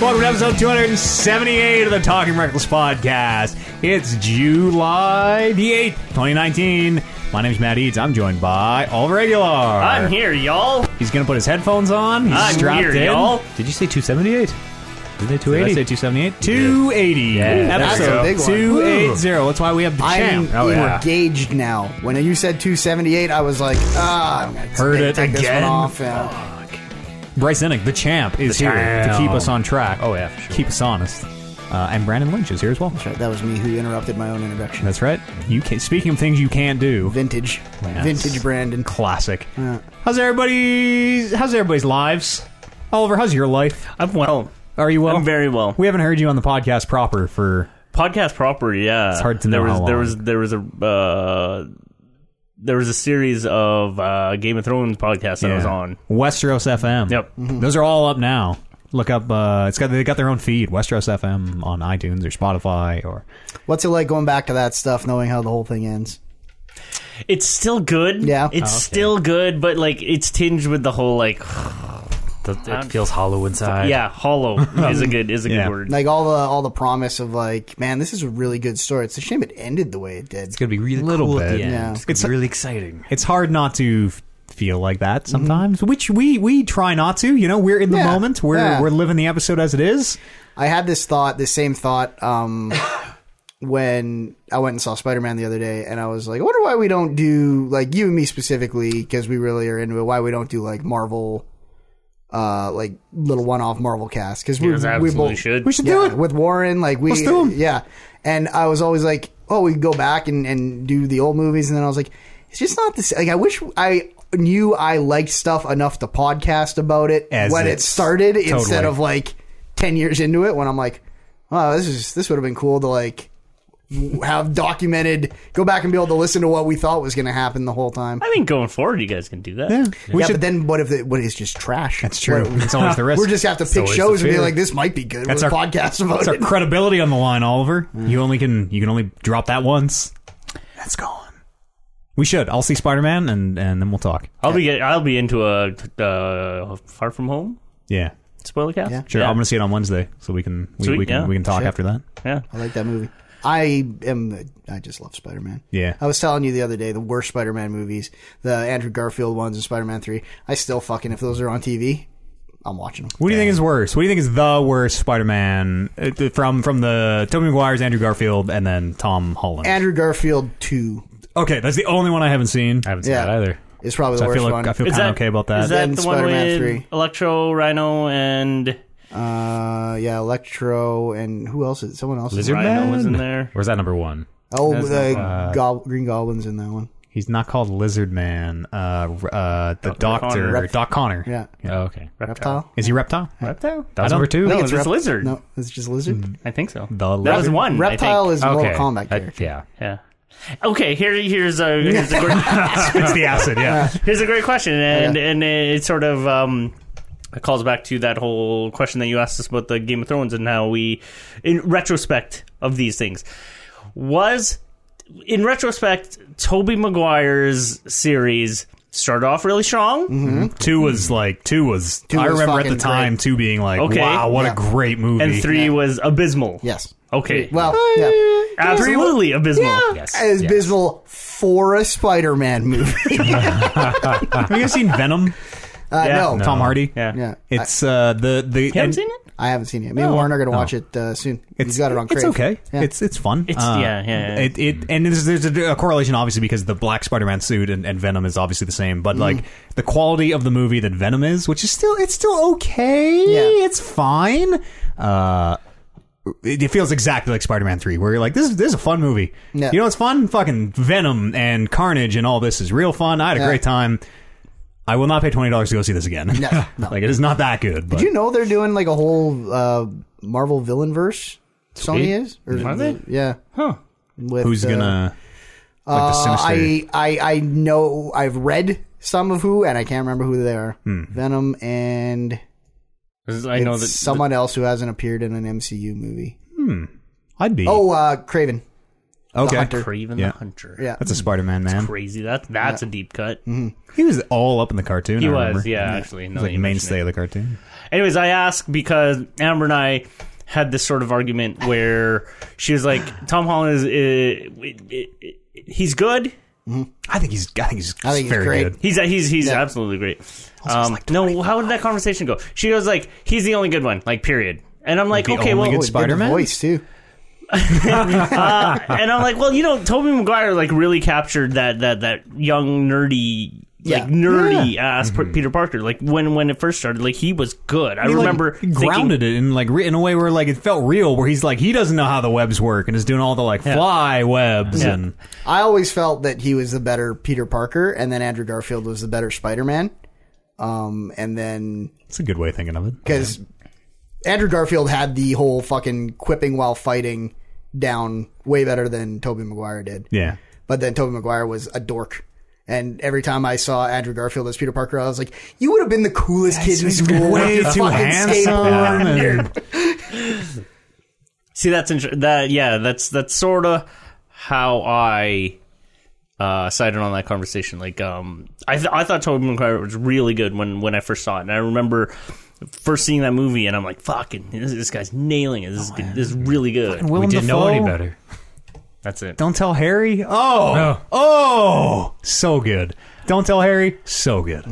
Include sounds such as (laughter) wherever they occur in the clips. welcome to episode 278 of the Talking Reckless podcast. It's July the 8th, 2019. My name's Matt Eads. I'm joined by Oliver Aguilar. I'm here, y'all. He's going to put his headphones on. He's I'm strapped here, in. y'all. Did you say 278? Did they 280? Did I say 278? 280. that's Episode a big one. 280. That's why we have the I'm champ. Oh, yeah. engaged now. When you said 278, I was like, ah, I'm gonna Heard take- it take this again? one off. Yeah. Bryce Innick, the champ, is The here to champ. keep us on track. Oh, yeah, for sure. Keep us honest. Uh, and Brandon Lynch is here as well. That's right, That was me who interrupted my own introduction. That's right. You can Speaking of things you can't do, vintage, Yes. vintage Brandon. classic. How's everybody's? How's everybody's lives? Oliver, how's your life? I'm well. Are you well? I'm very well. We haven't heard you on the podcast proper for. Podcast proper, yeah. It's hard to there know Was, how There long. was there was a uh, there was a series of uh, Game of Thrones podcasts that I was Yeah. on. Westeros FM. Yep. Mm-hmm. Those are all up now. Look up. Uh, it's got they got their own feed. Westeros FM on iTunes or Spotify or What's it like going back to that stuff, knowing how the whole thing ends? It's still good. Yeah. it's still good, but like it's tinged with the whole like it feels hollow inside. yeah, hollow is a good is a Yeah. good word. Like all the all the promise of like, man, this is a really good story. It's a shame it ended the way it did. It's gonna be really Little cool at bit. the end. Yeah. It's gonna be really exciting. it's hard not to f- feel like that sometimes which we we try not to you know we're in the Mm-hmm. Yeah. moment we're Yeah. we're living the episode as it is I had this thought, this same thought, um, when I went and saw Spider Man the other day, and I was like, I wonder why we don't do like you and me specifically because we really are into it. Why we don't do like Marvel, uh, like little one off Marvel cast because we Because I we absolutely both should. we should yeah, do it with Warren. Like we Let's do 'em. yeah, and I was always like, oh, we could go back and and do the old movies, and then I was like, it's just not the same. Like I wish I. Knew I liked stuff enough to podcast about it As when it it's- started instead totally. of like 10 years into it when I'm like, wow, this is this would have been cool to like w- have documented, go back and be able to listen to what we thought was going to happen the whole time. I think going forward, you guys can do that. yeah we yeah, should but then what if it, what is just trash? that's true What- it's always the risk (laughs) We're just have to pick always shows the and be fear. like, this might be good. That's That's our- our podcast about It's our it. credibility on the line, Oliver. You only can you can only drop that once. That's gone. We should. I'll see Spider Man and and then we'll talk. I'll be get, I'll be into a uh, Far From Home Yeah, spoiler cast. Yeah. sure. I'm gonna see it on Wednesday, so we can we, Sweet, we can yeah. we can talk after that. yeah. I like that movie. I am. I just love Spider Man. Yeah. I was telling you the other day the worst Spider Man movies, the Andrew Garfield ones and Spider Man three. I still fucking if those are on TV, I'm watching them. What do you think is worse? What do you think is the worst Spider Man from from the Tobey Maguire's Andrew Garfield and then Tom Holland? Andrew Garfield two okay, that's the only one I haven't seen. I haven't seen Yeah. that either. is probably the So I worst feel like one. I feel kind of okay about that. Is that Then the one Spider-Man with 3. Electro, Rhino, and Uh, yeah, Electro and who else? Is someone else? is- Lizard Rhino Man? was in there. Or is that number one? Oh, That's the not- uh, Gob- Green Goblin's in that one. He's not called Lizard Man. Uh, uh, the Doctor Connor. Doc Connor. Yeah, Oh, okay. reptile. Is he Reptile? Reptile? That was I number don't- two. No, think it's it's just rep- lizard. No, it's just lizard. Mm. I think so. The that was lizard- one. I reptile think. is Mortal Kombat I- character. yeah. Yeah. Okay. Here, here's (laughs) a here's a great, it's the acid. Yeah. here's a great question, and Yeah. and it sort of um, it calls back to that whole question that you asked us about the Game of Thrones and how we, in retrospect of these things, was in retrospect, Toby Maguire's series started off really strong. Mm-hmm. Two was like two was. Two I was remember at the fucking time two being like, Okay. wow, what Yeah. a great movie. and three was abysmal. Yes. Oh. Okay. Well, yeah. absolutely abysmal. Yes. As Bismal for a Spider-Man movie. Have you guys seen (laughs) Venom? Uh, Yeah. no. Tom Hardy. Yeah. Yeah, It's uh the the. You haven't and- seen it? I haven't seen it. Me and Warren are going to watch it uh, soon. He's got it on. It's Crave. okay. Yeah. It's it's fun. Uh, It's- yeah, yeah, yeah. It, it and there's, there's a, a correlation obviously because the black Spider-Man suit and, and Venom is obviously the same, Mm. but like the quality of the movie that Venom is, which is still it's still okay. Yeah. It's fine. Uh, it, it feels exactly like Spider-Man Three, where you're like, this is this is a fun movie. Yeah. You know, it's fun. Fucking Venom and Carnage and all this is real fun. I had a Yeah. great time. I will not pay twenty dollars to go see this again. No, no. (laughs) like it is not that good. But Do you know they're doing like a whole uh, Marvel villain verse? Sony is. Or, Are they? Yeah. Huh. With, who's uh, gonna? Like the Uh, sinister. I, I I know I've read some of who, and I can't remember who they are. Hmm. Venom and 'Cause I know it's that Hmm. someone else who hasn't appeared in an MCU movie. I'd be. Oh, uh, Craven. Okay. Oh, Hunter. Craven Yeah. the Hunter. Yeah. That's a Spider-Man man. Crazy. That that's a deep cut. He was all up in the cartoon. He Mm, I was, remember. yeah, actually, He now was that like you mention mainstay it. of the cartoon. Anyways, I ask because Amber and I had this sort of argument where she was like, (sighs) "Tom Holland is uh, he's good. I think he's. I think he's, I think he's very great. good. He's uh, he's he's Yeah. absolutely great." Um, no, how did that conversation go? She goes like, "He's the only good one." Like, period. And I'm like, The "Okay, only good well," Oh, he did the Spider-Man? voice too. and I'm like, "Well, you know, Tobey Maguire like really captured that that that young nerdy." Yeah. Like nerdy ass P- Peter Parker, like when when it first started, like he was good. I He, like, remember thinking, grounded it in like re- in a way where like it felt real, where he's like he doesn't know how the webs work and is doing all the like fly webs Yeah. and I always felt that he was the better Peter Parker, and then Andrew Garfield was the better Spider Man. Um, and then it's a good way of thinking of it. because Andrew Garfield had the whole fucking quipping while fighting down way better than Tobey Maguire did. Yeah, But then Tobey Maguire was a dork. And every time I saw Andrew Garfield as Peter Parker, I was like, "You would have been the coolest kid in he's school. way with your too fucking handsome. skateboard." and- See, that's inter- that. Yeah, that's that's sort of how I uh, sided on that conversation. Like, um, I th- I thought Tobey Maguire was really good when when I first saw it, and I remember first seeing that movie, and I'm like, "Fucking, this, this guy's nailing it. This is good. this is really good." Oh, Willem we didn't know Dafoe? any better. That's it. Don't tell Harry. Oh, No. oh, so good. Don't tell Harry. So good.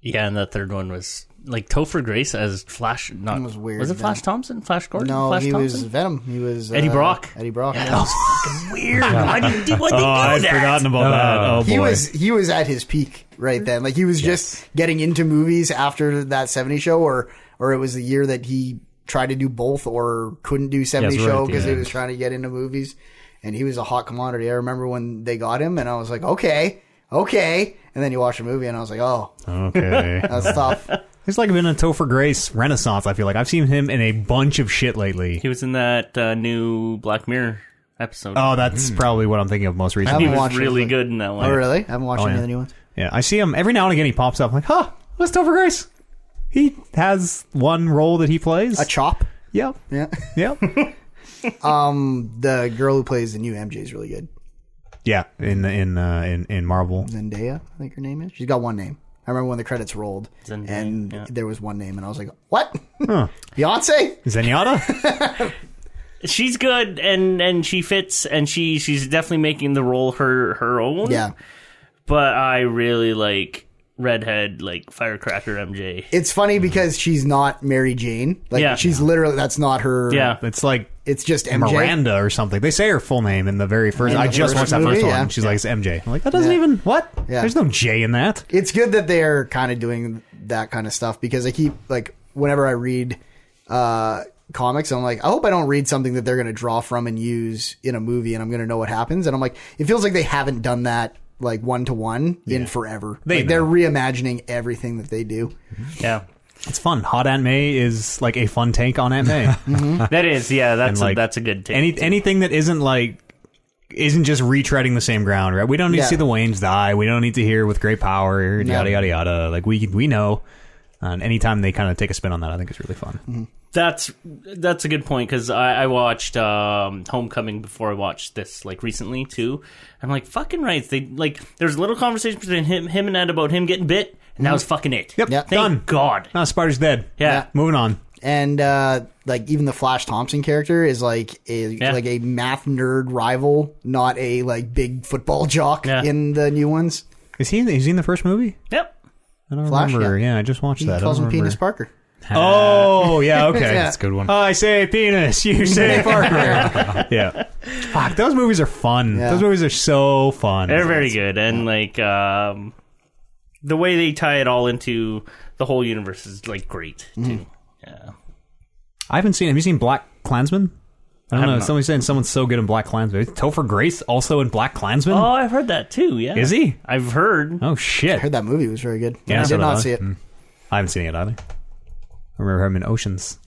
Yeah, and that third one was like Topher Grace as Flash. Not was weird, Was it though. Flash Thompson? Flash Gordon? No, Flash he was Thompson? Venom. He was uh, Eddie Brock. Eddie Brock. Yeah, that was (laughs) fucking weird. Why did they, why'd they do that? Oh, about Oh. Oh He was he was at his peak right then. Like he was just getting into movies after that 70 show or or it was the year that he tried to do both or couldn't do 70 right show at the because he end. was trying to get into movies and he was a hot commodity. I remember when they got him and I was like, "Okay. Okay." And then you watch the movie and I was like, "Oh, (laughs) okay. Uh-huh. that's (laughs) tough." Oh, He's like been a Topher Grace renaissance. I feel like I've seen him in a bunch of shit lately. He was in that uh, new Black Mirror episode. Oh, that's Hmm. probably what I'm thinking of most recently. he haven't was watched it, really but- good in that one. oh, really? I haven't watched Oh, any yeah. of the new (laughs) ones. Yeah, I see him every now and again. He pops up I'm like, huh? What's Topher Grace? He has one role that he plays. A chop. yep, Yeah. (laughs) yep, Um the girl who plays the new MJ is really good. yeah. In in uh, in in Marvel. Zendaya, I think her name is. She's got one name. I remember when the credits rolled Zendaya, and yeah. there was one name, and I was like, "What? (laughs) Beyonce? (laughs) Zenyatta? she's good and and she fits and she she's definitely making the role her her own Yeah, but i really like redhead like firecracker mj it's funny because she's not Mary Jane. Like Yeah. she's literally that's not her. yeah it's like it's just MJ. Miranda or something. They say her full name in the very first. In I the just first watched that movie, first one. yeah. She's like it's MJ. I'm like that doesn't Yeah. even what? Yeah. There's no J in that. It's good that they're kind of doing that kind of stuff because I keep like whenever I read uh, comics, I'm like, I hope I don't read something that they're going to draw from and use in a movie, and I'm going to know what happens. And I'm like, it feels like they haven't done that like one to one in forever. They like, they're reimagining everything that they do. yeah It's fun. Hot Aunt May is like a fun take on Aunt (laughs) May. that is yeah that's like, a, that's a good take Any anything that isn't like isn't just retreading the same ground, right? We don't need Yeah. to see the Waynes die. We don't need to hear with great power, No. yada yada yada. Like we we know. And anytime they kind of take a spin on that, I think it's really fun. Mm-hmm. that's that's a good point because I, I watched um, Homecoming before I watched this like recently too. I'm like fucking right. They like there's a little conversation between him him and Ed about him getting bit, and that was fucking it. Yep, Yep. Thank done. God. No, Spider's dead. Yeah. moving on. and uh, like even the Flash Thompson character is like a Yeah. like a math nerd rival, not a like big football jock Yeah. in the new ones. Is he? In, is he in the first movie? Yep. I don't Flash, remember. Yeah. I just watched He that. I calls don't him Penis remember. Parker. (laughs) Oh, yeah. Okay, Yeah. That's a good one. I say penis, you (laughs) say (laughs) Parker. yeah. Fuck, those movies are fun. Yeah. Those movies are so fun. They're very good, and like um, the way they tie it all into the whole universe is like great Mm. too. Yeah, I haven't seen. Have you seen Black Klansman? I don't have know. not. Somebody's saying someone's so good in Black Klansman. Is Topher Grace also in Black Klansman? oh, I've heard that too. Yeah, Is he? I've heard. Oh shit! I heard that movie was very good. Yeah, I so did did not I. Mm-hmm. see it. I haven't seen it either. I remember him in Oceans.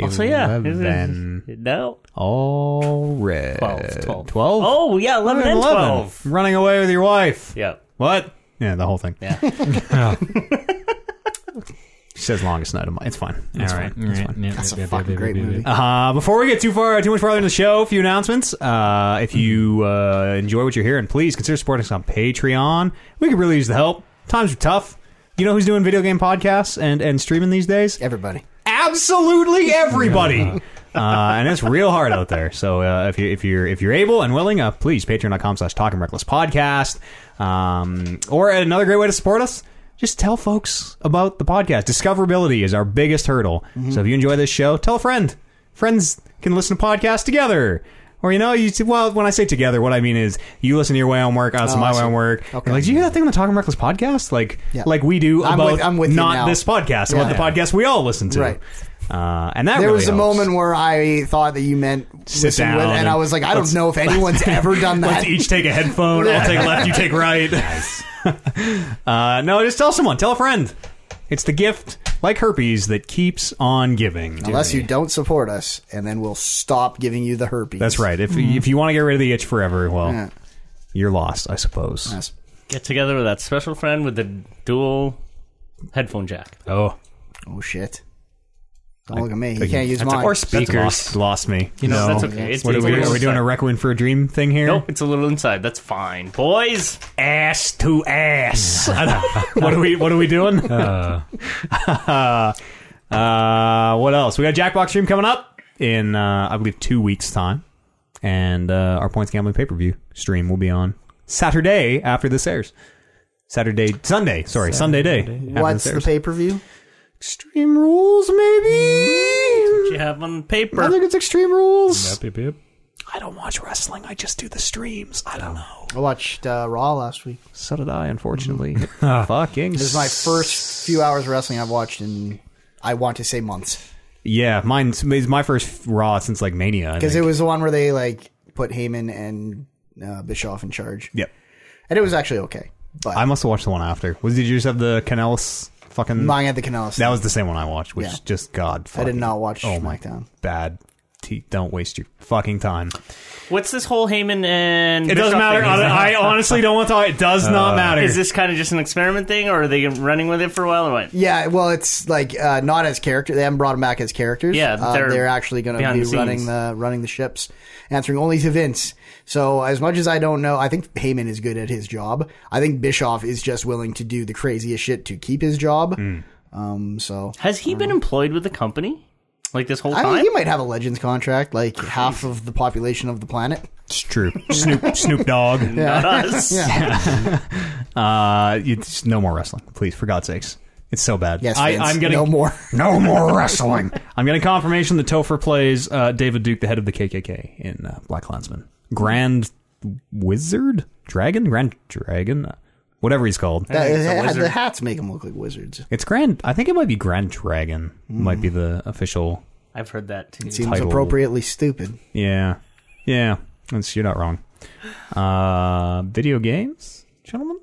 Oh, so yeah, it was- Eleven. no. All red. Twelve, twelve. Twelve. Oh yeah, eleven and twelve. Running away with your wife. Yep. (laughs) What? Yeah, the whole thing. Yeah. Oh. She says longest night of mine. It's fine. It's All right. fine. It's all right. fine. Yeah, That's a yeah, yeah, fucking yeah, great yeah, yeah. movie. Uh, before we get too far, too much farther into the show, a few announcements. Uh, if you uh, enjoy what you're hearing, please consider supporting us on Patreon. We could really use the help. Times are tough. You know who's doing video game podcasts and, and streaming these days? Everybody. Absolutely everybody. (laughs) uh, and it's real hard out there. So uh, if you if you're if you're able and willing, uh, please patreon.com slash talking reckless podcast. Um, or another great way to support us. Just tell folks about the podcast. Discoverability is our biggest hurdle. Mm-hmm. So if you enjoy this show, tell a friend. Friends can listen to podcasts together. Or you know, you well, when I say together, what I mean is you listen to your way on work, I listen to Oh, my I way see. on work. Okay. Like, do you hear that thing on the Talking Reckless podcast? Like, Yeah. like we do I'm about with- I'm with you not now. this podcast, about the Yeah. podcast we all listen to. Right. Uh, and that There really was a helps. moment where I thought that you meant listen down with, and, and I was like, I don't (laughs) let's- know if anyone's ever done that. (laughs) Let's each take a headphone. I'll take left, you take right. (laughs) uh, no, just tell someone. Tell a friend. It's the gift, like herpes, that keeps on giving. (laughs) Unless you don't support us, and then we'll stop giving you the herpes. That's right. If if you want to get rid of the itch forever, well, Mm-hmm. Yeah. you're lost, I suppose. That's- Get together with that special friend with the dual headphone jack. Oh, Oh shit! Don't look at me. You can't use that's- mine. Or speakers lost, lost me. You know, No. that's okay. It's What are it's we, a are little we doing? A inside. requiem for a dream thing here? Nope, it's a little inside. That's fine, boys. ass to ass. (laughs) I don't- what are we? What are we doing? Uh, (laughs) uh, what else? We got Jackbox stream coming up in uh, I believe two weeks time, and uh, our points gambling pay per view stream will be on Saturday after this airs. Saturday, Sunday, sorry, Sunday day. after What's this the airs. pay per view? Extreme rules, maybe. You have on I paper. think it's Extreme Rules. Yep, yep, yep. I don't watch wrestling. I just do the streams. I don't know. I watched uh, Raw last week. So did I, unfortunately. Ah, Fucking. This is my first few hours of wrestling I've watched in I want to say months Yeah, mine's is my first Raw since like Mania. I because it think. was the one where they like put Heyman and uh, Bischoff in charge, Yep. and it was actually okay. But I I'm must have watched the one after. Was did you just have the Canales fucking? buying at the Canales. that was the same one I watched, which Yeah. just God. I did fucking- not watch Oh my SmackDown. bad. T- don't waste your fucking time. What's this whole Heyman and It Bischoff doesn't matter. thing? Is (laughs) I, I honestly don't want to talk. It does Uh, not matter. Is this kind of just an experiment thing, or are they running with it for a while? Or what? Yeah, well, it's like uh, not as character. They haven't brought them back as characters. Yeah, Uh, they're they're, actually going to behind be the running scenes. the running the ships, answering only to Vince. So as much as I don't know, I think Heyman is good at his job. I think Bischoff is just willing to do the craziest shit to keep his job. Hmm. Um, so Has he been employed with the company like this whole I time? mean, he might have a Legends contract, like half of the population of the planet. it's true. Snoop Snoop (laughs) Dogg. Not (laughs) us. (laughs) Uh, you, just no more wrestling, please, for God's sakes. It's so bad. Yes, I, Vince, I'm getting no more. (laughs) no more wrestling. (laughs) I'm getting confirmation that Topher plays uh, David Duke, the head of the KKK in uh, Black Klansman. Grand Wizard? Dragon? Grand Dragon? Uh, Whatever he's called. Uh, it's a the- wizard. the hats make him look like wizards. It's Grand. I think it might be Grand Dragon. Might Mm. be the official. I've heard that too. Seems Title. appropriately stupid. Yeah. Yeah. That's, you're not wrong. Uh, video games, gentlemen?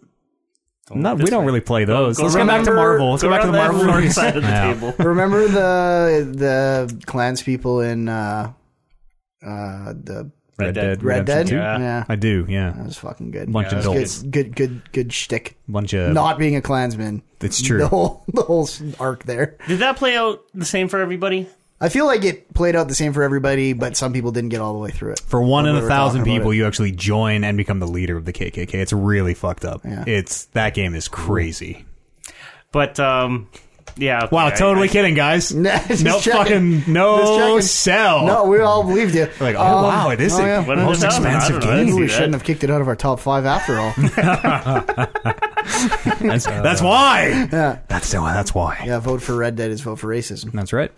No, we don't really play those. Go Let's go back to remember- Marvel. Let's go back to the around Marvel. that universe. side of the Yeah. table. Remember the the clans people in uh, uh, the Red Dead. Red Redemption Dead? 2? Yeah. Yeah. (laughs) I do, That yeah. was fucking good. Bunch of That was adults. Good, good, good, good shtick. Bunch of Not being a Klansman. It's true. (laughs) The whole the whole s- arc there. Did that play out the same for everybody? I feel like it played out the same for everybody, but some people didn't get all the way through it. for one When in we a were thousand talking about people, it. you actually join and become the leader of the KKK. It's really fucked up. Yeah. It's that game is crazy. But um, yeah. Wow, okay, totally I- kidding, guys. Nah, no (laughs) just checking. fucking no Just sell. checking. No, we all believed you. (laughs) Like, oh Um, wow, it is oh, the yeah. What most was that? expensive I don't know. game. see (laughs) we that. shouldn't have kicked it out of our top five after (laughs) all. That's, that's why. That's why. That's why. yeah, vote for Red Dead is vote for racism. That's right.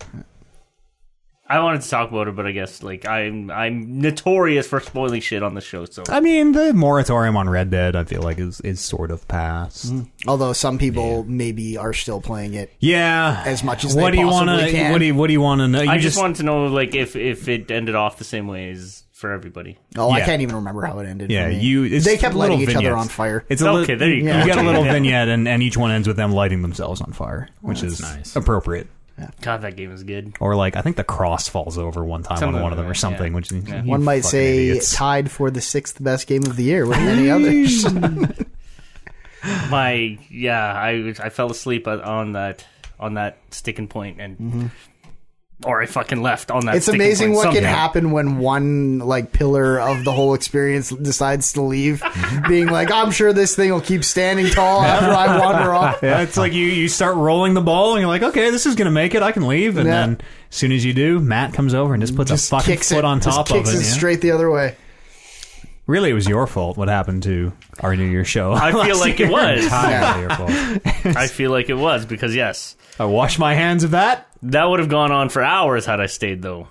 I wanted to talk about it, but I guess like I'm I'm notorious for spoiling shit on the show. So Uh, I mean, the moratorium on Red Dead, I feel like, is is sort of past. Hmm. Although some people maybe are still playing it. Yeah, As much as what they do you possibly wanna- can. What do you What do you want to know? You I just, wanted to know like if if it ended off the same way as for everybody. Oh, I Yeah. can't even remember how it ended. for Yeah, me. you. It's Mm. They kept little lighting each other vignettes. on fire. It's a li- Okay, there you go. You get a (laughs) little Yeah. vignette, and, and each one ends with them lighting themselves on fire, Oh, which is nice. appropriate. God, that game is good. Or like, I think the cross falls over one time Something on one of them, or like that, something. yeah. Which is- you One might fucking say idiots. tied for the sixth best game of the year with many others. My yeah, I was- I fell asleep on that on that sticking point and or I fucking left on that. It's sticking amazing point what can somehow. happen when one like pillar of the whole experience decides (laughs) to leave, being like, "I'm sure this thing will keep standing tall after I wander off." (laughs) (laughs) Yeah, it's like you, you start rolling the ball and you're like, okay, this is gonna make it. I can leave, and Yeah. then as soon as you do, Matt comes over and just puts Just a fucking kicks foot it, on just top kicks of it. it yeah. straight the other way. Really, it was your fault. What happened to our New Year show? (laughs) I feel like it (laughs) was. Entirely your fault. I feel like it was because yes, I wash my hands of that. that would have gone on for hours had I stayed though.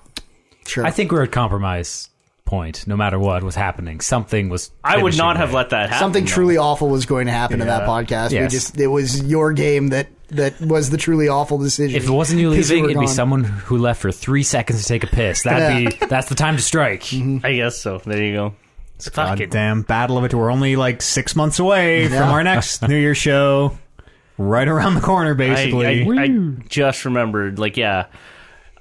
Sure. (laughs) I think we're at compromise point. No matter what was happening, something was. I would finishing not have there. let that happen. Something though. truly awful was going to happen in that podcast. We Yes. just it was your game that that was the truly awful decision. If it wasn't you 'Cause leaving, were it'd be gone. someone who left for three seconds to take a piss. That'd be (laughs) that's the time to strike. I guess so. There you go. It's fucking Goddamn battle of it. We're only like six months away from our (laughs) next New Year show. Right around the corner, basically. I, I, I just remembered, like, yeah,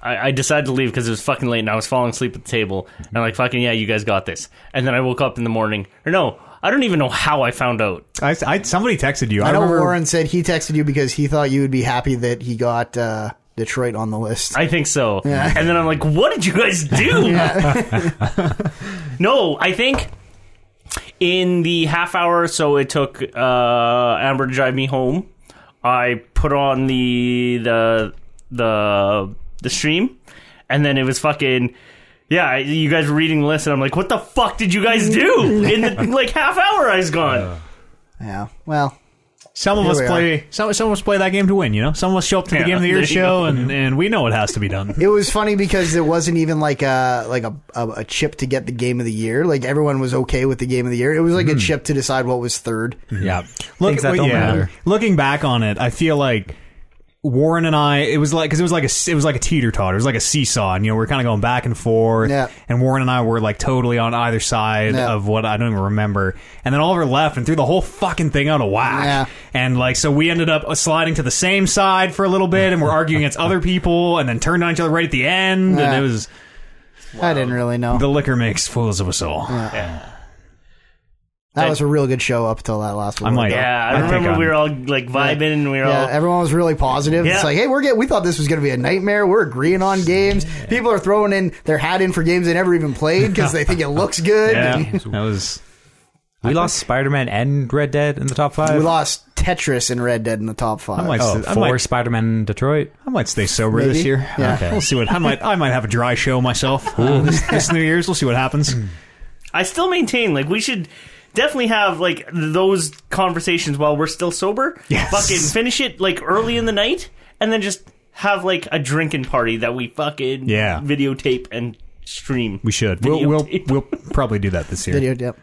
I, I decided to leave because it was fucking late and I was falling asleep at the table. And I'm like, fucking, yeah, you guys got this. And then I woke up in the morning, or no, I don't even know how I found out. I, I- somebody texted you. I, I know remember Warren said he texted you because he thought you would be happy that he got uh, Detroit on the list. I think so. And then I'm like, what did you guys do? (laughs) no, I think in the half hour or so it took uh, Amber to drive me home, I put on the the the the stream, and then it was fucking. Yeah, I- you guys were reading the list, and I'm like, "What the fuck did you guys do?" In the, like half hour, I was gone. Uh, yeah. Well, some of Here us we are. play. Some, some of us play that game to win. You know, some of us show up to the Yeah, game of the year (laughs) there you show, and, and we know what has to be done. it was funny because there wasn't even like a like a, a, a chip to get the game of the year. Like everyone was okay with the game of the year. It was like Hmm. a chip to decide what was third. Yeah, Look, Mm-hmm. things that well, don't yeah. matter. Looking back on it, I feel like Warren and I. It was like because it was like a it was like a teeter totter. It was like a seesaw, and you know we are kind of going back and forth. Yeah. And Warren and I were like totally on either side Yeah. of what I don't even remember. And then Oliver left and threw the whole fucking thing out of whack. Yeah. And like so, we ended up uh, sliding to the same side for a little bit, and we're arguing against other people, and then turned on each other right at the end. Yeah. And it was I didn't really know. the liquor makes fools of us all. that was a real good show up till that last one. I might. Yeah, I, think remember I'm- we were all like vibing, and we were Yeah, all everyone was really positive. It's Yeah. like, hey, we're getting, we thought this was going to be a nightmare. We're agreeing on games. People are throwing in their hat in for games they never even played because they think it looks good. (laughs) Yeah. And That was. (laughs) We lost Spider Man and Red Dead in the top five. we lost Tetris and Red Dead in the top five. I might, oh, I four might Spider Man in Detroit. I might stay sober Maybe. this year. Yeah. Okay. We'll see what I might. I might have a dry show myself uh, this, this New Year's. We'll see what happens. I still maintain like we should definitely have like those conversations while we're still sober. Yes. Fucking finish it like early in the night and then just have like a drinking party that we fucking Yeah. videotape and stream. We should. We'll we'll, Videotape. (laughs) we'll probably do that this year. Video, yep.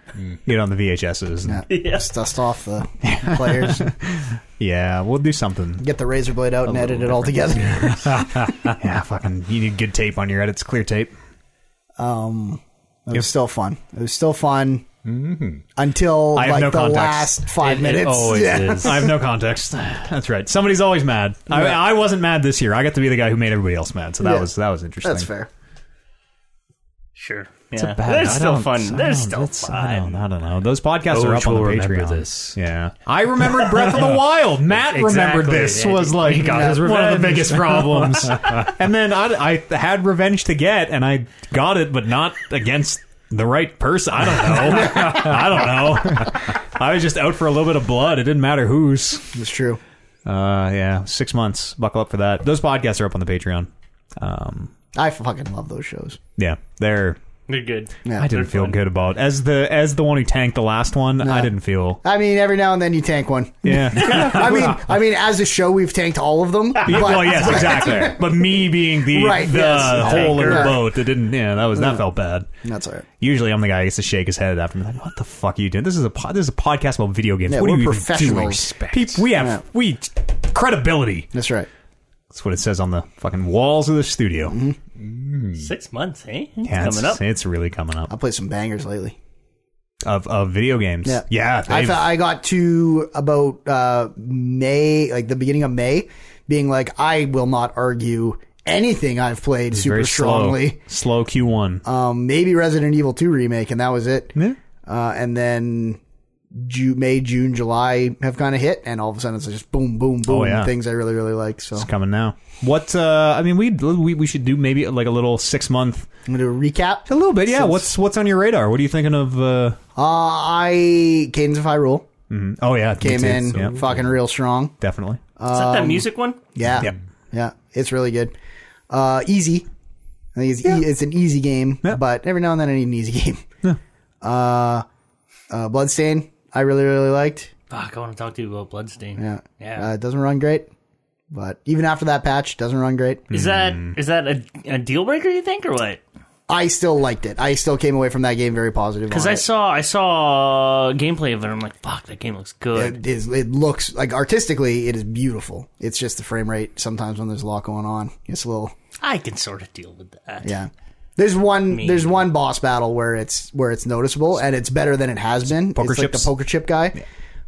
Get on the VHSs. And, Yeah. Yeah. (laughs) Just dust off (laughs) the players, yeah, we'll do something. get the razor blade out and edit it all together. Yeah, fucking. You need good tape on your edits. Clear tape. It was still fun. It was still fun until Mm-hmm. I have like no the context. last five It minutes. always yeah. is. I have no context. That's right. Somebody's always mad. I, Yeah. I wasn't mad this year. I got to be the guy who made everybody else mad. So that Yeah. was that was interesting. That's fair. sure. It's a Yeah. bad- They're I still don't- I fun. They're don't- still that's- I fun. I don't, I don't know. Those podcasts George are up on the will remember Patreon. this. Yeah, I remembered Breath of (laughs) the Wild. Matt Exactly. remembered this Yeah, was he like got his one of revenge. the (laughs) biggest problems. and then I, I had revenge to get, and I got it, but not against the right person. I don't (laughs) know. I don't know. I was just out for a little bit of blood. It didn't matter whose. It's true. Uh, yeah, six months. Buckle up for that. Those podcasts are up on the Patreon. Um, I fucking love those shows. yeah, they're. They're good. Yeah. I didn't They're feel fun. good about as the as the one who tanked the last one. I didn't (laughs) feel. I mean, every now and then you tank one. Yeah. I mean, I mean, as a show, we've tanked all of them. But, Yeah, well, yes, exactly. but me being the Right, the yes. Mm. hole in the Tanker. boat that didn't. Yeah, that was that felt bad. (laughs) That's all right. Usually, I'm the guy who gets to shake his head after. I'm like, what the fuck are you doing? This is a pod, this is a podcast about video games. Yeah, what are we're you even doing? professionals. Respect. Peep- we have Yeah. we credibility. That's right. That's what it says on the fucking walls of the studio. Mm-hmm. Six months, eh? It's Yeah, it's, coming up. it's really coming up I played some bangers lately. of of video games. Yeah, I, they've- thought I got to about uh, May, like the beginning of May, being like, I will not argue anything I've played super very strongly. slow. Slow Q1. um, maybe Resident Evil 2 remake, and that was it. Uh, and Uh, then Ju- May, June, July have kind of hit, and all of a sudden it's just boom, boom, boom. Oh, yeah. Things I really, really like. So It's coming now. What? Uh, I mean, we we we should do maybe like a little six month, I'm gonna do a recap. a little bit. Yeah. Since- What's what's on your radar? What are you thinking of? Uh, Uh, I Cadence of Hyrule mhm. Oh yeah, me came too. in Uh, Yeah, fucking real strong. definitely. Is that that music one? Yeah, Yep. yeah, it's really good. Uh, easy. I think it's, e- it's an easy game, Yeah. but every now and then I need an easy (laughs) game. Uh, uh, Bloodstain, I really, really liked. Fuck, I want to talk to you about Bloodstain. Yeah. Yeah. Uh, it doesn't run great, but even after that patch, doesn't run great. Is that mm. is that a, a deal breaker? You think or what? I still liked it. I still came away from that game very positive. Because on I it. saw I saw gameplay of it. I'm like, fuck, that game looks good. it, is, it looks like artistically, it is beautiful. It's just the frame rate sometimes when there's a lot going on. It's a little I can sort of deal with that. yeah. There's one there's one boss battle where it's where it's noticeable and it's better than it has been. Poker it's like chips? the poker chip guy.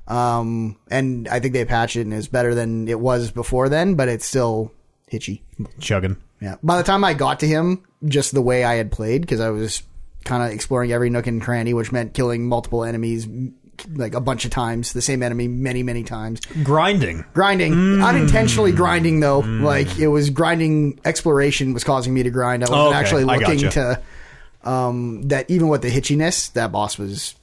Um, and I think they patched it and it's better than it was before then, but it's still hitchy. Chugging. Yeah. By the time I got to him, just the way I had played, because I was kind of exploring every nook and cranny, which meant killing multiple enemies m- like a bunch of times, the same enemy many, many times. Grinding. Grinding, Mm. unintentionally grinding though. Like it was grinding. Exploration was causing me to grind. I wasn't Oh, okay. actually I looking gotcha. to um, that. Even with the hitchiness, that boss was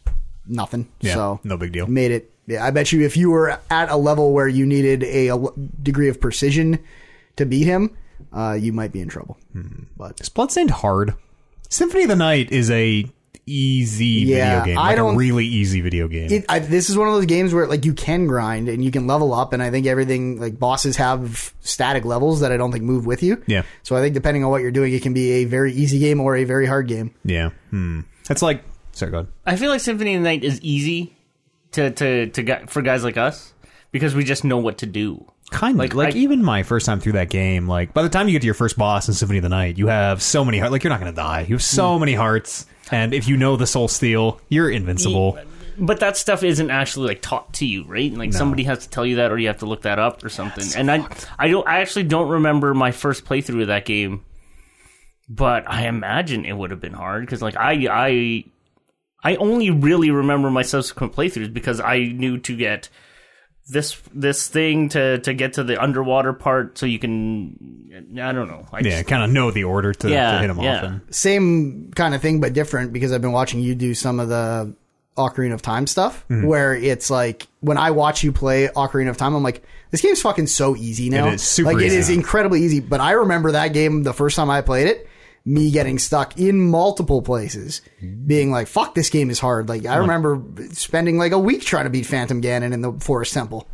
nothing. Yeah, so no big deal. Made it. Yeah, I bet you if you were at a level where you needed a, a degree of precision to beat him, uh, you might be in trouble. Hmm. But Is Bloodstained hard? Symphony of the Night is a easy Yeah, video game. I Like don't- a really easy video game. it, I, this is one of those games where like you can grind and you can level up, and I think everything like bosses have static levels that I don't think move with you. Yeah. So I think depending on what you're doing, it can be a very easy game or a very hard game. yeah. Hmm. It's like sorry, go ahead. I feel like Symphony of the Night is easy to to to gu- for guys like us because we just know what to do. Kind of like, Like, I- even my first time through that game, like by the time you get to your first boss in Symphony of the Night, you have so many hearts. Like you're not going to die. You have Mm. so many hearts, and if you know the Soul Steel, you're invincible. But that stuff isn't actually like taught to you, right? Like somebody has to tell you that, or you have to look that up or something. and I, I don't, I actually don't remember my first playthrough of that game, but I imagine it would have been hard because, like, I, I, I only really remember my subsequent playthroughs because I knew to get this this thing to to get to the underwater part, so you can, I don't know, I Yeah, just- kind of know the order to, Yeah, to hit them off. yeah. And, Same kind of thing, but different because I've been watching you do some of the Ocarina of Time stuff, Mm-hmm. where it's like when I watch you play Ocarina of Time, I'm like, this game's fucking so easy now. It is super like it easy. is incredibly easy. But I remember that game the first time I played it. Me getting stuck in multiple places, Mm-hmm. being like, fuck, this game is hard. Like, I remember spending like a week trying to beat Phantom Ganon in the Forest Temple.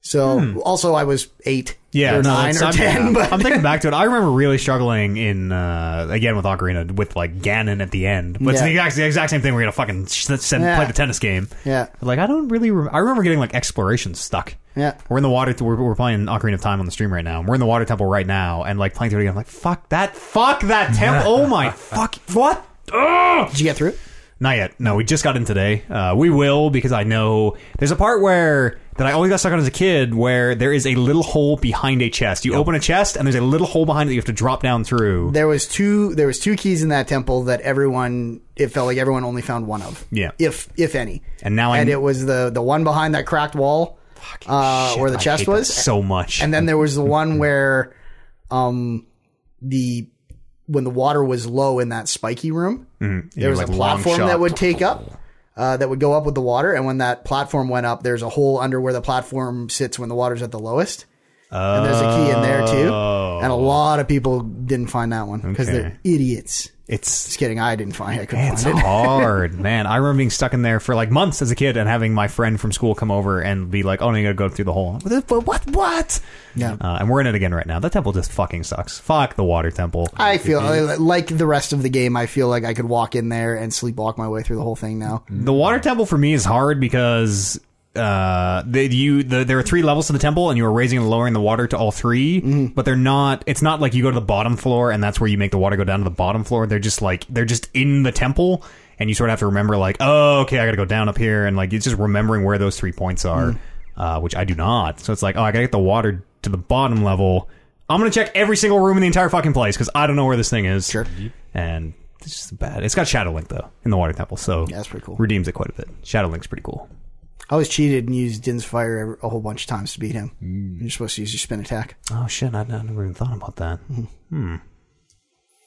So, also, I was eight Hmm. Yeah, or no, nine that's- or I'm, ten, but (laughs) I'm thinking back to it. I remember really struggling in uh, again with Ocarina with like Ganon at the end, but it's Yeah. the exact, the exact same thing. We're gonna fucking sh- send, Yeah. play the tennis game. Yeah. But, like I don't really. Re- I remember getting like exploration stuck. Yeah. we're in the water. We're, we're playing Ocarina of Time on the stream right now. and We're in the water temple right now, and like playing through it again. I'm like, fuck that, fuck that (laughs) temple. oh my fuck, what? did you get through it? Not yet. No, we just got in today. Uh, we will because I know there's a part where that I always got stuck on as a kid where there is a little hole behind a chest. You open a chest and there's a little hole behind it that you have to drop down through. there was two there was two keys in that temple that everyone it felt like everyone only found one of Yeah. if if any And now I- and it was the the one behind that cracked wall uh, Shit, where the I chest hate that was so much. and then there was (laughs) the one where um the when the water was low in that spiky room Mm-hmm. there was like, a long platform shot. Oh. that would take up uh, that would go up with the water and when that platform went up there's a hole under where the platform sits when the water's at the lowest and there's a key in there too and a lot of people didn't find that one because Oh. Okay. they're idiots it's just kidding i didn't find it i couldn't it's find it hard, man. I remember being stuck in there for like months as a kid and having my friend from school come over and be like, "Oh, no, you gotta go through the hole." But what? What? Yeah. Uh, and we're in it again right now. That temple just fucking sucks. Fuck the water temple. (laughs) I feel like the rest of the game. I feel like I could walk in there and sleepwalk my way through the whole thing now. The water temple for me is hard because uh, they, you the, there are three levels to the temple, and you are raising and lowering the water to all 3 But they're not. It's not like you go to the bottom floor and that's where you make the water go down to the bottom floor. They're just like they're just in the temple, and you sort of have to remember like, oh, okay, I got to go down up here, and like it's just remembering where those three points are, uh, which I do not. So it's like, oh, I got to get the water to the bottom level. I'm gonna check every single room in the entire fucking place because I don't know where this thing is. Sure. And it's just bad. It's got Shadow Link though in the Water Temple, so that's pretty cool. Redeems it quite a bit. Shadow Link's pretty cool. I always cheated and used Din's Fire every- a whole bunch of times to beat him. Mm. You're supposed to use your spin attack. Oh shit, I, I never even thought about (laughs) that. Hmm.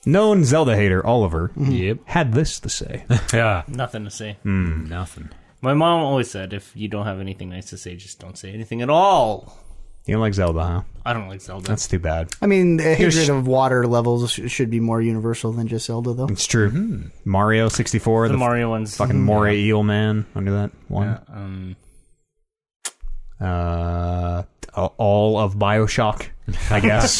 Known Zelda hater Oliver Mm-hmm. Yep. had this to say. Yeah. Nothing to say. Nothing. My mom always said, if you don't have anything nice to say, just don't say anything at all. you don't like Zelda, huh? I don't like Zelda. That's too bad. I mean, the You're hatred sh- of water levels sh- should be more universal than just Zelda, though. It's true. Mario 64, the, the, Mario ones. fucking Moray Eel Man under that one. Um, Uh, all of Bioshock, I guess.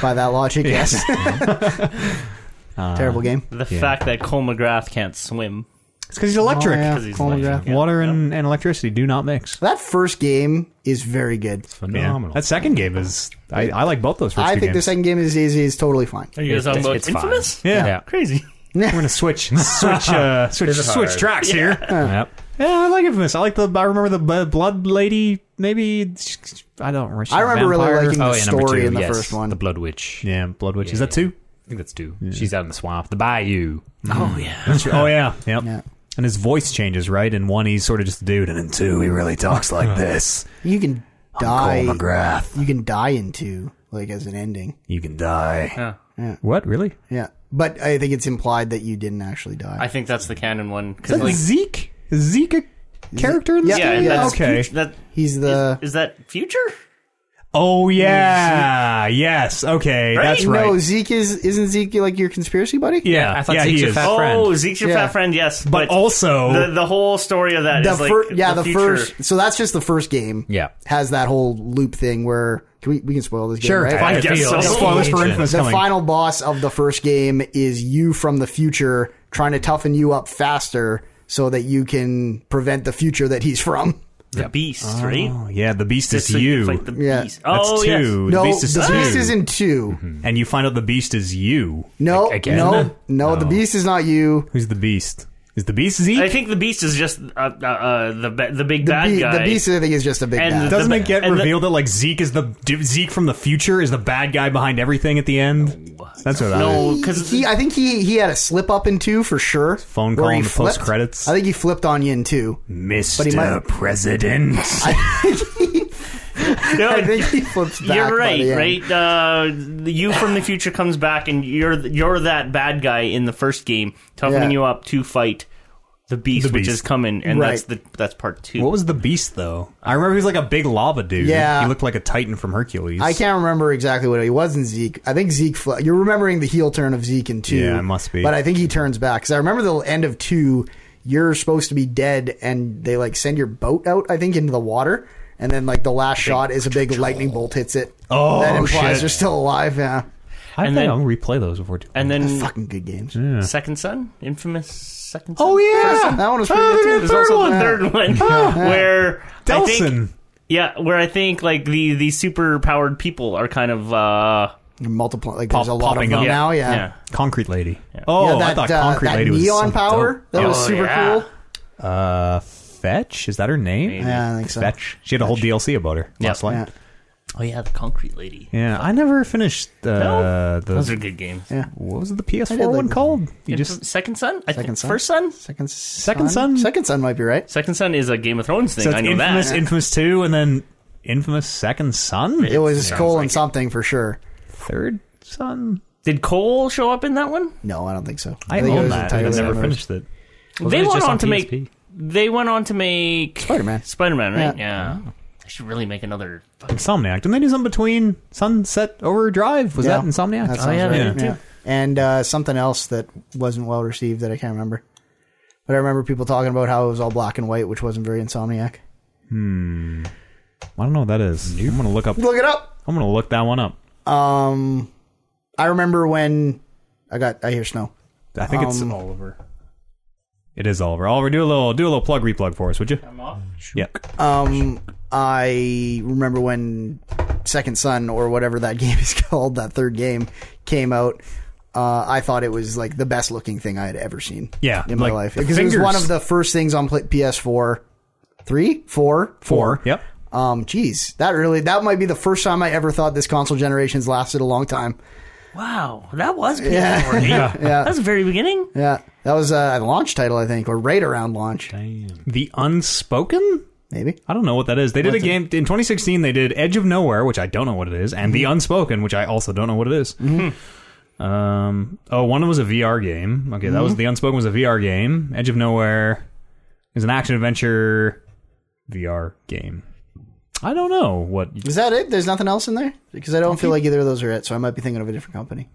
By that (laughs) logic, yes. Uh-huh. (laughs) Terrible game. the fact that Cole McGrath can't swim. it's because he's electric. Oh, yeah, 'Cause he's Chronograph. electric. Yeah. Water and, and electricity do not mix. That first game is very good. Yeah. Phenomenal. That second game is. I, I like both those first I two think the games. second game is easy. It's totally fine. Are you guys talking It's- about it's fine. Infamous? Yeah. Crazy. We're gonna (laughs) switch, switch, uh, switch, This is switch hard. tracks (laughs) here. Yep. Yeah, I like Infamous. I like the. I remember the b- Blood Lady. Maybe I don't. remember. I remember really Vampire. liking- Oh, the yeah, number story two, in the yes. first one. The Blood Witch. Yeah, Blood Witch. Yeah, is that two? Mm. I think that's two. She's out in the swamp. The Bayou. Oh, yeah. That's right. Oh yeah. Yep. Yeah. And his voice changes, right? In one, he's sort of just a dude, and in two, he really talks like this. You can Cole die. McGrath, You can die in two, like as an ending. you can die. Yeah. What really? Yeah, but I think it's implied that you didn't actually die. I think that's the canon one. Is Cause that like, Zeke? Is Zeke a character in this Yeah, yeah, game? and that's okay. fut- that He's the is that future? Oh yeah. Yes. Okay. That's right. no Zeke is isn't Zeke like your conspiracy buddy? yeah. I thought yeah, Zeke's he a is. fat- oh, friend. Zeke's your Yeah. fat friend. Yes, but but, also the the whole story of that the is like fir- yeah the, future. first. So that's just the first game. Yeah. has that whole loop thing where can we we can spoil this game. Sure, right? I I guess feel so. Spoilers for (laughs) Infamous The coming. final boss of the first game is you from the future trying to toughen you up faster so that you can prevent the future that he's from. the beast, right? Oh, yeah, the beast It's is like- you. it's like the Yeah. beast. That's Oh, yes. two. no, the beast is the two. Mm-hmm. beast is in 2 and you find out the beast is you. No, A- again? no, no, Oh. the beast is not you. Who's the beast? Is the beast Zeke? I think the beast is just uh, uh, uh, the ba- the big The, bad be- guy. the beast, I think, is just a big And bad. (laughs) the- Doesn't it get and the- revealed that like Zeke is the d- Zeke from the future is the bad guy behind everything at the end? That's what I No, because he, I think he he had a slip up in two for sure. Phone where call he in the flipped. post-credits. I think he flipped on Yin too. But he Mr. might- President. I think he flips back. by you're the right, end. right? Uh, the you from the future comes back, and you're you're that bad guy in the first game, toughening Yeah. you up to fight the beast, The which beast. is coming, and Right. that's the that's part two. what was the beast though? I remember he was like a big lava dude. Yeah. he looked like a titan from Hercules. I can't remember exactly what it was in Zeke. I think Zeke. Fl- you're remembering the heel turn of Zeke in two. Yeah, it must be. But I think he turns back because I remember the end of two. You're supposed to be dead, and they like send your boat out. I think into the water, and then like the last shot is a big lightning bolt hits it. Oh, that implies shit. you're still alive. Yeah, I And think then- I'll replay those before. Too and then fucking good games. second son, infamous second. Son? oh yeah, That one was pretty Oh, good, they too. did There's third also one. a third (laughs) one where I think Delson. yeah, where I think like the the super powered people are kind of uh You're multiplying. Like Pop- there's a lot of popping them up. now. Yeah. Concrete Lady. Oh, Yeah, I that, thought uh, Concrete that Lady was neon so power dope. that was Oh, super yeah. cool. Uh, Fetch is that her name? Yeah, I think so. Fetch. She had a whole DLC about her. Yeah. Last life. Yeah. Oh yeah, the concrete lady. Yeah, I never finished uh, Those the are good games. Yeah. what was the I PS4 did like one them. called? You just Inf- second son, I Second think Son? first son. Second Second Son? Second son might be right. Second son is a Game of Thrones thing. so it's I know Infamous, that. Infamous Two, and then Infamous Second Son, It was sounds colon like it. something for sure. Third Son. Did Cole show up in that one? No, I don't think so. I, think it own was that. I never entirely Spider-Man. finished it. they it went just on, on to PSP? make. They went on to make Spider-Man. Spider-Man, right? Yeah. Yeah. I Oh. should really make another. fucking- Insomniac. Didn't they do something between Sunset Overdrive? Was Yeah. that Insomniac? Uh, That sounds yeah, right. they did Yeah. And uh, something else that wasn't well received that I can't remember. But I remember people talking about how it was all black and white, which wasn't very insomniac. I don't know what that is. I'm gonna look up. Look it up. I'm gonna look that one up. Um, I remember when I got. I hear snow. I think it's Um, Oliver. It is Oliver. Oliver, do a little do a little plug replug for us, would you? I'm off. Yeah. Um, I remember when Second Son or whatever that (laughs) game is called, that third game came out. Uh, I thought it was like the best looking thing I had ever seen. Yeah, in my like, life the because it was fingers- one of the first things on pla- PS4, three, four, Four. Yep. Um, geez, that really that might be the first time I ever thought this console generation's lasted a long time. Wow, that was P4. Yeah. (laughs) Yeah. That's the very beginning. Yeah, that was uh, a launch title, I think, or right around launch, The Unspoken? maybe. I don't know what that is. They did a game in 2016. They did Edge of Nowhere, which I don't know what it is, and The Unspoken, which I also don't know what it is. Um, oh, one was a VR game. Okay, that was The Unspoken was a VR game. Edge of Nowhere is an action adventure VR game. I don't know what Is that it? There's nothing else in there because I don't feel like either of those are it. So I might be thinking of a different company.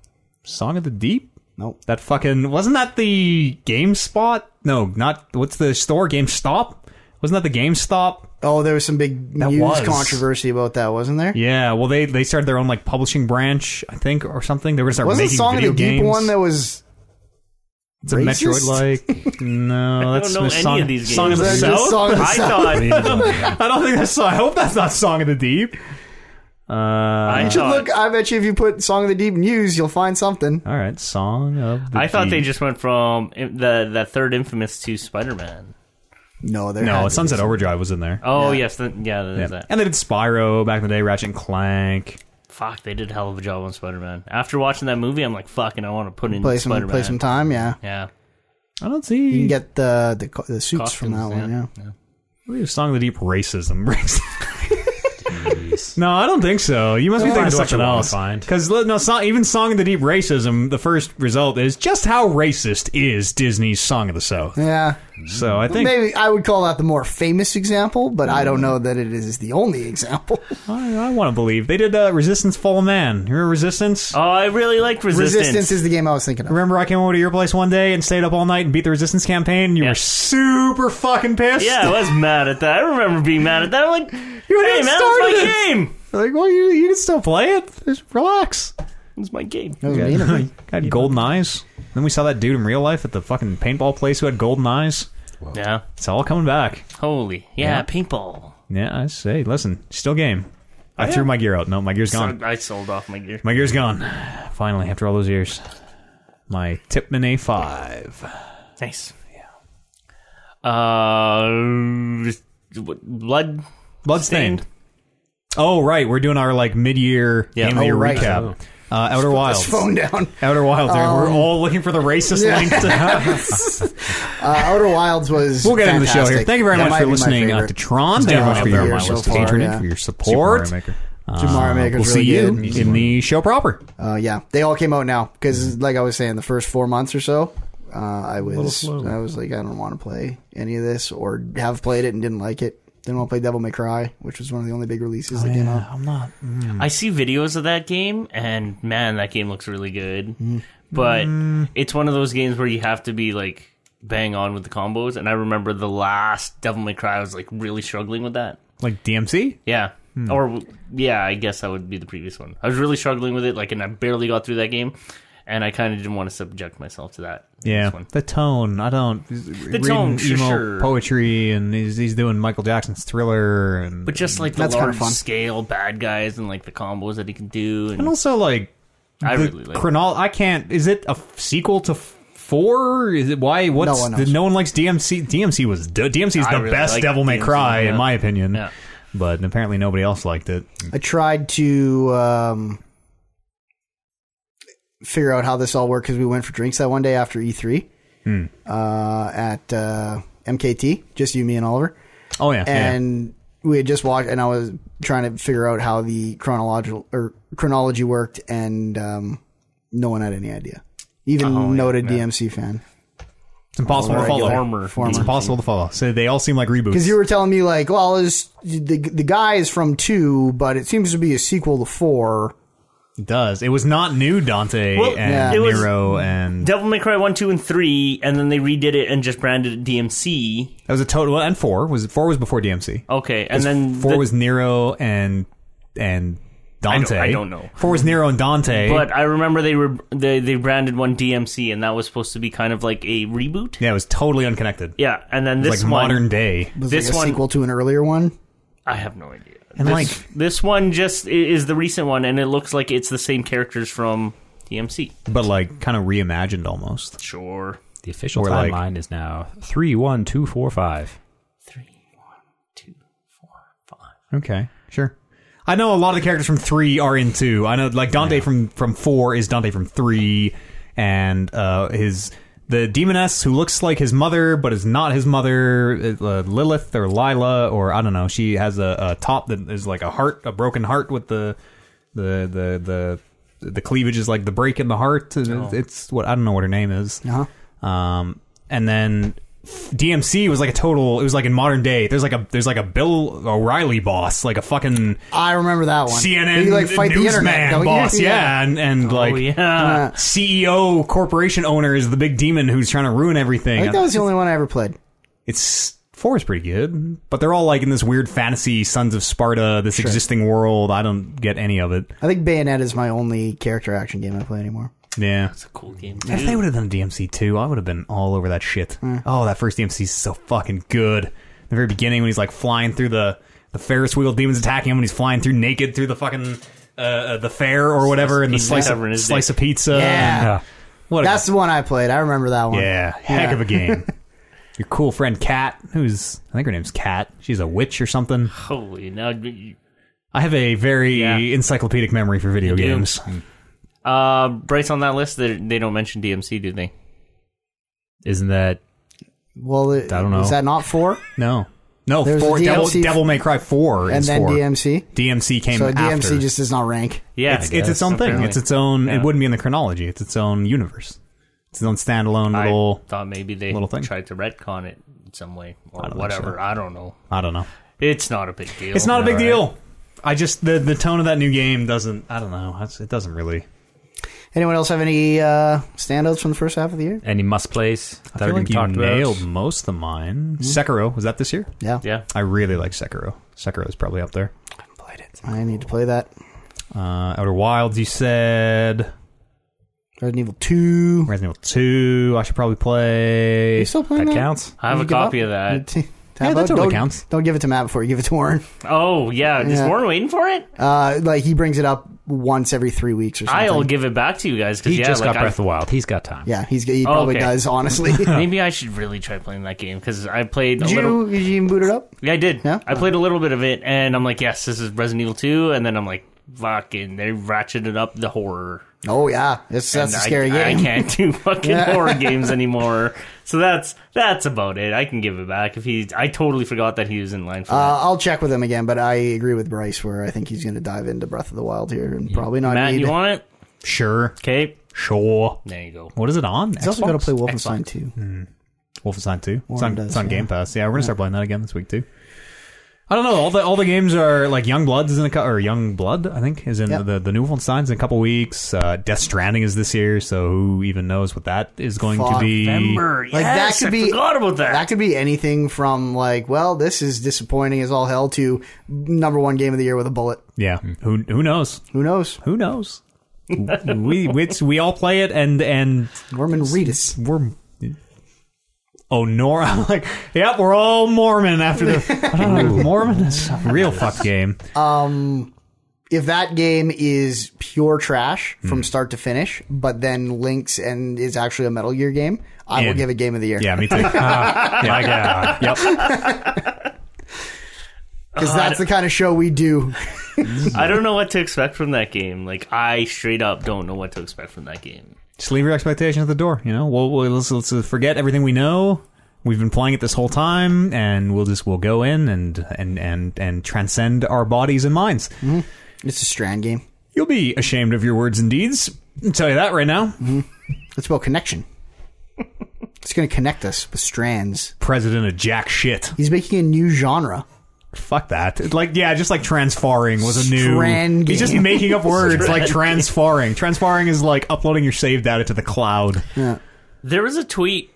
Song of the Deep. Nope. That fucking wasn't that the GameSpot? No, not what's the store GameStop? Wasn't that the GameStop? Oh, there was some big news was. controversy about that, wasn't there? Yeah, well, they they started their own like publishing branch, I think, or something. They were gonna start Wasn't making Song of video the Deep games. one that was? it's a racist? (laughs) Metroid-like. No, I that's don't know the any Song- of these games. Song of the Is that South. just Song of the I South? (laughs) (laughs) thought. I don't think that's. I hope that's not Song of the Deep. Uh, I Should thought. look, I bet you if you put Song of the Deep news, you'll find something. all right, Song of. the I thought they Deep. just went from in- the the third Infamous to Spider Man. No, there. had No, to Sunset be. Overdrive was in there. Oh yes, th- yeah, there's Yeah. that. And they did Spyro back in the day, Ratchet and Clank. Fuck, they did a hell of a job on Spider Man. After watching that movie, I'm like, fucking, I want to put in Play some, Spider Man. play some time. Yeah, Yeah, I don't see. you can get the the, co- the suits from that Costumes, one. Yeah. I believe Song of the Deep racism. (laughs) Racism. no, I don't think so. You must be thinking Find of what something you wanna else. find. Because no, song, even Song of the Deep racism, the first result is just how racist is Disney's Song of the South. Yeah, So I think Mm. maybe I would call that the more famous example, but I don't know that it is the only example. (laughs) I, I want to believe they did uh, Resistance Fall of Man. You remember Resistance? Oh, I really liked Resistance. Resistance is the game I was thinking of. Remember I came over to your place one day and stayed up all night and beat the Resistance campaign. And you Yeah. were super fucking pissed. Yeah, I was mad at that. I remember being mad at that. I'm (laughs) like, you You hey, haven't man, it's started my it. game. Like, well, you, you can still play it. Just relax. It's my game. That was mean (laughs) of me. I had golden eyes. Then we saw that dude in real life at the fucking paintball place who had golden eyes. Yeah. It's all coming back. Holy. Yeah, paintball. Yeah, I say. Listen, still game. I Oh, threw my gear out. No, my gear's gone. So I sold off my gear. My gear's gone. Finally, after all those years. My Tipman A5. Nice. Yeah. Uh, what- blood. Bloodstained. Oh, right. We're doing our like mid-year Yeah. game of Oh, the year right. recap. Uh, Outer Wilds. Phone down. Um, Outer Wilds. dude. We're all looking for the racist link (laughs) to (laughs) Uh, Outer Wilds was. We'll get into the show here. fantastic. Thank you very That much might for be my listening uh, favorite. to Tron. It's Thank you very definitely much for up there your on my list so far, patronage, yeah. for your support. Uh, Super Mario Maker. Super Mario Maker's we'll see really you good. in the show proper. Uh, yeah, they all came out now because, like I was saying, the first four months or so, uh, I was slow. I was like, I don't want to play any of this or have played it and didn't like it. Didn't want to play Devil May Cry, which was one of the only big releases that came out. I'm not. I see videos of that game, and man, that game looks really good. But it's one of those games where you have to be like bang on with the combos. And I remember the last Devil May Cry, I was like really struggling with that. Like DMC? Yeah. Hmm. Or yeah, I guess that would be the previous one. I was really struggling with it, like, and I barely got through that game, and I kind of didn't want to subject myself to that. Yeah, This one. the tone. I don't. The tone, sure, emo sure. poetry, and he's, he's doing Michael Jackson's Thriller, and But just like the That's kinda large fun. scale bad guys and like the combos that he can do, and and also like I the really like. it. chronol. I can't. Is it a f- sequel to f- four? Is it why? What's one knows. the- no one likes DMC? DMC was d- DMC is I the really best like Devil May DMC, Cry yeah. in my opinion. Yeah. But apparently nobody else liked it. I tried to um, figure out how this all worked because we went for drinks that one day after E3 uh, at uh, MKT, just you, me, and Oliver. Oh yeah, yeah. and we had just watched, and I was trying to figure out how the chronological or chronology worked, and um, no one had any idea. Even noted DMC fan, it's impossible to follow. Former It's DMC. impossible to follow. So they all seem like reboots. because you were telling me like, well, is the the guy is from two, but it seems to be a sequel to four. it does. It was not new Dante Well, yeah. and it was- Nero and Devil May Cry one, two, and three, and then they redid it and just branded it DMC. that was a total and four was four was before DMC. Okay, and then four the- was Nero and and Dante. I don't know. Four was Nero and Dante. But I remember they were they, they branded one DMC, and that was supposed to be kind of like a reboot. yeah, it was totally unconnected. Yeah, and then this like one, modern day. Was it This like a one- sequel to an earlier one. I have no idea. And this, like- this one just i- is the recent one, and it looks like it's the same characters from DMC. But like kind of reimagined almost. Sure. The official Or like- timeline is now three one two four five. Three, one, two, four, five. Okay. Sure. I know a lot of the characters from three are in two. I know like Dante from from four is Dante from three, and uh, his the demoness who looks like his mother but is not his mother, uh, Lilith or Lila or I don't know. She has a, a top that is like a heart, a broken heart with the the the the the cleavage is like the break in the heart. It's what I don't know what her name is. Uh-huh. Um, and then DMC was like a total. It was like in modern day. There's like a there's like a Bill O'Reilly boss, like a fucking I remember that one. CNN You, like fight the newsman internet, don't you? (laughs) boss. Yeah, and and like oh yeah. CEO corporation owner is the big demon who's trying to ruin everything. I think that was the only one I ever played. it's four is pretty good, but they're all like in this weird fantasy Sons of Sparta, this existing world. I don't get any of it. I think Bayonet is my only character action game I play anymore. Yeah. It's a cool game. If they would have done DMC 2, I would have been all over that shit. Hmm. Oh, that first DMC is so fucking good. The very beginning when he's like flying through the, the Ferris wheel, demons attacking him, when he's flying through naked through the fucking uh, uh, the fair or whatever, and the pizza. slice Covering of, his slice of pizza. Yeah. and, uh, what a- That's the one I played. I remember that one. yeah, heck of a (laughs) game. Your cool friend Kat, who's I think her name's Kat. She's a witch or something. Holy now. you- I have a very Yeah. encyclopedic memory for video do. games. Uh, Bryce on that list, they they don't mention DMC, do they? Isn't that Well, it, I don't know. Is that not four? No, no, There's a four, Devil, DLC Devil May Cry four And is then four. DMC. DMC came So DMC after. just does not rank. Yeah, it's, I it's its guess, own thing. apparently. It's its own. Yeah. It wouldn't be in the chronology. It's its own universe. It's its own standalone I little. thought maybe they little thing. tried to retcon it in some way or don't think whatever. so. I don't know. I don't know. It's not a big deal. It's not a big All right. deal. I just the the tone of that new game doesn't. I don't know. It's- It doesn't really. Anyone else have any uh, standouts from the first half of the year? any must plays that I feel we like you talked nailed about? most of mine. Sekiro was that this year? Yeah. Yeah. I really like Sekiro. Sekiro is probably up there. Played it. I need to play that. Uh, Outer Wilds, you said. Resident Evil 2. Resident Evil Two. I should probably play. You still playing That that? counts. I have You a give copy up? of (laughs) that. How that about- totally don't, counts. Don't give it to Matt before you give it to Warren. Oh yeah, is Yeah. Warren waiting for it? Uh, like he brings it up once every three weeks or something. I'll give it back to you guys because He yeah, just like got Breath I, of the Wild. He's got time. yeah, he's he probably Oh, okay. (laughs) does. Honestly, did maybe I should really try playing that game because I played a little. you did you even boot it up? Yeah, I did. Yeah? I played a little bit of it, and I'm like, yes, this is Resident Evil 2, and then I'm like, fucking, they ratcheted up the horror. Oh yeah, it's, that's And a I- scary game. I can't (laughs) do fucking Yeah. horror games anymore. So that's that's about it. I can give it back if he. I totally forgot that he was in line for Uh, I'll check with him again, but I agree with Bryce where I think he's going to dive into Breath of the Wild here and probably not that. Matt, need. you want it? Sure, Okay, sure. there you go. What is it on? he's also got to play Wolfenstein too. Wolfenstein 2. It's Warren on, does, it's on yeah. Game Pass. Yeah, we're gonna start playing that again this week too. I don't know. All the all the games are like Young Bloods is in a cou- or Young Blood I think is in Yep. the the new Wolfenstein's in a couple weeks. Uh, Death Stranding is this year, so who even knows what that is going to Fuck, be? Remember, Like yes, that could I be. forgot about that. That could be anything from like, well, this is disappointing as all hell to number one game of the year with a bullet. Yeah, who who knows? Who knows? Who knows? (laughs) we it's, we all play it and and Norman Reedus. we're oh (laughs) Nora like yep we're all Mormon after the I don't (laughs) know, Mormon is a real fuck game. if that game is pure trash Hmm. from start to finish, but then links and is actually a Metal Gear game, I Yeah. will give it Game of the Year. Yeah, me too. my God. Yep. Because that's the kind of show we do. I don't know what to expect from that game. Like I straight up don't know what to expect from that game. just leave your expectations at the door. You know, we'll, we'll let's, let's uh, forget everything we know. We've been playing it this whole time, and we'll just we'll go in and and and and transcend our bodies and minds. It's a Strand game. You'll be ashamed of your words and deeds. I'll tell you that right now. It's (laughs) about connection. it's going to connect us with strands. President of jack shit. He's making a new genre. Fuck that. It's like yeah, just like transfaring was a new. Strand He's just game. making up words like transfaring. Transfaring is like uploading your save data to the cloud. There was a tweet.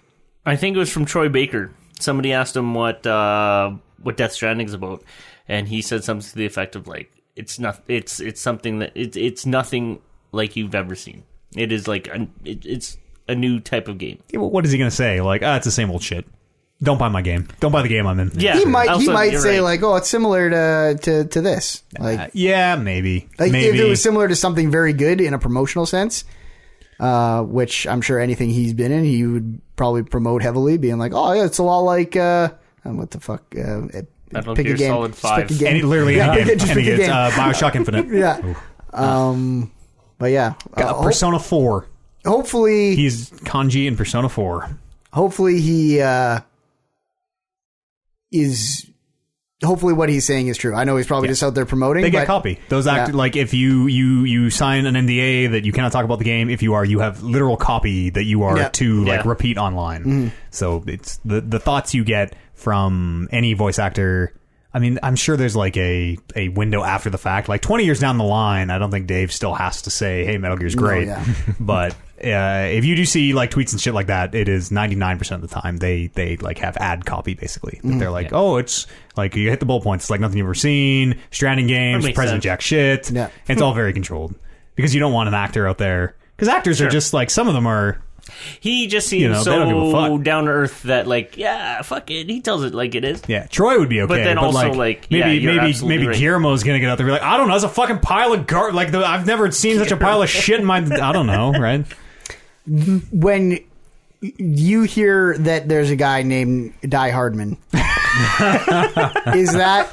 I think it was from Troy Baker. Somebody asked him what uh, what Death Stranding's about, and he said something to the effect of like, "It's not. It's it's something that it's it's nothing like you've ever seen. It is like an, it, it's a new type of game. Yeah, what is he gonna say? Like ah, it's the same old shit. Don't buy my game. Don't buy the game I'm in. Yeah, He might he also, might you're say right. like, oh, it's similar to to, to this. Like, Yeah, maybe. like maybe. if it was similar to something very good in a promotional sense. Uh, which I'm sure anything he's been in, he would probably promote heavily, being like, "Oh yeah, it's a lot like uh, um, what the fuck, uh, Metal Pick a Gear game. Solid Just pick a And Five. he game. literally Yeah. any game, (laughs) Just any pick a game. It's, game. uh, Bioshock Infinite, (laughs) Yeah. Um, but yeah, uh, Uh, Persona Four. ho- hopefully, He's kanji in Persona Four. hopefully he uh, is. Hopefully, what he's saying is true. I know he's probably just out there promoting. They but get copy. Those act Yeah. like if you you you sign an NDA that you cannot talk about the game. If you are, you have literal copy that you are Yeah. Mm-hmm. to like Yeah. repeat online. So it's the the thoughts you get from any voice actor. I mean, I'm sure there's like a a window after the fact. Like 20 years down the line, I don't think Dave still has to say, "Hey, Metal Gear's great." Oh, yeah. (laughs) but uh, if you do see like tweets and shit like that, it is 99% of the time they they like have ad copy basically. That Mm-hmm. They're like, "Oh, it's like you hit the bullet points. It's like nothing you've ever seen. Stranding games, That makes President sense. Jack shit." Yeah. And it's all very controlled because you don't want an actor out there because actors are just like some of them are He just seems know, they don't give a so fuck. down to earth that like, yeah, fuck it. He tells it like it is. Yeah, Troy would be okay, then also, like, yeah, maybe you're maybe absolutely maybe right. Guillermo's gonna get out there and be like, I don't know, it's a fucking pile of garbage. Like the, I've never seen such a pile of shit in my. I don't know, right? when you hear that there's a guy named (laughs) Die Hardman, is that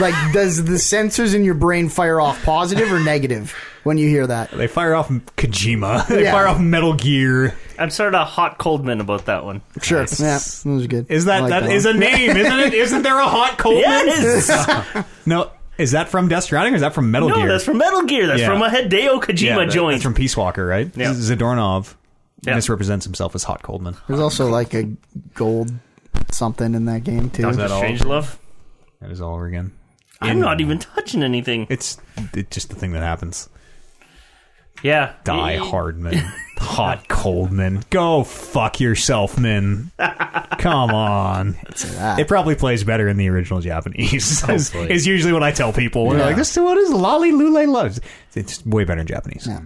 like does the sensors in your brain fire off positive or negative when you hear that? They fire off Kojima. (laughs) They Yeah. fire off Metal Gear. I'm sort of hot cold man about (laughs) that one. Sure, yeah, that was good. Is that, I like that is one. a name, isn't (laughs) it? Isn't there a hot cold? Yeah, it name? is. No, is that from Death Stranding or is that from Metal no, Gear? that's from Metal Gear. That's Yeah. from a Hideo Kojima yeah, that- joint. That's from Peace Walker, right? Yeah. Zadornov Yeah. misrepresents himself as Hot Coldman. There's also like a gold something in that game too. that all? Strange Love. That is all over again. I'm not even touching anything. It's it's just the thing that happens. Yeah. Die Hardman. Hot Coldman. Go fuck yourself, man. Come on. It probably plays better in the original (laughs) Japanese. is, Hopefully. is usually what I tell people. They're like, this is what is Lolly Lule loves. It's way better in Japanese. Yeah.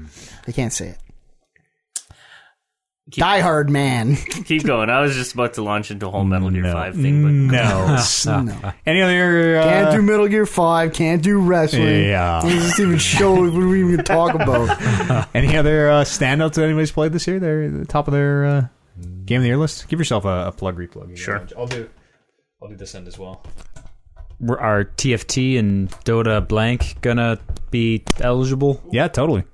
I can't say it. Die Hard Man. Keep going. I was just about to launch into a whole Metal Gear No. 5 thing, but No. (laughs) Any other? Uh, Can't do Metal Gear Five. Can't do wrestling. Yeah. What does this even show? What do we even talk (laughs) about? any other uh, standouts that anybody's played this year? They're at the top of their uh, game of the year list. Give yourself a, a plug replug. you Sure. know. I'll do. I'll do this end as well. Were- Are TFT and Dota Blank gonna be eligible? Yeah, totally.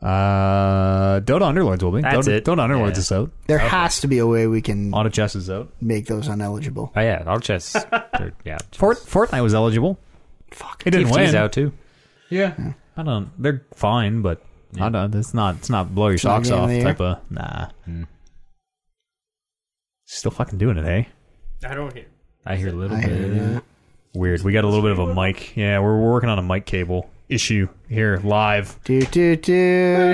Uh, Dota Underlords will be. That's Dota, it. Dota Underlords Yeah. is out. There has to be a way we can Auto Chess is out. make those uneligible. Oh yeah, I'll (laughs) just or- yeah. Fort, Fortnite was eligible. Fuck, it didn't TFT's win. out too. Yeah, I don't. They're fine, but I don't. It's not. It's not blow your not socks game of off the year. type of nah. Still fucking doing it, eh? I don't hear. I hear a little I bit. heard it. Weird. We got a little bit of a mic. Yeah, we're, we're working on a mic cable issue here live. Do do do.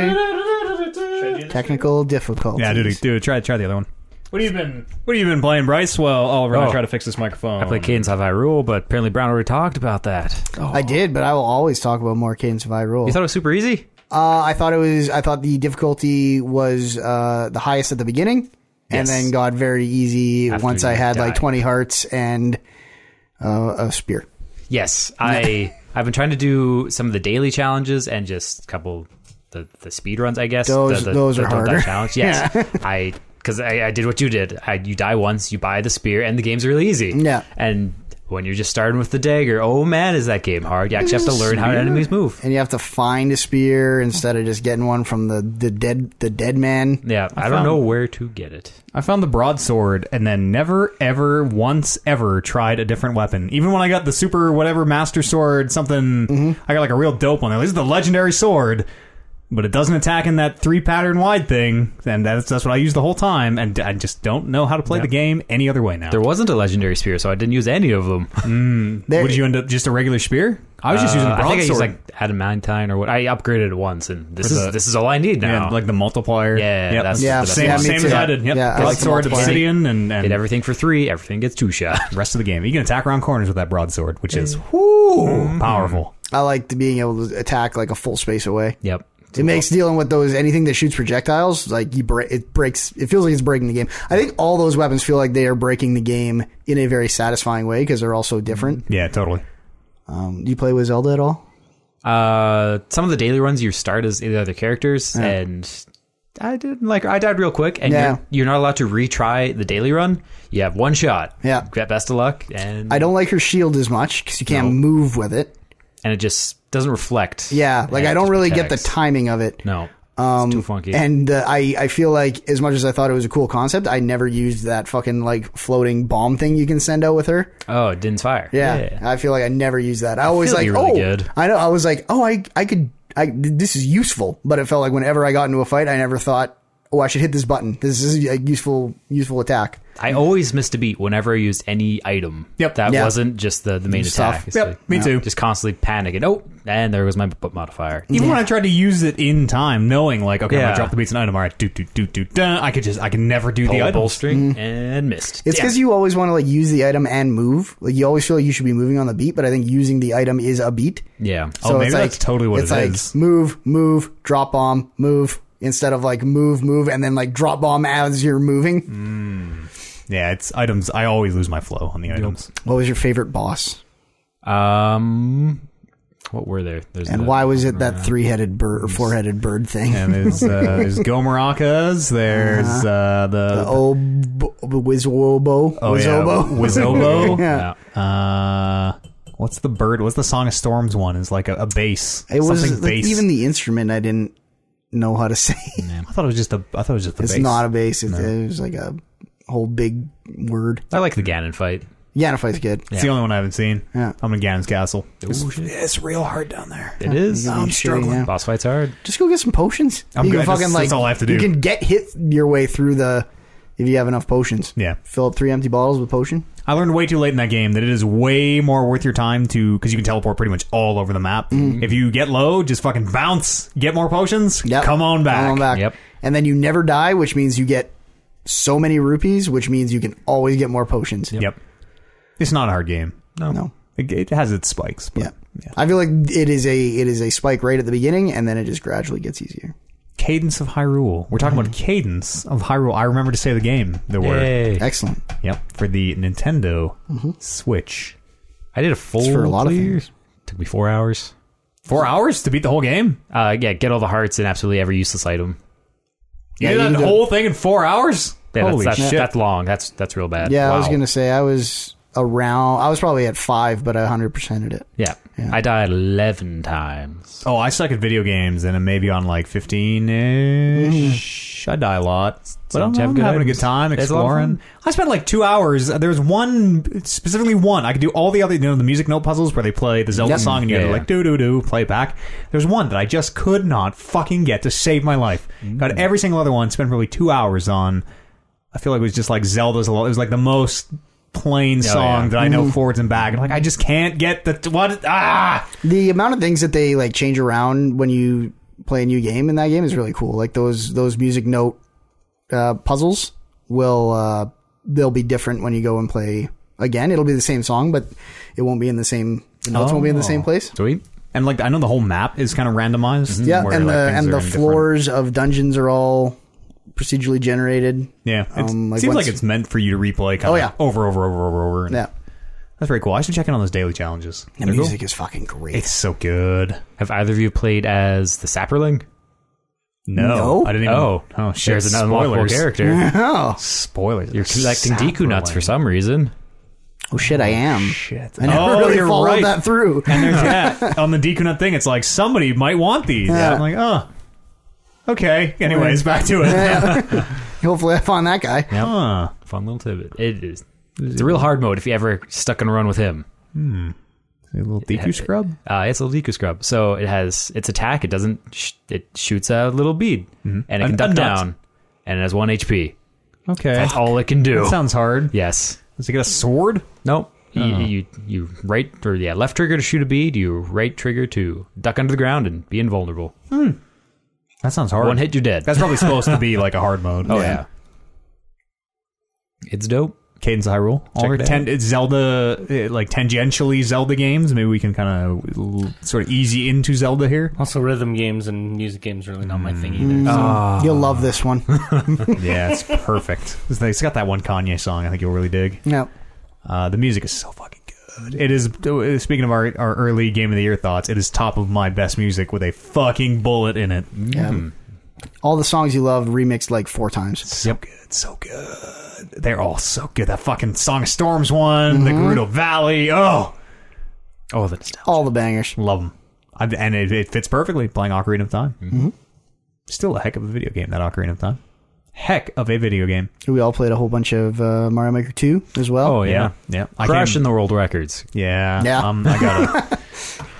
Technical difficulties. Yeah, dude, dude, try try the other one. What have you been? What have you been playing, Bryce? Well, I'll we're gonna Oh. try to fix this microphone. I play Cadence of Hyrule, but apparently Brown already talked about that. I did, but I will always talk about more cadence of I roll. You thought it was super easy? uh, I thought it was. I thought the difficulty was uh, the highest at the beginning, and Yes. then got very easy After once I you had like die. twenty hearts and uh, a spear. Yes, (laughs) I I've been trying to do some of the daily challenges and just a couple the the speed runs, I guess. Those- the, the, those the are Don't Die harder. (laughs) Challenge. Yes, I because I, I did what you did. I, you die once, you buy the spear, and the game's really easy. Yeah. and. When you're just starting with the dagger, oh man, is that game hard? You actually have to learn how enemies move. And you have to find a spear instead of just getting one from the, the dead the dead man. Yeah, I, don't found- know where to get it. I found the broadsword and then never, ever, once, ever tried a different weapon. Even when I got the super whatever master sword, something, Mm-hmm. I got like a real dope one. This is the legendary sword, but it doesn't attack in that three pattern wide thing. And that's that's what I used the whole time. And I just don't know how to play the game any other way now. There wasn't a legendary spear, so I didn't use any of them. There, What did you end up? Just a regular spear? I was (laughs) just using Uh, the I think I broadsword. used like adamantine or what. I upgraded it once, and this Or is the- this is all I need now. yeah, like the multiplier. Yeah, Yep. that's- Yeah, that's same the best same one. as me I too. did. Yep. Yeah, I like the broadsword, multiplier. obsidian, and, Hit and everything for three. Everything gets two shot. (laughs) rest of the game. You can attack around corners with that broadsword, which is whoo powerful. I liked being able to attack like a full space away. yep. It makes dealing with those anything that shoots projectiles like you break it breaks it feels like it's breaking the game. I think all those weapons feel like they are breaking the game in a very satisfying way because they're all so different. Mm-hmm. Yeah, totally. Um, do you play with Zelda at all? Uh, some of the daily runs you start as the other characters, and I didn't like her. I died real quick, and Yeah. you're, you're not allowed to retry the daily run. You have one shot. Yeah. Get best of luck, and I don't like her shield as much because you can't No. move with it. and it just doesn't reflect. Yeah, like and it I don't just really get protects. the timing of it. No, Um, it's too funky. And uh, I, I feel like as much as I thought it was a cool concept, I never used that fucking like floating bomb thing you can send out with her. oh, it didn't fire. Yeah, I feel like I never used that. I always feel like, you're really oh, good. I know. I was like, oh, I, I could, I th- this is useful. But it felt like whenever I got into a fight, I never thought, oh, I should hit this button. This is a useful, useful attack. I always missed a beat whenever I used any item. Yep. That Yeah. wasn't just the, the main Stuff. attack. It's Yep, me too. Just constantly panicking. Oh, and there goes my b- modifier. Mm. Even when I tried to use it in time, knowing like, okay, I'm Yeah. gonna drop the beats and item. All right, do do do do. Dun, I could just, I could never do the Pull a item. bolstering and missed. It's because you always want to like use the item and move. Like you always feel like you should be moving on the beat, but I think using the item is a beat. yeah. Oh, maybe that's totally what it's it like is. move, move, drop bomb, move instead of like move, move, and then like drop bomb as you're moving. Mm. Yeah, it's items. I always lose my flow on the items. What was your favorite boss, Um, what were there? There's and the- why was it Uh, that three-headed bird or four-headed bird thing? And there's uh, (laughs) there's Gomarakas. There's Uh-huh. uh, the, Oh, b- Wizobo, oh, yeah, (laughs) Wizobo. Oh, Wizobo. (laughs) Yeah. Uh, what's the bird? What's the Song of Storms one? Is like a, a bass. It was Something like, bass. even the instrument I didn't know how to say. I thought it was just a. I thought it was just the (laughs) it's bass. not a bass. It's, It was like a whole big word. I like the Ganon fight. Yanify's good. It's the only one I haven't seen. Yeah. I'm in Ganon's Castle. It's, shit. it's real hard down there. It is. I'm I'm struggling. struggling. Boss fight's hard. Just go get some potions. I'm you good. Can That's- fucking, like, that's all I have to do. You can get hit your way through the if you have enough potions. Yeah. Fill up three empty bottles with potion. I learned way too late in that game that it is way more worth your time to because you can teleport pretty much all over the map. Mm-hmm. If you get low, just fucking bounce, get more potions, Yep. come on back. Come on back. Yep. And then you never die, which means you get so many rupees, which means you can always get more potions. Yep. It's not a hard game. No. No. It, it has its spikes. But Yeah. I feel like it is a it is a spike right at the beginning, and then it just gradually gets easier. Cadence of Hyrule. We're talking Mm-hmm. about Cadence of Hyrule. I remember to say the game, the word. Yay. Excellent. Yep. For the Nintendo Mm-hmm. Switch. I did a full for a lot of clear. Took me four hours. Four hours to beat the whole game? Uh, yeah, get all the hearts and absolutely every useless item. You Yeah, did you that did- whole thing in four hours? Yeah, Holy that's, that's, shit. that's long. That's that's real bad. Yeah, I was Wow. gonna say I was around. I was probably at five, but I hundred percented it. Yeah. I died eleven times. Oh, I suck at video games, and I'm maybe on like 15 ish. I die a lot, but I'm, Mm. you have I'm good having a items. good time It's a lot of exploring. I spent like two hours. There was one specifically one. I could do all the other, you know, the music note puzzles where they play the Zelda Yep. song and you Yeah, have to yeah. like do do do play it back. There's one that I just could not fucking get to save my life. Got Mm. every single other one. Spent probably two hours on. I feel like it was just like Zelda's. a lot- It was like the most plain song Oh, yeah. Mm. that I know forwards and back. And like I just can't get the what ah. The amount of things that they like change around when you play a new game in that game is really cool. Like those those music note uh, puzzles will uh, they'll be different when you go and play again. It'll be the same song, but it won't be in the same. The notes won't be in the same place. Sweet. And like I know the whole map is kind of randomized. Yeah, where, and Mm-hmm. like, the things and are the in different- floors of dungeons are all procedurally generated. Yeah, it um, like seems once- like it's meant for you to replay. Kind Oh, of yeah. over, over, over, over, over. and Yeah, that's very cool. I should check in on those daily challenges. the They're cool. music is fucking great. It's so good. Have either of you played as the Sapperling? No, No? I didn't. Even, Oh, oh shit! There's an unlockable spoilers. (laughs) character. (laughs) oh, Spoilers. You're collecting Deku nuts for some reason. oh shit! I am. shit. I never oh, really you're followed right. that through. (laughs) And there's that on the Deku nut thing. It's like somebody might want these. Yeah. I'm like, oh, okay. Anyways, back to (laughs) it. Hopefully, I find that guy. huh. Fun little tidbit. It is. It's a real hard mode if you ever stuck in a run with him. A little Deku scrub. Uh, it's a Deku scrub, so it has its attack. It doesn't. Sh- it shoots a little bead, Mm-hmm. and An- it can a duck Eh? nut. down, and it has one HP. Okay, That's all it can do. that sounds hard. yes. Does he get a sword? Nope. Uh-uh. You, you you right or yeah left trigger to shoot a bead. You right trigger to duck under the ground and be invulnerable. That sounds hard. One hit, you're dead. That's probably supposed to be like a hard mode. oh yeah. It's dope. Cadence of Hyrule. All Check our it out. ten, it's Zelda, uh, like tangentially Zelda games. Maybe we can kind of sort of easy into Zelda here. Also, rhythm games and music games are really not my thing either. Mm. Oh. so- Ah. You'll love (laughs) this one. yeah, it's perfect. (laughs) It's got that one Kanye song. I think you'll really dig. no. Uh, the music is so fucking good. It is. uh, Speaking of our our Mm-hmm. early game of the year thoughts, it Mm, is top of my best music with a fucking bullet in it. Yeah. All the songs you loved remixed like four times. So good, so good. They're all so good. That fucking Song of Storms one, the Gerudo Valley. Oh, oh, the nostalgia. All the bangers. love them. I've, and it, it fits perfectly playing Ocarina of Time. Mm-hmm. Still a heck of a video game. That Ocarina of Time, heck of a video game. We all played a whole bunch of uh, Mario Maker 2 as well. Oh yeah, yeah. I Crushing the world records. Yeah, Yeah. Um, I got it.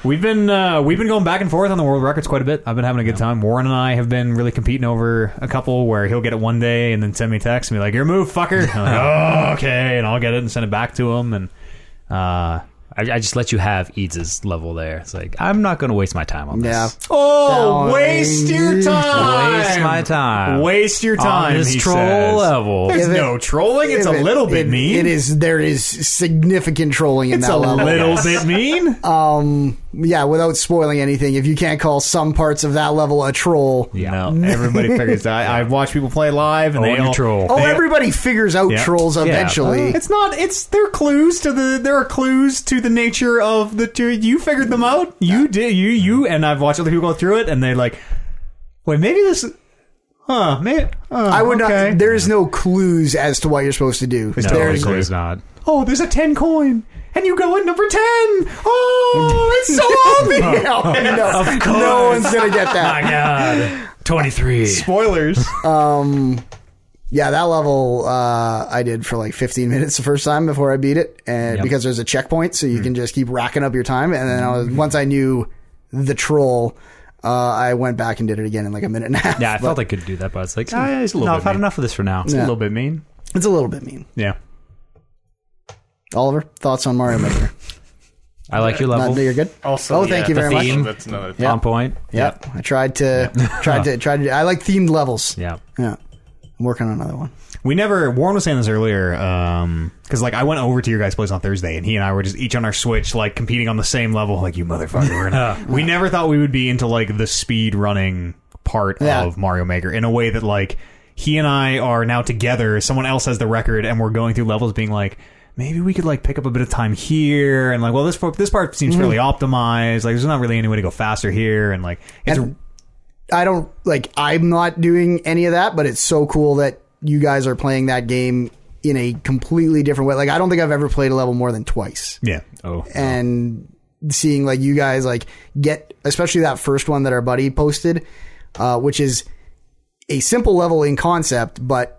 We've been uh, we've been going back and forth on the world records quite a bit. I've been having a good time. Warren and I have been really competing over a couple where he'll get it one day and then send me a text and be like, "Your move, (laughs) fucker." And I'm like, oh, okay, and I'll get it and send it back to him. And uh, I, I just let you have Eads' level there. It's like I'm not going to waste my time on this. Yeah. oh, Don't waste your waste time. my time. Waste your time. on this he troll says. level. There's If it- no trolling. It's a It- little bit it- mean. It is. There is significant trolling in It's that a level. little bit (laughs) mean. Um, yeah, without spoiling anything, if you can't call some parts of that level a troll, No, everybody figures that. I, I've watched people play live, and Oh, they you all troll. oh, they- everybody figures out Yeah. trolls Yeah. eventually. It's not. It's there are clues to the there are clues to the nature of the two. You figured them out. You did. You you and I've watched other people go through it, and they're like, wait, maybe this. Huh? Maybe uh, I would okay. not. There is no clues as to what you're supposed to do. No, clue. There's- (laughs) Totally it's not. oh, there's a ten coin, and you go in number ten. Oh, it's so (laughs) obvious. no, (laughs) no, Of no course. one's gonna get that. (laughs) My God. 23. Spoilers. Yeah, that level uh, I did for like 15 minutes the first time before I beat it, and because there's a checkpoint, so you Hmm. can just keep racking up your time. And then I was once I knew the troll, uh, I went back and did it again in like a minute and a half. Yeah, I But felt I could do that, but it's like, ah, it's a no, little I've bit had mean. enough of this for now. a little bit mean. (laughs) it's a little bit mean. Yeah. Oliver, thoughts on Mario Maker? I like your Not, level. you're good. Also, oh, thank yeah, you the very theme. much. That's another thing. Yeah. On point. Yep, I tried to, tried to, tried to. I like themed levels. Yeah. yeah. I'm working on another one. We never. Warren was saying this earlier, because like I went over to your guys' place on Thursday, and he and I were just each on our Switch, like competing on the same level. Like you motherfucker, we're gonna. we never thought we would be into like the speed running part Yeah. of Mario Maker in a way that like he and I are now together. Someone else has the record, and we're going through levels, being like. Maybe we could like pick up a bit of time here, and like, well, this part, this part seems Mm-hmm. fairly optimized. Like, there's not really any way to go faster here, and like, it's And- I don't like I'm not doing any of that, but it's so cool that you guys are playing that game in a completely different way. Like I don't think I've ever played a level more than twice. yeah, Oh. And seeing like you guys like get especially that first one that our buddy posted, uh, which is a simple level in concept, but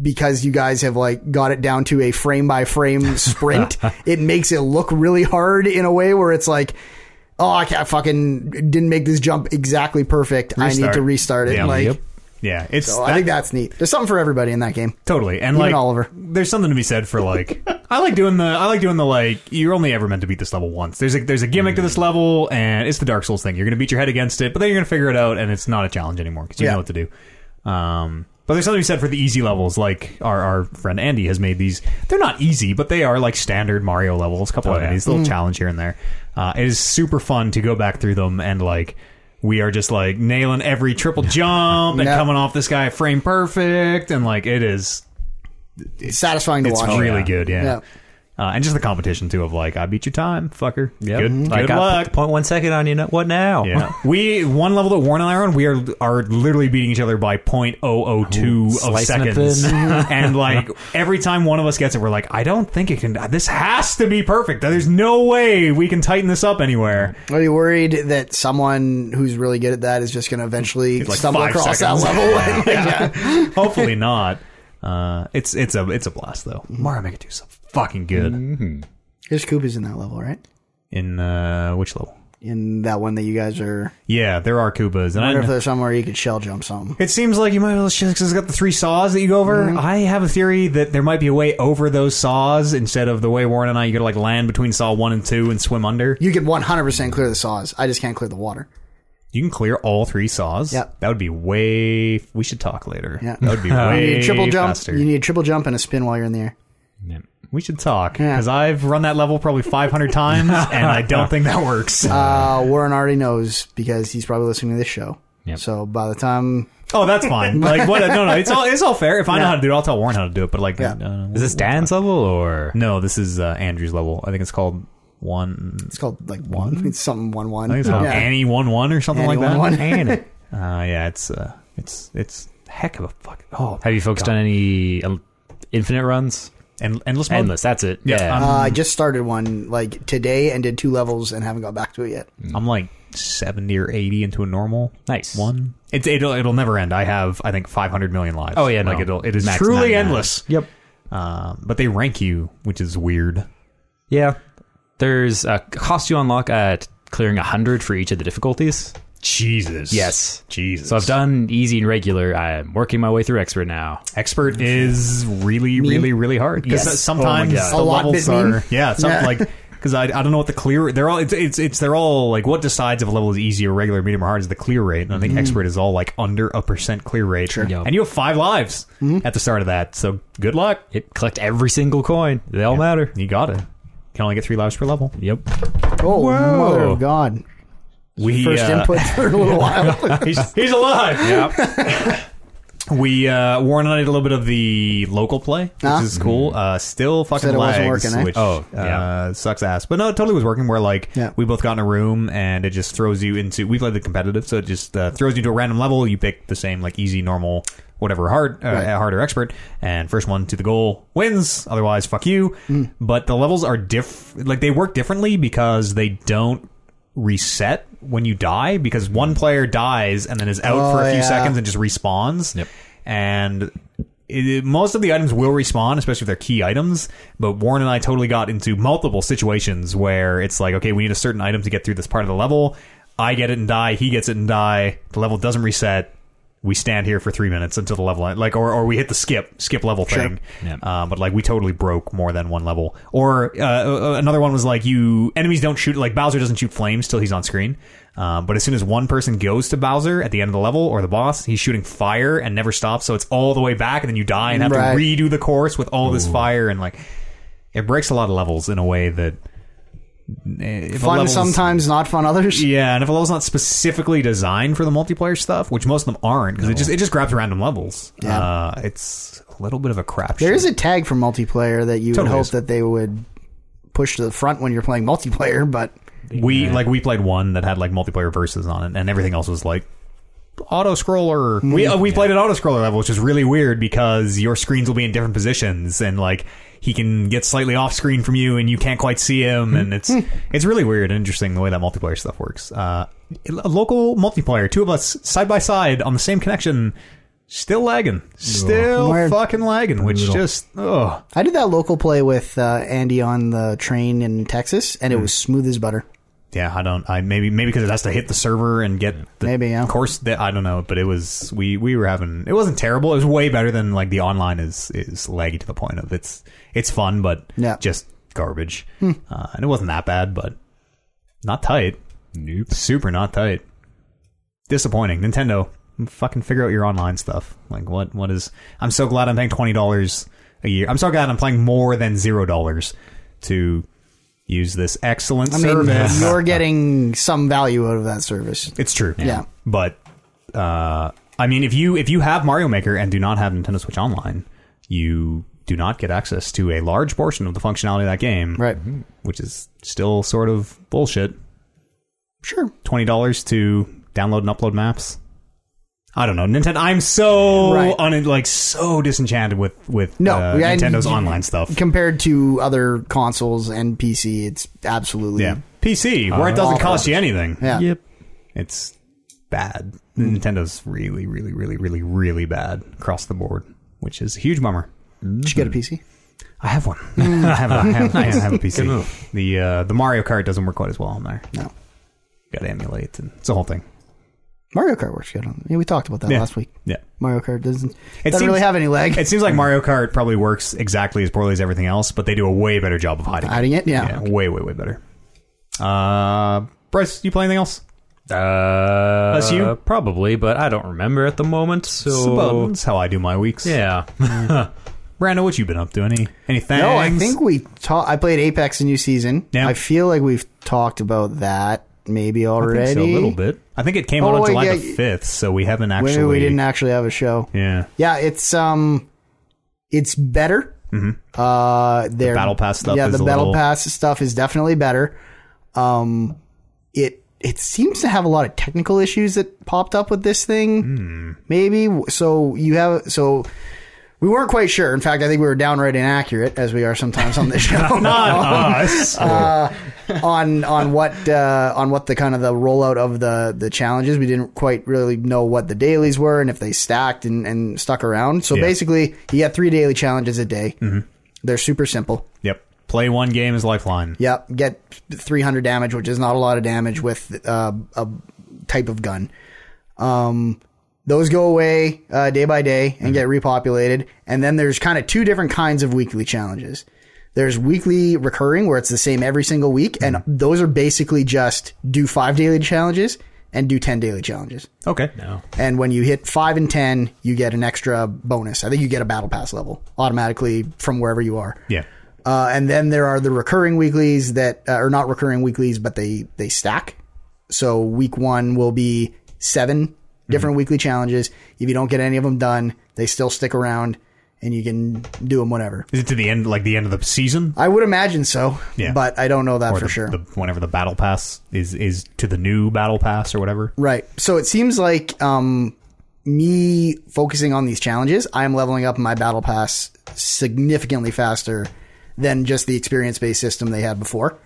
because you guys have like got it down to a frame (laughs) by frame sprint, it makes it look really hard in a way where it's like, oh, I can't fucking didn't make this jump exactly perfect. I need Restart. to restart it. Yeah. like, Yep. yeah, it's so I think that's neat. There's something for everybody in that game. Totally, and like Oliver. there's something to be said for like I like doing the I like doing the like you're only ever meant to beat this level once. There's a there's a gimmick to this Mm. level, and it's the Dark Souls thing. You're gonna beat your head against it, but then you're gonna figure it out, and it's not a challenge anymore because you Yeah. know what to do. Um, but there's something to be said for the easy levels. Like our our friend Andy has made these. They're not easy, but they are like standard Mario levels. A Oh, couple of these Mm. little challenge here and there. Uh, it is super fun to go back through them and like. We are just like nailing every triple jump and Yeah. coming off this guy frame perfect, and like it is It's satisfying to it's watch. really yeah. good, yeah. Yeah. Uh, and just the competition too of like I beat your time, fucker. Yep. Good, Mm-hmm. Like, good I luck. put the Point one second on you. know- What now? (laughs) Yeah. we one level that Warren and I are on, we are are literally beating each other by 0.002 of slicing it (laughs) Mm-hmm. seconds. thin. and like every time one of us gets it, we're like, I don't think it can this has to be perfect. There's no way we can tighten this up anywhere. Are you worried that someone who's really good at that is just going to eventually like stumble five across seconds. (laughs) that level? (laughs) and, like, Hopefully not. Uh, it's it's a it's a blast though. Mm-hmm. Mario Maker 2 is so fucking good. There's Koopas in that level, right? In uh, which level? In that one that you guys are. Yeah, there are Kubas. And I, I wonder know- if there's somewhere you could shell jump something. It seems like you might be able to because it's got the three saws that you go over. Mm-hmm. I have a theory that there might be a way over those saws instead of the way Warren and I, you gotta like land between saw one and two and swim under. You could 100% clear the saws. I just can't clear the water. You can clear all three saws. Yep. That would be way. We should talk later. Yeah. That (laughs) would be You way need a triple jump. faster. You need a triple jump and a spin while you're in the air. we should talk Yeah. because I've run that level probably (laughs) 500 times and I don't think that (laughs) works. Uh, Warren already knows because he's probably listening to this show. Yep. So by the time oh, that's fine. (laughs) Like what? No, no, it's all it's all fair. If I know how to do it, I'll tell Warren how to do it. But like, Yeah. no, no, Is this Dan's level (laughs) or? no, this is uh, Andrew's level. I think it's called one. it's called like one, it's something one one. (laughs) I think it's called Annie One One or something Annie like that. 1-1. Uh, yeah, it's uh, It's it's heck of a fucking oh. Have you focused on any um, infinite runs? End, endless mode? Endless. That's it. Yeah, Yeah. I'm- Uh, I just started one like today and did two levels and haven't got back to it yet. I'm like 70 or 80 into a normal Nice. one. It, it'll it'll never end. I have I think 500 million lives. Oh, yeah, no. like it'll it is Max truly nine endless. yep. Um, but they rank you, which is weird. yeah. There's a cost you unlock at clearing hundred for each of the difficulties. Jesus. Yes. Jesus. So I've done easy and regular. I'm working my way through expert now. expert is really really really hard because Yes. sometimes Oh my God. the A lot levels bit mean. are yeah some, Yeah. like because I, I don't know what the clear they're all it's, it's it's they're all like what decides if a level is easy or regular medium or hard is the clear rate and I think expert is all like under a percent clear rate sure. Yep. and you have five lives at the start of that so good luck It collect every single coin. They all matter. you got it can only get three lives per level Yep. Oh, mother of God! we First uh, input for a little while. (laughs) he's, he's alive yeah (laughs) we uh Warren and I did a little bit of the local play which Ah. is cool uh still fucking Said it wasn't lags, working, eh? which Oh, yeah. uh, sucks ass but no it totally was working where like Yeah. we both got in a room and it just throws you into we played the competitive so it just uh, throws you to a random level you pick the same like easy normal whatever hard uh, Right. hard or expert and first one to the goal wins otherwise fuck you Mm. but the levels are diff like they work differently because they don't reset when you die because one player dies and then is out Oh, for a few yeah. seconds and just respawns. Yep. And it, it- most of the items will respawn, especially if they're key items. But Warren and I totally got into multiple situations where it's like, okay, we need a certain item to get through this part of the level. I get it and die. He gets it and die. The level doesn't reset. We stand here for three minutes until the level, like, or, or we hit the skip skip level thing. Yeah. Uh, but like we totally broke more than one level. Or uh, uh, another one was like you enemies don't shoot like Bowser doesn't shoot flames till he's on screen. Um, but as soon as one person goes to Bowser at the end of the level or the boss, he's shooting fire and never stops. So it's all the way back, and then you die and have Right. to redo the course with all this fire and like it breaks a lot of levels in a way that eh, if a (laughs) fun level's- sometimes, not fun others. yeah, and if a level's not specifically designed for the multiplayer stuff, which most of them aren't, because it just it just grabs random levels. Yeah. Uh, it's a little bit of a crapshoot. There is a tag for multiplayer that you would Totally hope is. that they would push to the front when you're playing multiplayer, but We like we played one that had like multiplayer verses on it, and everything else was like auto scroller. We uh, we played an auto scroller level, which is really weird because your screens will be in different positions, and like he can get slightly off screen from you, and you can't quite see him, and it's it's really weird and interesting the way that multiplayer stuff works. Uh, a local multiplayer, two of us side by side on the same connection. Still lagging, still Weird. fucking lagging, which just oh I did that local play with uh, Andy on the train in Texas, and it Hmm. was smooth as butter. yeah. I don't. I maybe maybe because it has to hit the server and get the Maybe, yeah. course that I don't know, but it was we we were having it wasn't terrible. It was way better than like the online is is laggy to the point of it's it's fun, but Yeah. Hmm. just garbage. Uh, and it wasn't that bad, but not tight. Nope. Super not tight. Disappointing. Nintendo, fucking figure out your online stuff. Like what what is I'm so glad I'm paying twenty dollars a year. I'm so glad I'm paying more than zero dollars to use this excellent I mean, service. you're getting some value out of that service. It's true. Yeah. But uh, I mean, if you if you have Mario Maker and do not have Nintendo Switch Online, you do not get access to a large portion of the functionality of that game, Right. Which is still sort of bullshit. Sure. Twenty dollars to download and upload maps. I don't know, Nintendo. I'm so Right. un, like so disenchanted with with No, uh, yeah, and Nintendo's you- online stuff. Compared to other consoles and PC, it's absolutely. Yeah, PC where it doesn't Uh, Awful. cost you anything. Yeah. Yep. It's bad. Nintendo's really, really, really, really, really bad across the board, which is a huge bummer. Did you get a Hmm. PC? I have (laughs) one. Mm. I have a, I have, I have a PC. The uh, the Mario Kart doesn't work quite as well on there. No. Got to emulate, and it's a whole thing. Mario Kart works good on. Yeah, we talked about that Yeah. last week. Yeah. Mario Kart doesn't. It doesn't really seems- have any leg. It seems like Mario Kart probably works exactly as poorly as everything else, but they do a way better job of hiding. Hiding it, yeah. way, way, way better. Uh, Bryce, you play anything else? Uh, Us, you? Probably, but I don't remember at the moment. So That's how I do my weeks. (laughs) yeah, Brando, what you been up to? Any any things? No, I think we talked. I played Apex a new season. Yeah. I feel like we've talked about that maybe already. I think so, a little bit. I think it came out Oh, on wait, July yeah, the fifth, so we haven't actually. Maybe we didn't actually have a show. (laughs) Yeah, Yeah, it's um, it's better. Mm-hmm. Uh, their battle pass stuff Yeah, is the a battle little- pass stuff is definitely better. Um, it it seems to have a lot of technical issues that popped up with this thing. Hmm. Maybe so you have so we weren't quite sure. In fact, I think we were downright inaccurate as we are sometimes (laughs) on this show. Oh. us. Uh, on on what uh, on what the kind of the rollout of the the challenges. We didn't quite really know what the dailies were and if they stacked and, and stuck around. So Yeah. basically, you got three daily challenges a day. They're super simple. Yep. Play one game is lifeline. Yep, get 300 damage, which is not a lot of damage with uh, a type of gun. Um, those go away uh, day by day and get repopulated. And then there's kind of two different kinds of weekly challenges. There's weekly recurring where it's the same every single week, and those are basically just do five daily challenges and do 10 daily challenges. Okay. And when you hit five and 10, you get an extra bonus. I think you get a battle pass level automatically from wherever you are. Yeah. Uh, and then there are the recurring weeklies that uh, are not recurring weeklies, but they they stack. So week one will be seven Mm-hmm. different weekly challenges. If you don't get any of them done, they still stick around, and you can do them whenever. Is it to the end, like the end of the season, I would imagine so, Yeah. but I don't know that or for the, sure. the, whenever the battle pass is is to the new battle pass or whatever? Right. So it seems like um, me focusing on these challenges, I'm leveling up my battle pass significantly faster than just the experience based system they had before.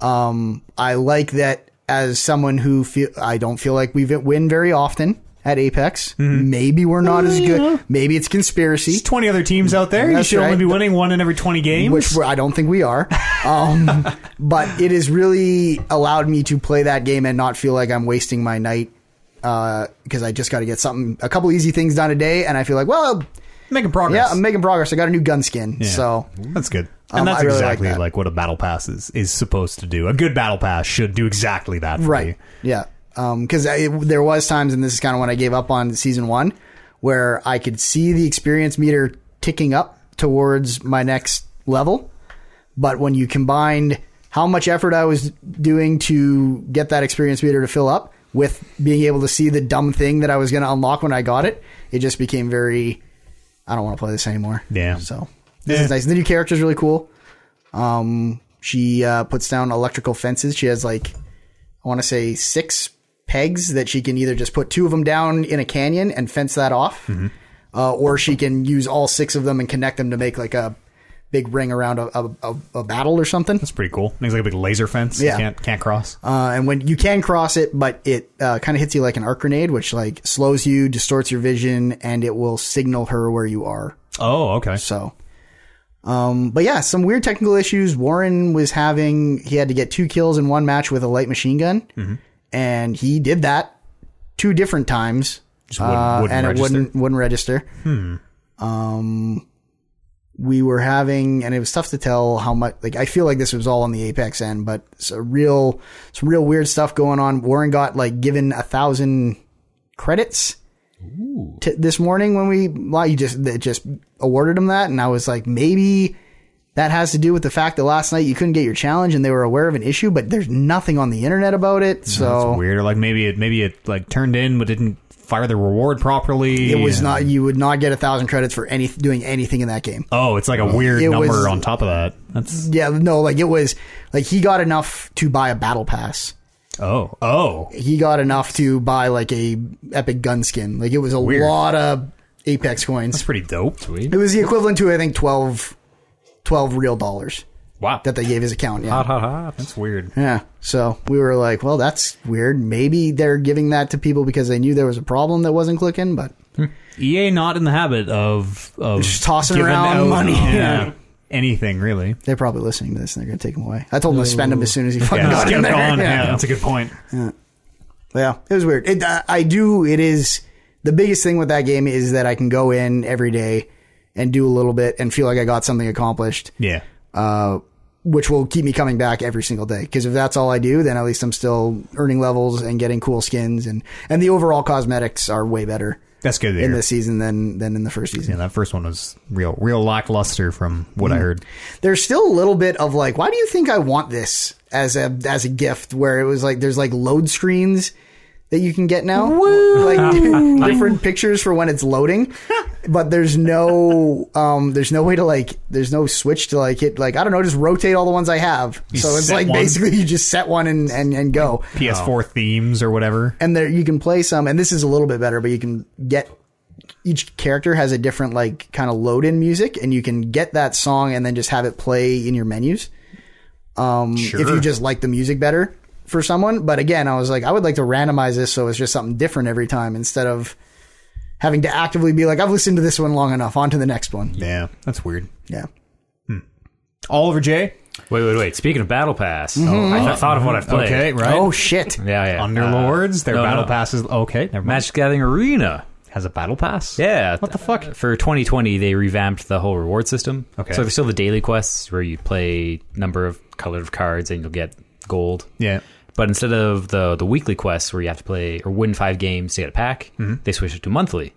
Um, I like that as someone who feel I don't feel like we vi- win very often at Apex. Maybe we're not as good. Maybe it's conspiracy, There's twenty other teams out there. That's you should only right. be winning one in every twenty games. which we're- I don't think we are. Um, but it has really allowed me to play that game and not feel like I'm wasting my night because I just got to get something, a couple easy things done a day, and I feel like, well, making progress. yeah, I'm making progress. I got a new gun skin, Yeah. so that's good. Um, And that's I really like exactly like, that. what a battle pass is, is supposed to do. A good battle pass should do exactly that. For You. right, yeah. Because I there was times, and this is kind of when I gave up on season one, where I could see the experience meter ticking up towards my next level, but when you combined how much effort I was doing to get that experience meter to fill up with being able to see the dumb thing that I was going to unlock when I got it, it just became very. I don't want to play this anymore. Yeah. So this is nice. The new character is really cool. Um, she uh, puts down electrical fences. She has like I want to say six pegs that she can either just put two of them down in a canyon and fence that off, uh, or she can use all six of them and connect them to make like a big ring around a, a, a, a battle or something. It's pretty cool. Things like a big laser fence. Yeah. You can't can't cross. Uh, and when you can cross it, but it uh, kind of hits you like an arc grenade, which like slows you, distorts your vision, and it will signal her where you are. oh, okay. So, um, but yeah, some weird technical issues. Warren was having, he had to get two kills in one match with a light machine gun. Mm-hmm. And he did that two different times. Just wouldn't- uh, wouldn't and register. it wouldn't, wouldn't register. Hmm. Um, we were having, and it was tough to tell how much, like, I feel like this was all on the Apex end, but it's a real, some real weird stuff going on. Warren got like given a thousand credits t- this morning when we well, you just they just awarded him that, and I was like, maybe that has to do with the fact that last night you couldn't get your challenge, and they were aware of an issue, but there's nothing on the internet about it, so That's weird. Or like maybe it maybe it like turned in but didn't fire the reward properly. it was and- not you would not get a thousand credits for any doing anything in that game. Oh, it's like a weird It number was- on top of that. That's Yeah, no, like it was like he got enough to buy a battle pass. oh oh He got enough to buy like a epic gun skin. Like it was a Weird. lot of apex coins. That's pretty dope. Sweet. It was the equivalent to I think 12, 12 real dollars Wow. that they gave his account. Yeah. hot, Uh-huh. hot, hot. That's weird. Yeah. So we were like, well, that's weird. Maybe they're giving that to people because they knew there was a problem that wasn't clicking, but EA E not in the habit of of Just tossing giving around out- money. Yeah. Anything really. they're probably listening to this and they're going to take him away. I told him to spend him as soon as he fucking Yeah, got just in get it there. on. Yeah. Yeah, that's a good point. Yeah, it was weird. It, uh, I do. It is the biggest thing with that game is that I can go in every day and do a little bit and feel like I got something accomplished, Yeah. uh, which will keep me coming back every single day. Because if that's all I do, then at least I'm still earning levels and getting cool skins and and the overall cosmetics are way better That's good to in hear. this season than than in the first season. yeah, that first one was real real lackluster from what Mm. I heard. there's still a little bit of like, why do you think I want this as a as a gift? Where it was like, there's like load screens that you can get now, like different pictures for when it's loading. but there's no um there's no way to like there's no switch to like hit like I don't know just rotate all the ones I have. so it's set like one. basically you just set one and and, and go. Oh. PS4 themes or whatever. And there you can play some and this is a little bit better but you can get each character has a different like kind of load in music and you can get that song and then just have it play in your menus. Um if you just like the music better for someone, but again, I was like I would like to randomize this so it's just something different every time instead of having to actively be like I've listened to this one long enough, on to the next one. Yeah, that's weird. Yeah. Oliver J. Wait, wait, wait. Speaking of Battle Pass, oh, I th- thought of what I've played. Mm-hmm. Okay, right. Oh shit. Yeah, yeah. uh, Underlords, their no, battle no. passes. Okay, never mind. Uh, Magic the Gathering Arena. has a battle pass. Yeah. What the fuck? Uh, For 2020, they revamped the whole reward system. Okay. So there's still the daily quests where you play number of colored cards and you'll get gold. Yeah. But instead of the the weekly quests where you have to play or win five games to get a pack, Mm-hmm. they switched it to monthly.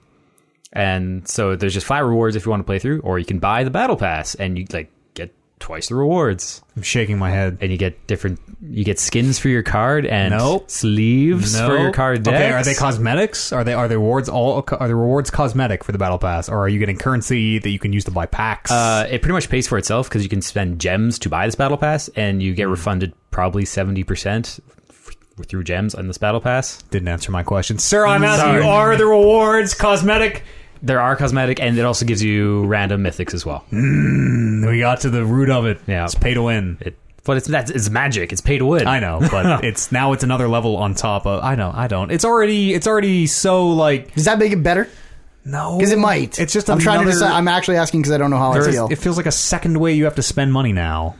And so there's just five rewards if you want to play through, or you can buy the battle pass and you like get twice the rewards, I'm shaking my head. and you get different you get skins for your card and Nope. sleeves for your card decks. Okay, are they cosmetics? Are they are the rewards all are the rewards cosmetic for the battle pass, or are you getting currency that you can use to buy packs? Uh, it pretty much pays for itself because you can spend gems to buy this battle pass, and Mm-hmm. you get refunded probably seventy percent through gems on this battle pass. Didn't answer my question, sir. I'm asking you: Are the rewards cosmetic? There are cosmetic, and it also gives you random mythics as well. Hmm? And we got to the root of it. Yeah. it's pay to win. It, but it's that's it's magic. It's pay to win. I know, (laughs) but it's now it's another level on top of. I know, I don't. It's already it's already so like Does that make it better? no Because it might. It's just I'm trying to another- decide. I'm actually asking because I don't know how I There's- feel. It feels like a second way you have to spend money now.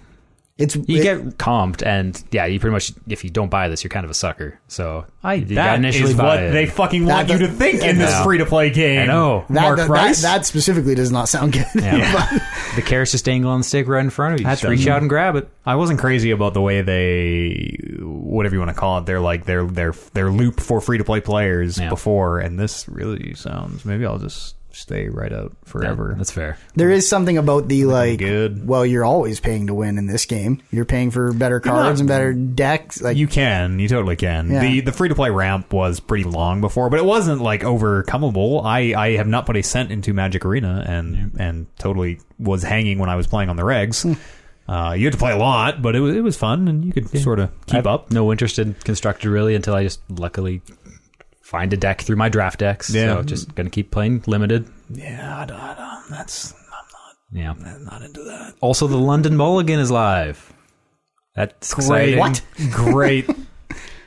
it's You it- get comped, and yeah, you pretty much if you don't buy this, you're kind of a sucker. So I you That gotta initially is buy what it. (laughs) they fucking want That- you to think in Yeah. this free to play game. I know. that, Mark that, that, Price. that specifically does not sound good. (laughs) the carrot's just dangling on the stick right in front of you. Just That reach doesn't- out and grab it. I wasn't crazy about the way they, whatever you want to call it, they're like their their their loop for free to play players Yeah. before, and this really sounds. Maybe I'll just stay right out forever. That's fair. there is something about the like. good. Well, you're always paying to win in this game. You're paying for better cards and better decks. Like you can, you totally can. Yeah. the The free to play ramp was pretty long before, but it wasn't like overcomable. I I have not put a cent into Magic Arena, and and totally was hanging when I was playing on the regs. uh, you had to play a lot, but it was it was fun, and you could sort of keep up. No interest in constructed really until I just luckily find a deck through my draft decks. Yeah. So just gonna keep playing limited. Yeah, I don't, I don't, that's Yeah. I'm not into that. Also, the London Mulligan is live. That's great. exciting. What? (laughs) Great.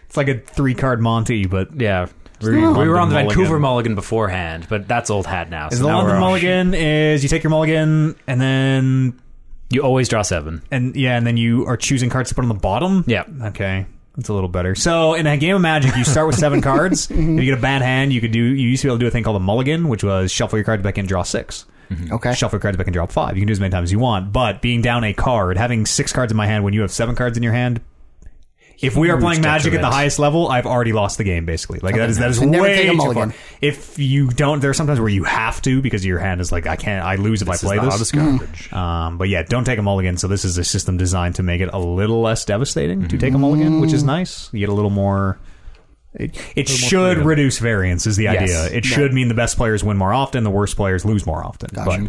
it's like a three card Monty, but Yeah. We, we London were on the Vancouver Mulligan. Mulligan beforehand, but that's old hat now. is so the now London we're on- Mulligan is you take your Mulligan and then You always draw seven. and yeah, and then you are choosing cards to put on the bottom. Yeah. Okay. That's a little better. So in a game of Magic, you start with (laughs) seven cards. Mm-hmm. If you get a bad hand, you could do. You used to be able to do a thing called a Mulligan, which was shuffle your cards back in, draw six. okay, Shuffle your cards back and draw five. You can do as many times as you want, but being down a card, having six cards in my hand when you have seven cards in your hand. If we are Huge playing Magic at the detriment. highest level, I've already lost the game basically. Like that is that is So never way take a too mulligan. far. If you don't, there are sometimes where you have to because your hand is like I can't, I lose if I play this. Um, but yeah, don't take a mulligan. So this is a system designed to make it a little less devastating to take a mulligan, which Mm. is nice. You get a little more. It, it should reduce variance is the Yes. idea. It should mean the best players win more often, the worst players lose more often. But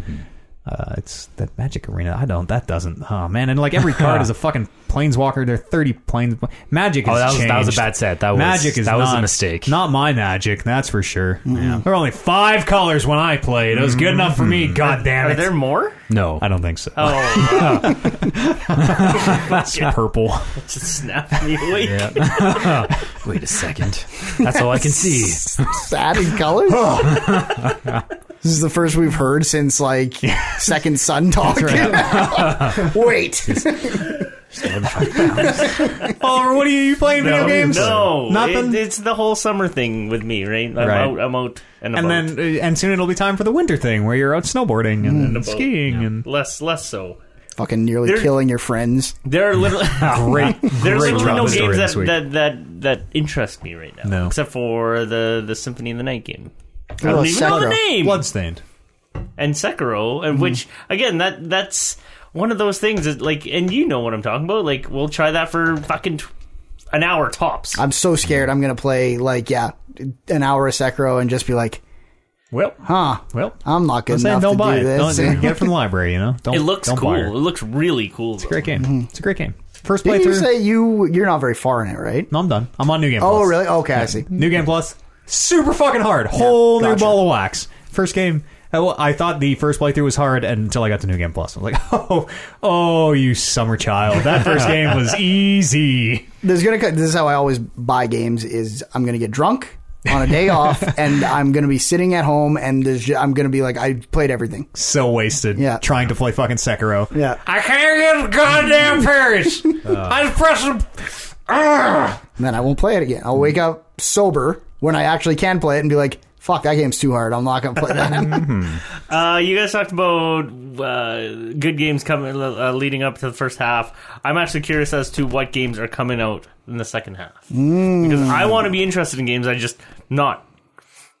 uh, it's that Magic Arena. I don't. That doesn't. Oh man! And like every (laughs) card is a fucking planeswalker. There are thirty planes. Magic. Oh, has that was- that was a changed. bad set. That was- magic. Is that was a not- mistake. Not my magic. That's for sure. Yeah. There were only five colors when I played. It was good enough for me. God damn Are it! there more? No. I don't think so. (laughs) Oh, (laughs) It's (laughs) purple. it just snapped me awake. Wait a second. (laughs) That's all I can see. (laughs) sad (laughs) in colors. Oh. (laughs) this is the first we've heard since like Second Sun talk. (laughs) (laughs) Wait, Oliver, Oh, what are you, you playing video games? No, Nothing? It, it's the whole summer thing with me, right? I'm Right. out. I'm out and about. And then, uh, and soon it'll be time for the winter thing where you're out snowboarding and, Hmm. and skiing and less, less so. fucking nearly There- killing your friends. There (laughs) are little. great, (laughs) There's Oh, great literally Robin no story games this that, week. that, that that interest me right now, No. except for the the Symphony of the Night game. I Oh, don't even know the Sekiro. name. Bloodstained. and Sekiro, Mm-hmm. and which again that that's one of those things that like, and you know what I'm talking about. Like, we'll try that for fucking tw- an hour tops. I'm so scared. I'm gonna play like yeah, an hour of Sekiro and just be like, Well, Huh. well. I'm not good I'm saying enough don't to buy do it. this. (laughs) Don't, you get it from the library, you know. Don't, It looks don't cool. buy It her. looks really cool. Though. Great game. It's a great game. First Did Mm-hmm. you playthrough. say you you're not very far in it, right? no, I'm done. I'm on New Game Oh, Plus. really? Okay, I see. New Game Plus. Super fucking hard. Whole new gotcha. ball of wax. First game. I well, I thought the first playthrough was hard until I got to New Game Plus. I was like, (laughs) oh, oh, you summer child. That first game (laughs) was easy. There's gonna co- this is how I always buy games is I'm gonna get drunk on a day off and I'm gonna be sitting at home and there's ju- I'm gonna be like I played everything. So wasted. Yeah. Trying to play fucking Sekiro. Yeah. (laughs) I can't get goddamn Paris. I'm pressing. And then I won't play it again. I'll wake up sober when I actually can play it and be like, fuck, that game's too hard. I'm not gonna play that. Uh, you guys talked about uh, good games coming uh, leading up to the first half. I'm actually curious as to what games are coming out in the second half Mm. because I want to be interested in games. I just not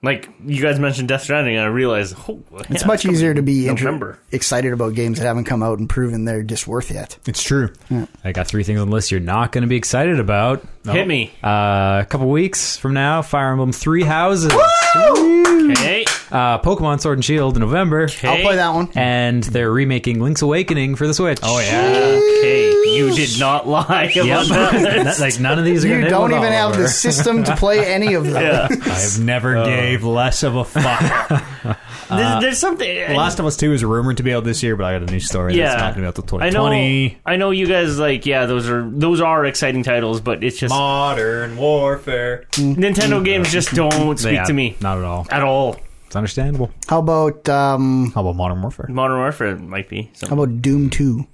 like you guys mentioned Death Stranding, and I realized oh, it's much easier to be inter- November. excited about games that haven't come out and proven their just worth yet. It's true. (laughs) I got three things on the list you're not going to be excited about. Hit me, Uh, a couple weeks from now, Fire Emblem Three Houses, okay? uh, Pokemon Sword and Shield in November, I'll play that one. and they're remaking Link's Awakening for the Switch. Oh (laughs) Okay, you did not lie about that. like none of these are. You gonna hit don't with even have Oliver. the system to play any of them. I've never Uh. gave less of a (laughs) fuck. Uh, There's, there's something. The Last of Us Two is rumored to be out this year, but I got a new story that's not going to be out till I 2020. know. I know you guys like. Yeah, those are those are exciting titles, but it's just Modern Warfare. Nintendo games just don't speak Yeah, to me Not at all. at all. It's understandable. (laughs) How about um How about Modern Warfare? Modern Warfare might be. how Something. about Doom Two?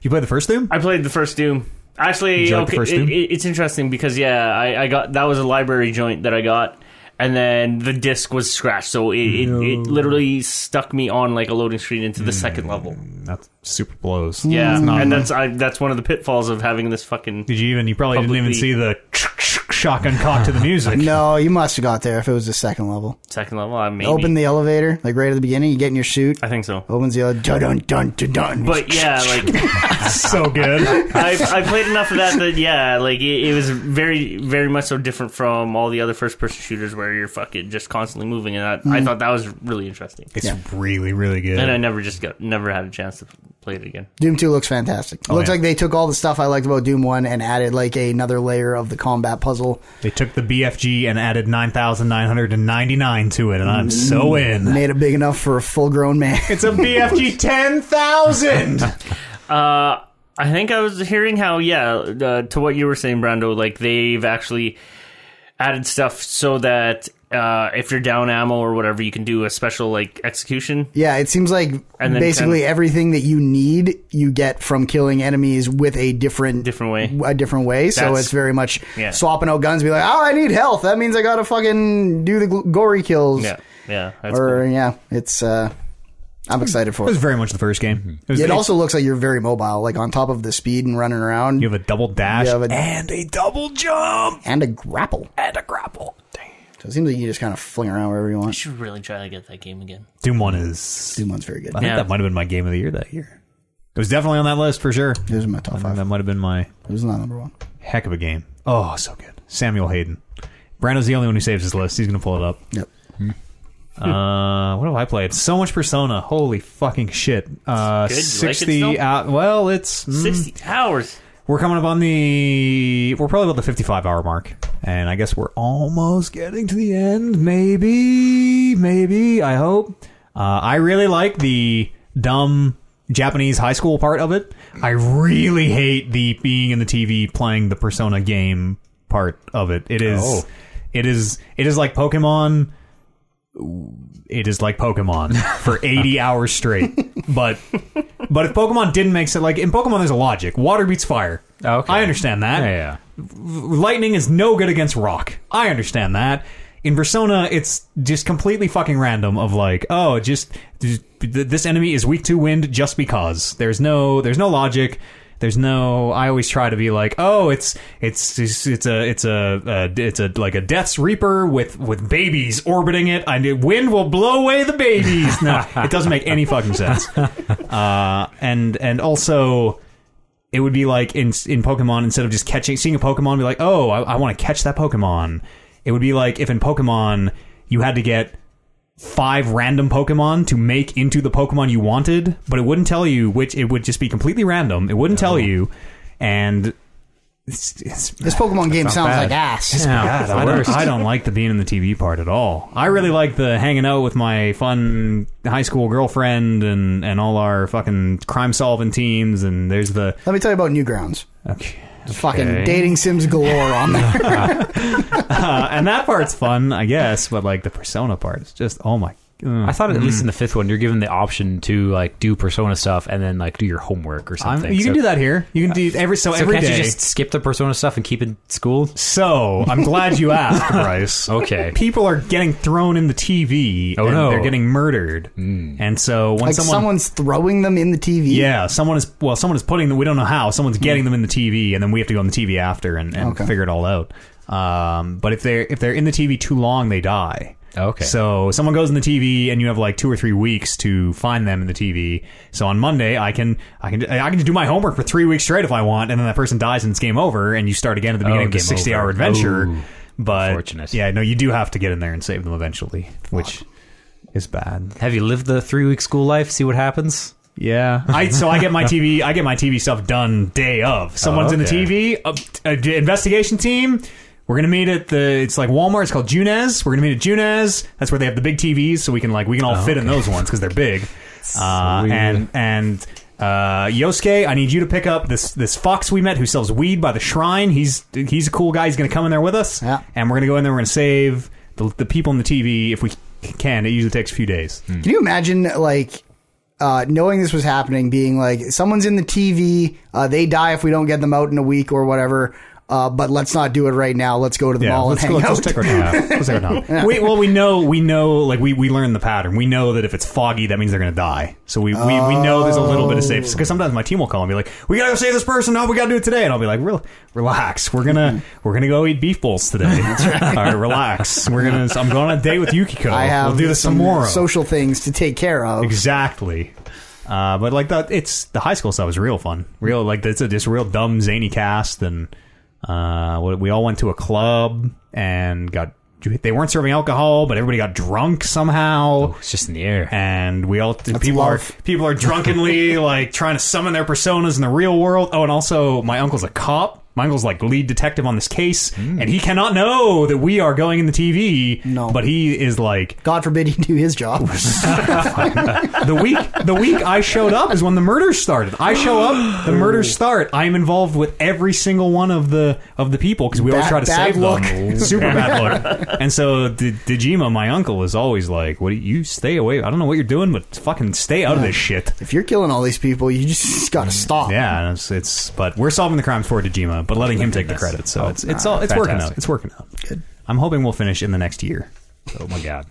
You played the first Doom? I played the first Doom. Actually, you like the okay, first it- Doom? it- it's interesting because yeah, I, I got that was a library joint that I got, and then the disc was scratched, so it, it, it literally stuck me on like a loading screen into the Mm. second level. That's super blows. Yeah, It's not and fun. that's I, that's one of the pitfalls of having this fucking. Did you even? You probably didn't even Publicly- see the shotgun cock to the music. (laughs) No, you must have got there if it was the second level. Second level, I maybe. Open Oh. the elevator, like right at the beginning, you get in your suit. I think so. Opens the elevator, dun dun dun dun. But yeah, like so good. (laughs) I I played enough of that that yeah, like it, it was very very much so different from all the other first person shooters where you're fucking just constantly moving, and I, I thought that was really interesting. It's really, really good. And I never just got never had a chance to play it again. Doom Two looks fantastic. Oh, looks yeah. like they took all the stuff I liked about Doom One and added like another layer of the combat puzzle. they took the BFG and added nine thousand nine hundred and ninety nine to it, and I'm so in. Made it big enough for a full grown man. (laughs) It's a BFG ten thousand. Uh, I think I was hearing how yeah uh, to what you were saying, Brando. Like they've actually added stuff so that uh, if you're down ammo or whatever, you can do a special like execution. yeah, it seems like And then basically kind everything that you need you get from killing enemies with a different Different way. a different way. so That's- it's very much Yeah. swapping out guns. Be like, oh, I need health. That means I gotta fucking do the gl- gory kills. Yeah, yeah. That's or cool. yeah, it's. uh I'm excited for It was it. very much the first game. It, was, Mm-hmm. It also looks like you're very mobile, like on top of the speed and running around, you have a double dash You have a- and a double jump and a grapple. and a grapple. Dang. So it seems like you can just kind of fling around wherever you I want. should really try to get that game again. Doom one is. Doom one's very good. I think Yeah. that might have been my game of the year that year. It was definitely on that list for sure. It was in my top five. That might have been my It was not number one. heck of a game. Oh, so good. Samuel Hayden. Brando's the only one who saves his list. He's gonna pull it up. Yep. Uh, what have I played? So much Persona. Holy fucking shit. Uh, Good. You like it sixty. still? out- well, it's mm, Sixty hours. we're coming up on the we're probably about the fifty-five hour mark, and I guess we're almost getting to the end. Maybe, maybe. I hope. Uh, I really like the dumb Japanese high school part of it. I really hate the being in the TV playing the Persona game part of it. It is. Oh. It is. It is like Pokemon it is like Pokemon for 80 hours straight. But but if Pokemon didn't make sense, like in Pokemon, there's a logic. Water beats fire. Oh, Okay. I understand that. Yeah, yeah. Lightning is no good against rock. I understand that. In Persona, it's just completely fucking random. Of like, oh, just th- this enemy is weak to wind just because. There's no there's no logic. There's no. I always try to be like, oh, it's it's it's, it's a it's a uh, it's a like a Death's Reaper with with babies orbiting it. I knew wind will blow away the babies. No, it doesn't make any fucking sense. Uh, and and also it would be like in in Pokemon instead of just catching seeing a Pokemon, be like, oh, I, I want to catch that Pokemon. It would be like if in Pokemon you had to get five random Pokemon to make into the Pokemon you wanted, but it wouldn't tell you which. It would just be completely random. It wouldn't tell you, and it's, it's This Pokemon game sounds bad. (laughs) like ass. yeah, I, don't, I don't like the being in the TV part at all. I really like the hanging out with my fun high school girlfriend and, and all our fucking crime solving teams. And there's the Let me tell you about Newgrounds. okay, Fucking dating sims galore (laughs) on there. uh, and that part's fun, I guess. But like the persona part, it's just oh my. I thought Mm-hmm. at least in the fifth one, you're given the option to like do persona stuff and then like do your homework or I'm, something. you can So- Uh, do that here. You can do every so, So every can't day. you just skip the persona stuff and keep it (laughs) school? so I'm glad you (laughs) asked, Bryce. Okay. People are getting thrown in the TV. Oh, and no. Hmm. They're getting murdered. And so when Like someone someone's throwing them in the TV. Yeah, someone is well, someone is putting them. We don't know how. Someone's getting them in the TV, and then we have to go on the TV after and, and Okay. figure it all out. Um, but if they're if they're in the TV too long, they die. Okay. So someone goes in the TV, and you have like two or three weeks to find them in the TV. So on Monday, I can I can I can just do my homework for three weeks straight if I want, and then that person dies and it's game over, and you start again at the beginning of the Oh, game sixty hour over. adventure. Ooh. but Unfortunate. yeah, no, you do have to get in there and save them eventually, which is bad. (laughs) Have you lived the three week school life? See what happens. Yeah. I so I get my TV I get my TV stuff done day of. Someone's in the TV, a, a d- investigation team. We're gonna meet at the it's like Walmart. It's called Junez. We're gonna meet at Junez. That's where they have the big TVs, so we can like we can all fit in those ones because they're big. Uh, Sweet. and and uh, Yosuke, I need you to pick up this this fox we met who sells weed by the shrine. He's he's a cool guy. He's gonna come in there with us, Yeah. and we're gonna go in there. We're gonna save the, the people in the TV if we can. It usually takes a few days. Can you imagine like uh, knowing this was happening, being like, someone's in the TV, uh, they die if we don't get them out in a week or whatever. Uh, but let's not do it right now. Let's go to the mall and hang out. Let's take our time. Let's take our (laughs) time. We, well, we know, we know, like we we learn the pattern. We know that if it's foggy, that means they're going to die. So we, we, we know there's a little bit of safety because sometimes my team will call and be like, "We got to go save this person. No, we got to do it today." And I'll be like, "Rel- "Relax, we're gonna we're gonna go eat beef bowls (laughs) today. All right, relax. We're gonna. I'm going on a date with Yukiko. I have we'll do this some tomorrow. social things to take care of. Exactly. Uh, but like that, it's the high school stuff is real fun. Real like it's a just real dumb zany cast, and uh, we we all went to a club and got. They weren't serving alcohol, but everybody got drunk somehow, (laughs) It's just in the air. and we all people love. are people are (laughs) drunkenly like trying to summon their personas in the real world. Oh, and also my uncle's a cop. My uncle's like lead detective on this case, and he cannot know that we are going in the TV. Hmm. No. but he is like God forbid he do (laughs) his job. the week the week I showed up is when the murders started. I show up, the murders start. I'm involved with every single one of the of the people because we always Bad- try to bad save them. (laughs) Super bad look. And so D- Dijima, my uncle, is always like, "What do you you stay away? I don't know what you're doing, but fucking stay out of this shit." if you're killing all these people, you just got to stop. Yeah, and it's, it's but we're solving the crime for Dijima, but letting him take the credit. So it's it's all it's working out. Oh, fantastic. It's working out. Good. I'm hoping we'll finish in the next year Oh my god.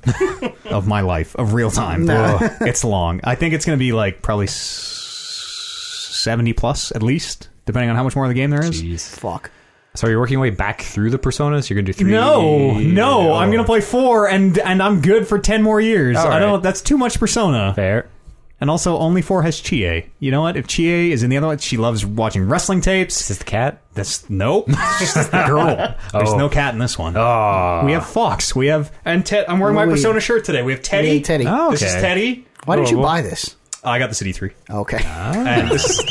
(laughs) of my life of real time. No. Ugh, it's long. I think it's going to be like probably s- seventy plus at least, depending on how much more of the game there is. Jeez. Fuck. So you're working your way back through the personas. You're gonna do three. Oh. No, no, I'm going to play four, and and I'm good for ten more years. All I don't. right. That's too much Persona, Fair. and also only four has Chie. You know what? If Chie is in the other one, she loves watching wrestling tapes. Is this the cat? That's nope. It's just (laughs) the girl. There's Oh. no cat in this one. Oh. We have Fox. We have and Ted. I'm wearing my Wait. Persona shirt today. We have Teddy. Hey, Teddy. Oh. This is okay. Teddy. Oh, Why did you buy this? I got the City Three. Okay. Oh. And this is-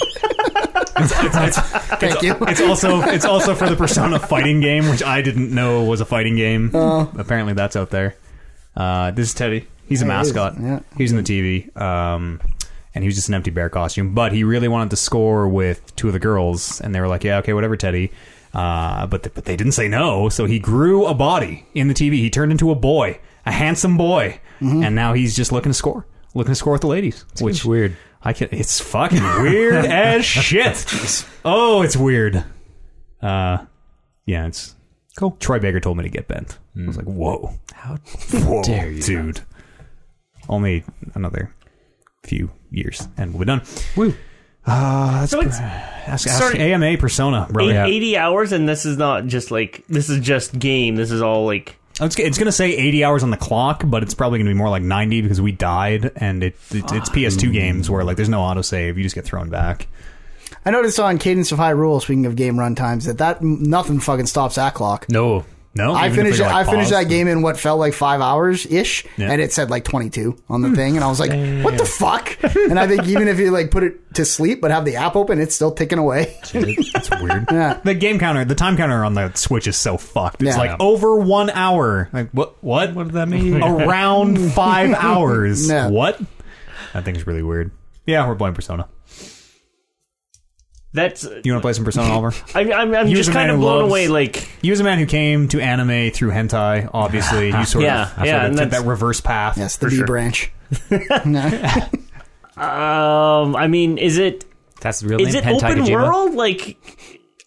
(laughs) Thank you. It's also it's also for the Persona fighting game, which I didn't know was a fighting game. Oh. Apparently, that's out there. Uh, this is Teddy. He's a There he is. mascot. Yeah. He was in the TV, um, and he was just an empty bear costume. But he really wanted to score with two of the girls, and they were like, "Yeah, okay, whatever, Teddy." Uh, but th- but they didn't say no, so he grew a body in the TV. He turned into a boy, a handsome boy, and now he's just looking to score, looking to score with the ladies, which Mm-hmm. It's weird. I can. It's fucking (laughs) weird as shit. Oh, it's weird. Uh, yeah, it's cool. Troy Baker told me to get bent. I was like, whoa, Mm. How whoa, dare you. dude. Only another few years, and we'll be done. Woo. So it's Ask, ask Sorry. AMA persona, bro. eight- Yeah. 80 hours, and this is not just like this is just game. This is all like It's, it's gonna say 80 hours on the clock, but it's probably gonna be more like 90 because we died, and it, it it's PS2 games where like there's no autosave, you just get thrown back. I noticed on Cadence of High Rule, speaking of game run times, that that nothing fucking stops that clock. No. No, I even if finished. they, like, I finished paused? that game in what felt like five hours ish, Yeah. Hmm. and it said like 22 on the thing, and I was like, "What (laughs) the fuck?" And I think even if you like put it to sleep but have the app open, it's still ticking (laughs) away. That's weird. (laughs) Yeah. The game counter, the time counter on the Switch is so fucked. It's Yeah. like over one hour. Like what? What? What does that mean? (laughs) Around five hours. (laughs) Yeah. What? That thing's really weird. Yeah, we're playing Persona. That's You want to play some Persona, Oliver? I, I'm, I'm He was just a man kind of who blown loves- away. Like You was a man who came to anime through hentai. Obviously, (laughs) you sort Yeah, of, I sort yeah, of and took that's- that reverse path. Yes, the B branch. No. Um, I mean, is it That's the real is name. it Hentai open Kojima? world like,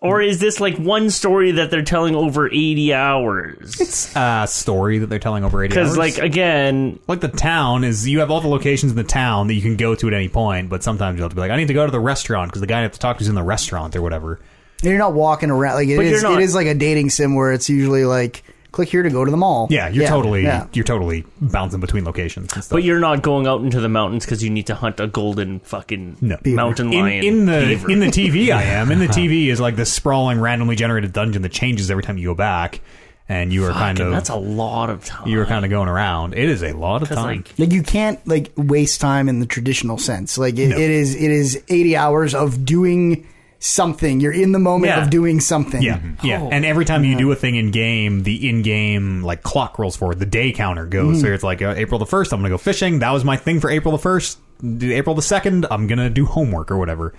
or is this like one story that they're telling over eighty hours? uh, story that they're telling over eighty Because hours. like again, like the town is you have all the locations in the town that you can go to at any point, but sometimes you'll have to be like, I need to go to the restaurant because the guy I have to talk to is in the restaurant or whatever. you're not walking around like it But you're is. not- It is like a dating sim where it's usually like click here to go to the mall. Yeah, you're totally yeah. you're totally bouncing between locations and stuff. but you're not going out into the mountains because you need to hunt a golden fucking No. Beaver. mountain in, lion in the beaver. in the TV, (laughs) I am in the TV is like this sprawling, randomly generated dungeon that changes every time you go back, and you are kind Fucking, of that's a lot of time. you are kind of going around. It is a lot of 'Cause, time. like Like you can't like waste time in the traditional sense. Like it, it is it is 80 hours of doing something. You're in the moment Yeah. of doing something. Yeah, yeah. And every time you do a thing in game, the in game like clock rolls forward. The day counter goes. So it's like uh, April the first, I'm gonna go fishing. That was my thing for April the first. Do April the second, I'm gonna do homework or whatever.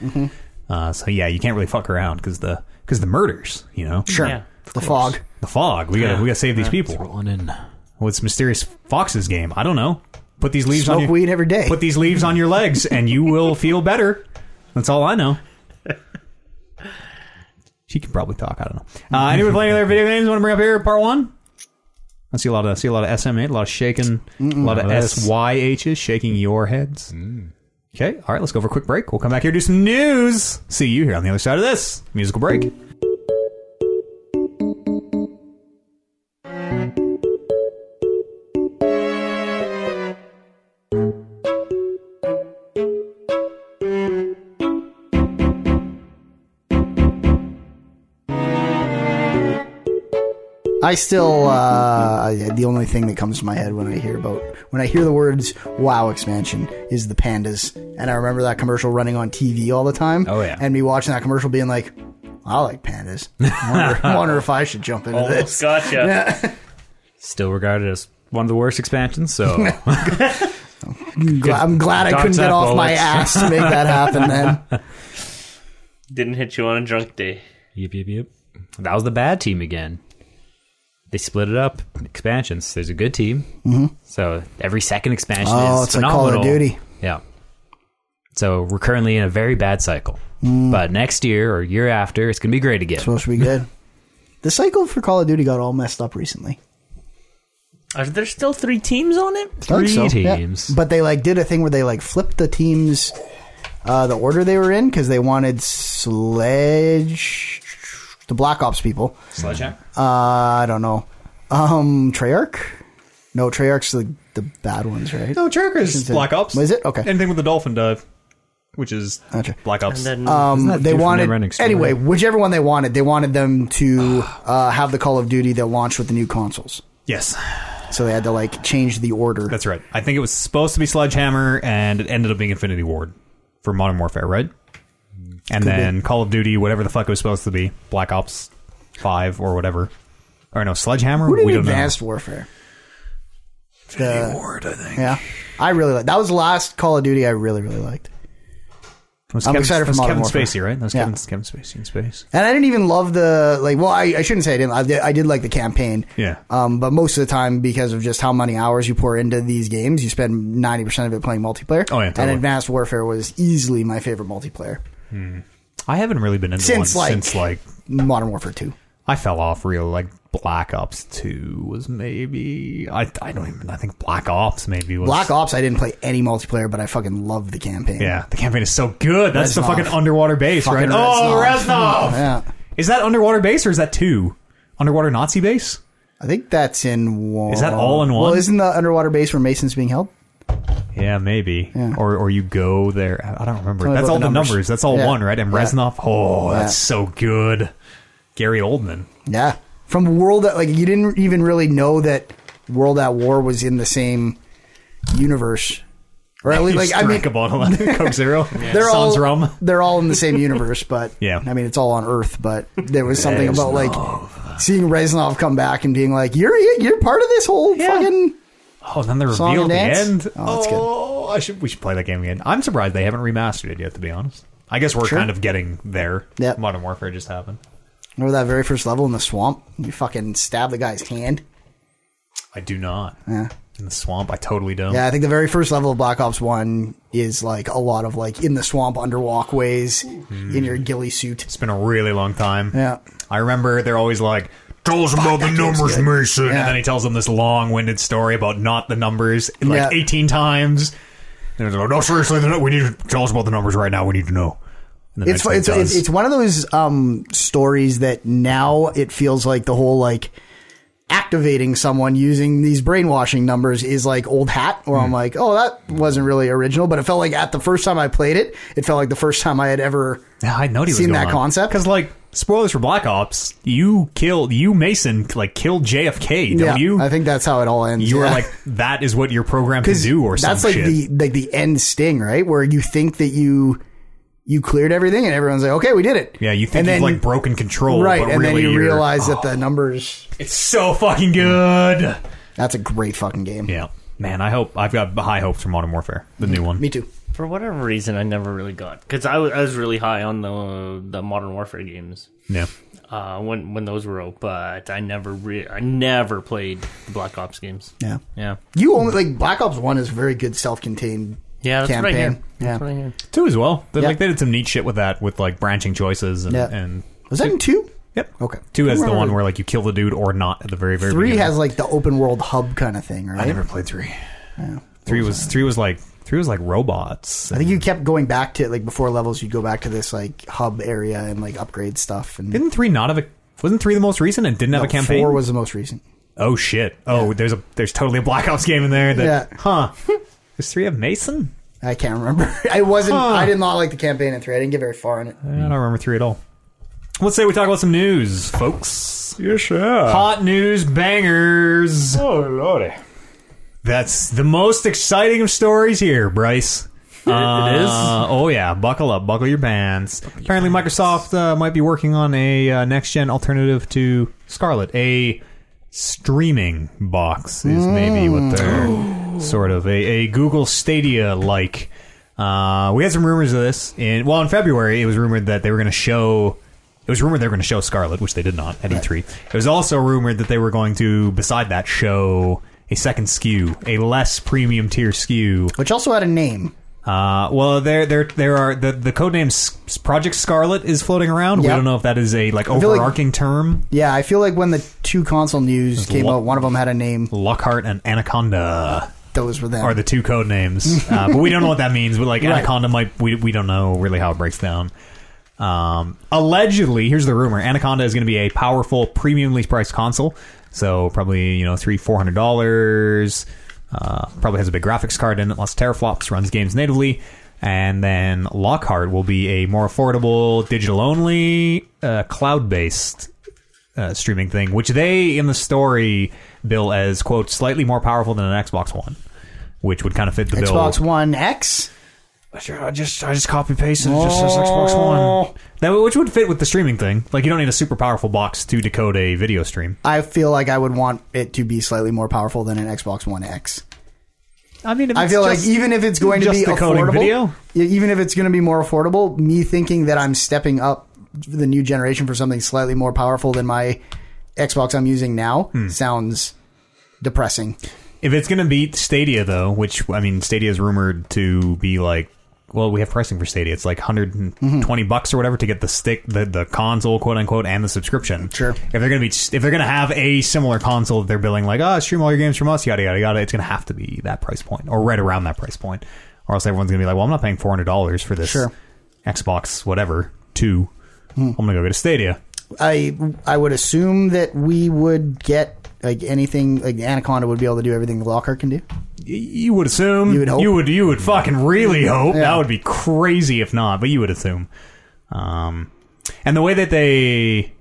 Uh, so yeah, you can't really fuck around because the because the murders, you know, Sure. Yeah. the fog. the fog. We gotta we gotta save these people. Rolling in. What's mysterious fox's game? I don't know. Put these leaves on Smoke your, weed every day. Put these leaves on your legs, and you will feel better. That's all I (laughs) know. She can probably talk. I don't know. Uh, anybody play any other video games? Want to bring up here? Part one. I see a lot of see a lot of SM8, a lot of shaking, a lot of SYHs shaking your heads. Okay, all right. Let's go for a quick break. We'll come back here do some news. See you here on the other side of this musical break. I still uh, the only thing that comes to my head when I hear about when I hear the words "Wow" expansion is the pandas, and I remember that commercial running on TV all the time. Oh, yeah. and me watching that commercial being like, "I like (laughs) pandas." Wonder, wonder if I should jump into Oh, this. Oh, gotcha. Still regarded as one of the worst expansions. (laughs) So Gla- I'm glad I Dark couldn't side get off my bullets. ass to make that happen. (laughs) Then Didn't hit you on a drunk day. Yep, yep, yep. That was the bad team again. They split it up expansions. There's a good team. So every second expansion Mm-hmm. Oh, is it's like Call phenomenal. of Duty. Yeah. So we're currently in a very bad cycle. Mm. But next year or year after, it's going to be great again. supposed to be good. The cycle for Call of Duty got all messed up recently. Are there still three teams on it? I think Three so, yeah. teams. But they like did a thing where they like flipped the teams, uh, the order they were in because they wanted Sledge, the Black Ops people. Sledgehammer. Uh, I don't know. Um, Treyarch. No, Treyarch's the the bad ones, right? No, Tricker's Is it- Black Ops. is it? Okay. Anything with the dolphin dive, which is Gotcha. Black Ops. And then Um, that they dude from wanted Neverending Story? anyway, whichever one they wanted, they wanted (sighs) them to uh, have the Call of Duty that launched with the new consoles. yes, So they had to like change the order. That's right. I think it was supposed to be Sledgehammer, and it ended up being Infinity Ward for Modern Warfare, right? And then Call of Duty, whatever the fuck it was supposed to be, Black Ops Five or whatever, or no Sledgehammer. Who did we don't Advanced Warfare? know. The, Ward, I think. yeah, I really like that was the last Call of Duty I really really liked. Was I'm Kevin, excited for that was Modern Kevin Warfare. Spacey, right? That was Yeah. Kevin, Kevin Spacey in space. And I didn't even love the like. Well, I, I shouldn't say I didn't. I did, I did like the campaign. Yeah. Um, but most of the time, because of just how many hours you pour into these games, you spend ninety percent of it playing multiplayer. Oh, yeah, totally. And Advanced Warfare was easily my favorite multiplayer. I haven't really been into Since, one like- since like Modern Warfare Two. I fell off real like Black Ops Two was maybe I I don't even I think Black Ops maybe was Black Ops, I didn't play any multiplayer, but I fucking loved the campaign. Yeah, the campaign is so good. That's the Reznov. fucking underwater base, Fucking right? Oh, Reznov. Yeah. Is that underwater base or is that two? Underwater Nazi base? I think that's in one. Is that all in one? Well, isn't the underwater base where Mason's being held? Yeah, maybe. Or or you go there. I- I don't remember. Tell me That's about all the the numbers. numbers. That's all Yeah. one, right? And Yeah. Reznov. Oh, that's Yeah. so good. Gary Oldman. Yeah. from World at like you didn't even really know that World at War was in the same universe, (laughs) or at least like I mean drink a bottle of (laughs) Coke Zero. (laughs) they're Sans all rum. (laughs) they're all in (laughs) the same universe, but Yeah. I mean it's all on Earth. But there was something about like seeing Reznov come back and being like, "You're you're part of this whole fucking." Oh, and then the Song reveal at and the dance? end. Oh, that's good. Oh, I should. We should play that game again. I'm surprised they haven't remastered it yet. To be honest, I guess we're Sure. kind of getting there. Yep. Modern Warfare just happened. Remember that very first level in the swamp? You fucking stab the guy's hand. I do not. Yeah. In the swamp, I totally don't. Yeah, I think the very first level of Black Ops One is like a lot of like in the swamp under walkways in your ghillie suit. It's been a really long time. Yeah. I remember they're always like, "Tell us about the numbers, Mason," Yeah. and then he tells them this long-winded story about not the numbers like Yeah. 18 times. And they're like, "No, seriously, they're not- we need to tell us about the numbers right now. We need to know." And the next It's one it's, it's does. it's one of those um stories that now it feels like the whole like activating someone using these brainwashing numbers is like old hat where Hmm. I'm like, "Oh, that wasn't really original," but it felt like at the first time I played it, it felt like the first time I had ever Yeah, I know he was seen going that concept? because, like, spoilers for Black Ops, you killed you Mason like killed JFK. Don't yeah, you? I think that's how it all ends. you were yeah. like, that is what you're programmed to do, or that's some like shit. the like the end sting, right? Where you think that you you cleared everything, and everyone's like, "Okay, we did it." yeah, you think and you've then, like broken control, right, But and really then you you're- realize (gasps) that the numbers. (laughs) it's so fucking good. That's a great fucking game. Yeah, man, I hope I've got high hopes for Modern Warfare, the new one. Me too. For whatever reason, I never really got because I was, I was really high on the the Modern Warfare games Yeah, uh, when when those were out, but I never re- I never played the Black Ops games. Yeah, Yeah, you only like Black Ops One is a very good self-contained. yeah, that's right Campaign. here. That's Yeah. what I hear. two as well. They, Yeah. Like they did some neat shit with that, with like branching choices and. Yeah. and Was that in two? Yep. Okay. Oh, Two is the Remember- one where like you kill the dude or not at the very very Three beginning. has like the open world hub kind of thing, right? I never played three. Three was three was like three was like robots. I think you kept going back to like before levels. You'd go back to this like hub area and like upgrade stuff. And Didn't three not have a? Wasn't three the most recent and didn't have a campaign? four was the most recent. oh shit! Oh, there's a there's totally a Black Ops game in there. That, Yeah. Huh. Does three have Mason? I can't remember. (laughs) I wasn't. Huh. I did not like the campaign in three. I didn't get very far in it. I don't remember three at all. Let's say we talk about some news, folks. Yeah, sure. Hot news bangers. Oh, lordy. That's the most exciting of stories here, Bryce. (laughs) it is. Oh yeah, buckle up, buckle your pants. Apparently, Microsoft uh, might be working on a uh, next gen alternative to Scarlet. A streaming box is maybe what (gasps) they're sort of a, a Google Stadia like. Uh, we had some rumors of this in well in February. It was rumored that they were going to show. It was rumored they were going to show Scarlet, which they did not at E3. It was also rumored that they were going to, beside that, show a second SKU, a less premium tier SKU. which also had a name. Uh, well, there, there, there are the the codename S- Project Scarlet is floating around. We Yep. don't know if that is a like feel like- overarching term. Yeah, I feel like when the two console news came lo- out, one of them had a name. Lockhart and Anaconda Those were them. are the two code (laughs) names, uh, but we don't know what that means. But like Right. Anaconda might, we we don't know really how it breaks down. Um, allegedly, here's the rumor: Anaconda is going to be a powerful, premiumly priced console. So probably you know three four hundred dollars. Uh, probably has a big graphics card in it, lots of teraflops, runs games natively. And then Lockhart will be a more affordable, digital only, uh, cloud based uh, streaming thing, which they in the story bill as quote slightly more powerful than an Xbox One, which would kind of fit the bill. Xbox One X. Sure, I just I just copy pasted it. Just says Xbox One. That which would fit with the streaming thing. Like you don't need a super powerful box to decode a video stream. I feel like I would want it to be slightly more powerful than an Xbox One X. I mean, if I it's feel just- like even if it's going to just be decoding affordable, video? e- even if it's going to be more affordable, me thinking that I'm stepping up the new generation for something slightly more powerful than my Xbox I'm using now Hmm. sounds depressing. if it's going to beat Stadia though, which I mean, Stadia is rumored to be like. Well, we have pricing for Stadia. It's like Mm-hmm. 120 bucks or whatever to get the stick, the, the console, quote unquote, and the subscription. Sure. If they're gonna be, if they're gonna have a similar console, that they're billing like, ah, stream all your games from us, yada yada yada. It's gonna have to be that price point or right around that price point, or else everyone's gonna be like, well, I'm not paying 400 dollars for this Sure. Hmm. Xbox whatever 2 i I'm gonna go get a Stadia. I I would assume that we would get like anything like Anaconda would be able to do everything the Lockhart can do. you would assume You would hope. you would you would fucking really hope Yeah. that would be crazy if not but you would assume um and the way that they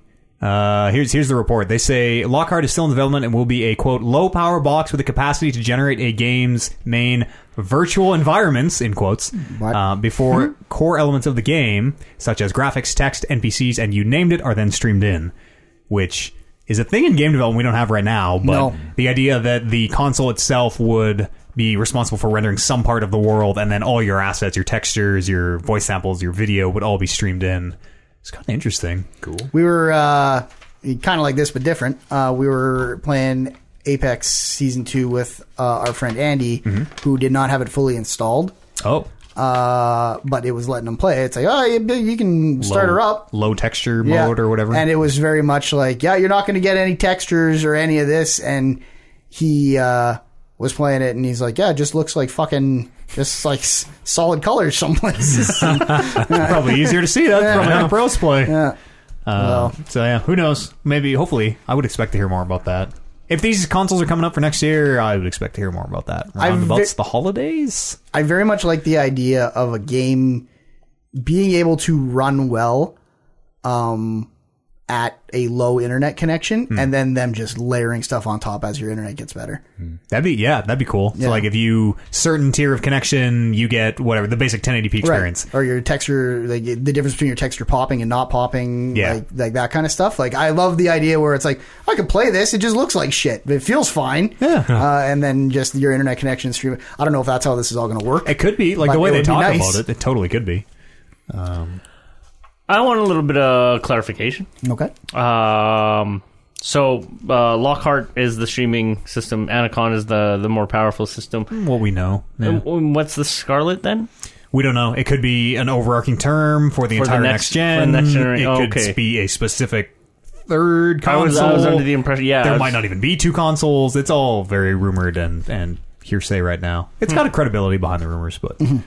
uh Uh, here's here's the report. They say Lockhart is still in development and will be a quote low power box with the capacity to generate a game's main virtual environments in quotes What? Hmm? uh, before core elements of the game such as graphics, text, NPCs, and you named it are then streamed in, which is a thing in game development we don't have right now. But No. the idea that the console itself would be responsible for rendering some part of the world and then all your assets, your textures, your voice samples, your video would all be streamed in. It's kind of interesting. Cool. We were uh, kind of like this, but different. Uh, we were playing Apex Season 2 with uh, our friend Andy, Mm-hmm. who did not have it fully installed, Oh, uh, but it was letting him play. It's like, oh, you, you can start her up. low texture Yeah. mode or whatever. And it was very much like, yeah, you're not going to get any textures or any of this. And he uh, was playing it, and he's like, yeah, it just looks like fucking just like s- solid colors (laughs) someplace. (laughs) probably easier to see that from how the pros play. yeah. (laughs) Uh, so yeah, who knows? Maybe, hopefully, I would expect to hear more about that. If these consoles are coming up for next year, I would expect to hear more about that. I've Roundabouts ve- the holidays. I very much like the idea of a game being able to run well um, at a low internet connection, Hmm. and then them just layering stuff on top as your internet gets better. That'd be yeah, that'd be cool. So like if you certain tier of connection, you get whatever the basic 1080p experience. Right. Or your texture, like the difference between your texture popping and not popping, Yeah. like, like that kind of stuff. Like I love the idea where it's like I could play this; it just looks like shit, but it feels fine. Yeah. Uh, and then just your internet connection stream. I don't know if that's how this is all going to work. It could be like the But way it they would be talk nice. about it. It totally could be. I want a little bit of clarification. okay. Um, so uh, Lockhart is the streaming system. Anacon is the the more powerful system. What we know, Yeah. And- and what's the Scarlet then? we don't know. It could be an overarching term for the For the entire next- next, gen. for the next genera- It oh, could okay. be a specific third I console. was, I was under the impression, yeah, there it's- might not even be two consoles. It's all very rumored and and hearsay right now. It's got a credibility behind the rumors, but. Mm-hmm.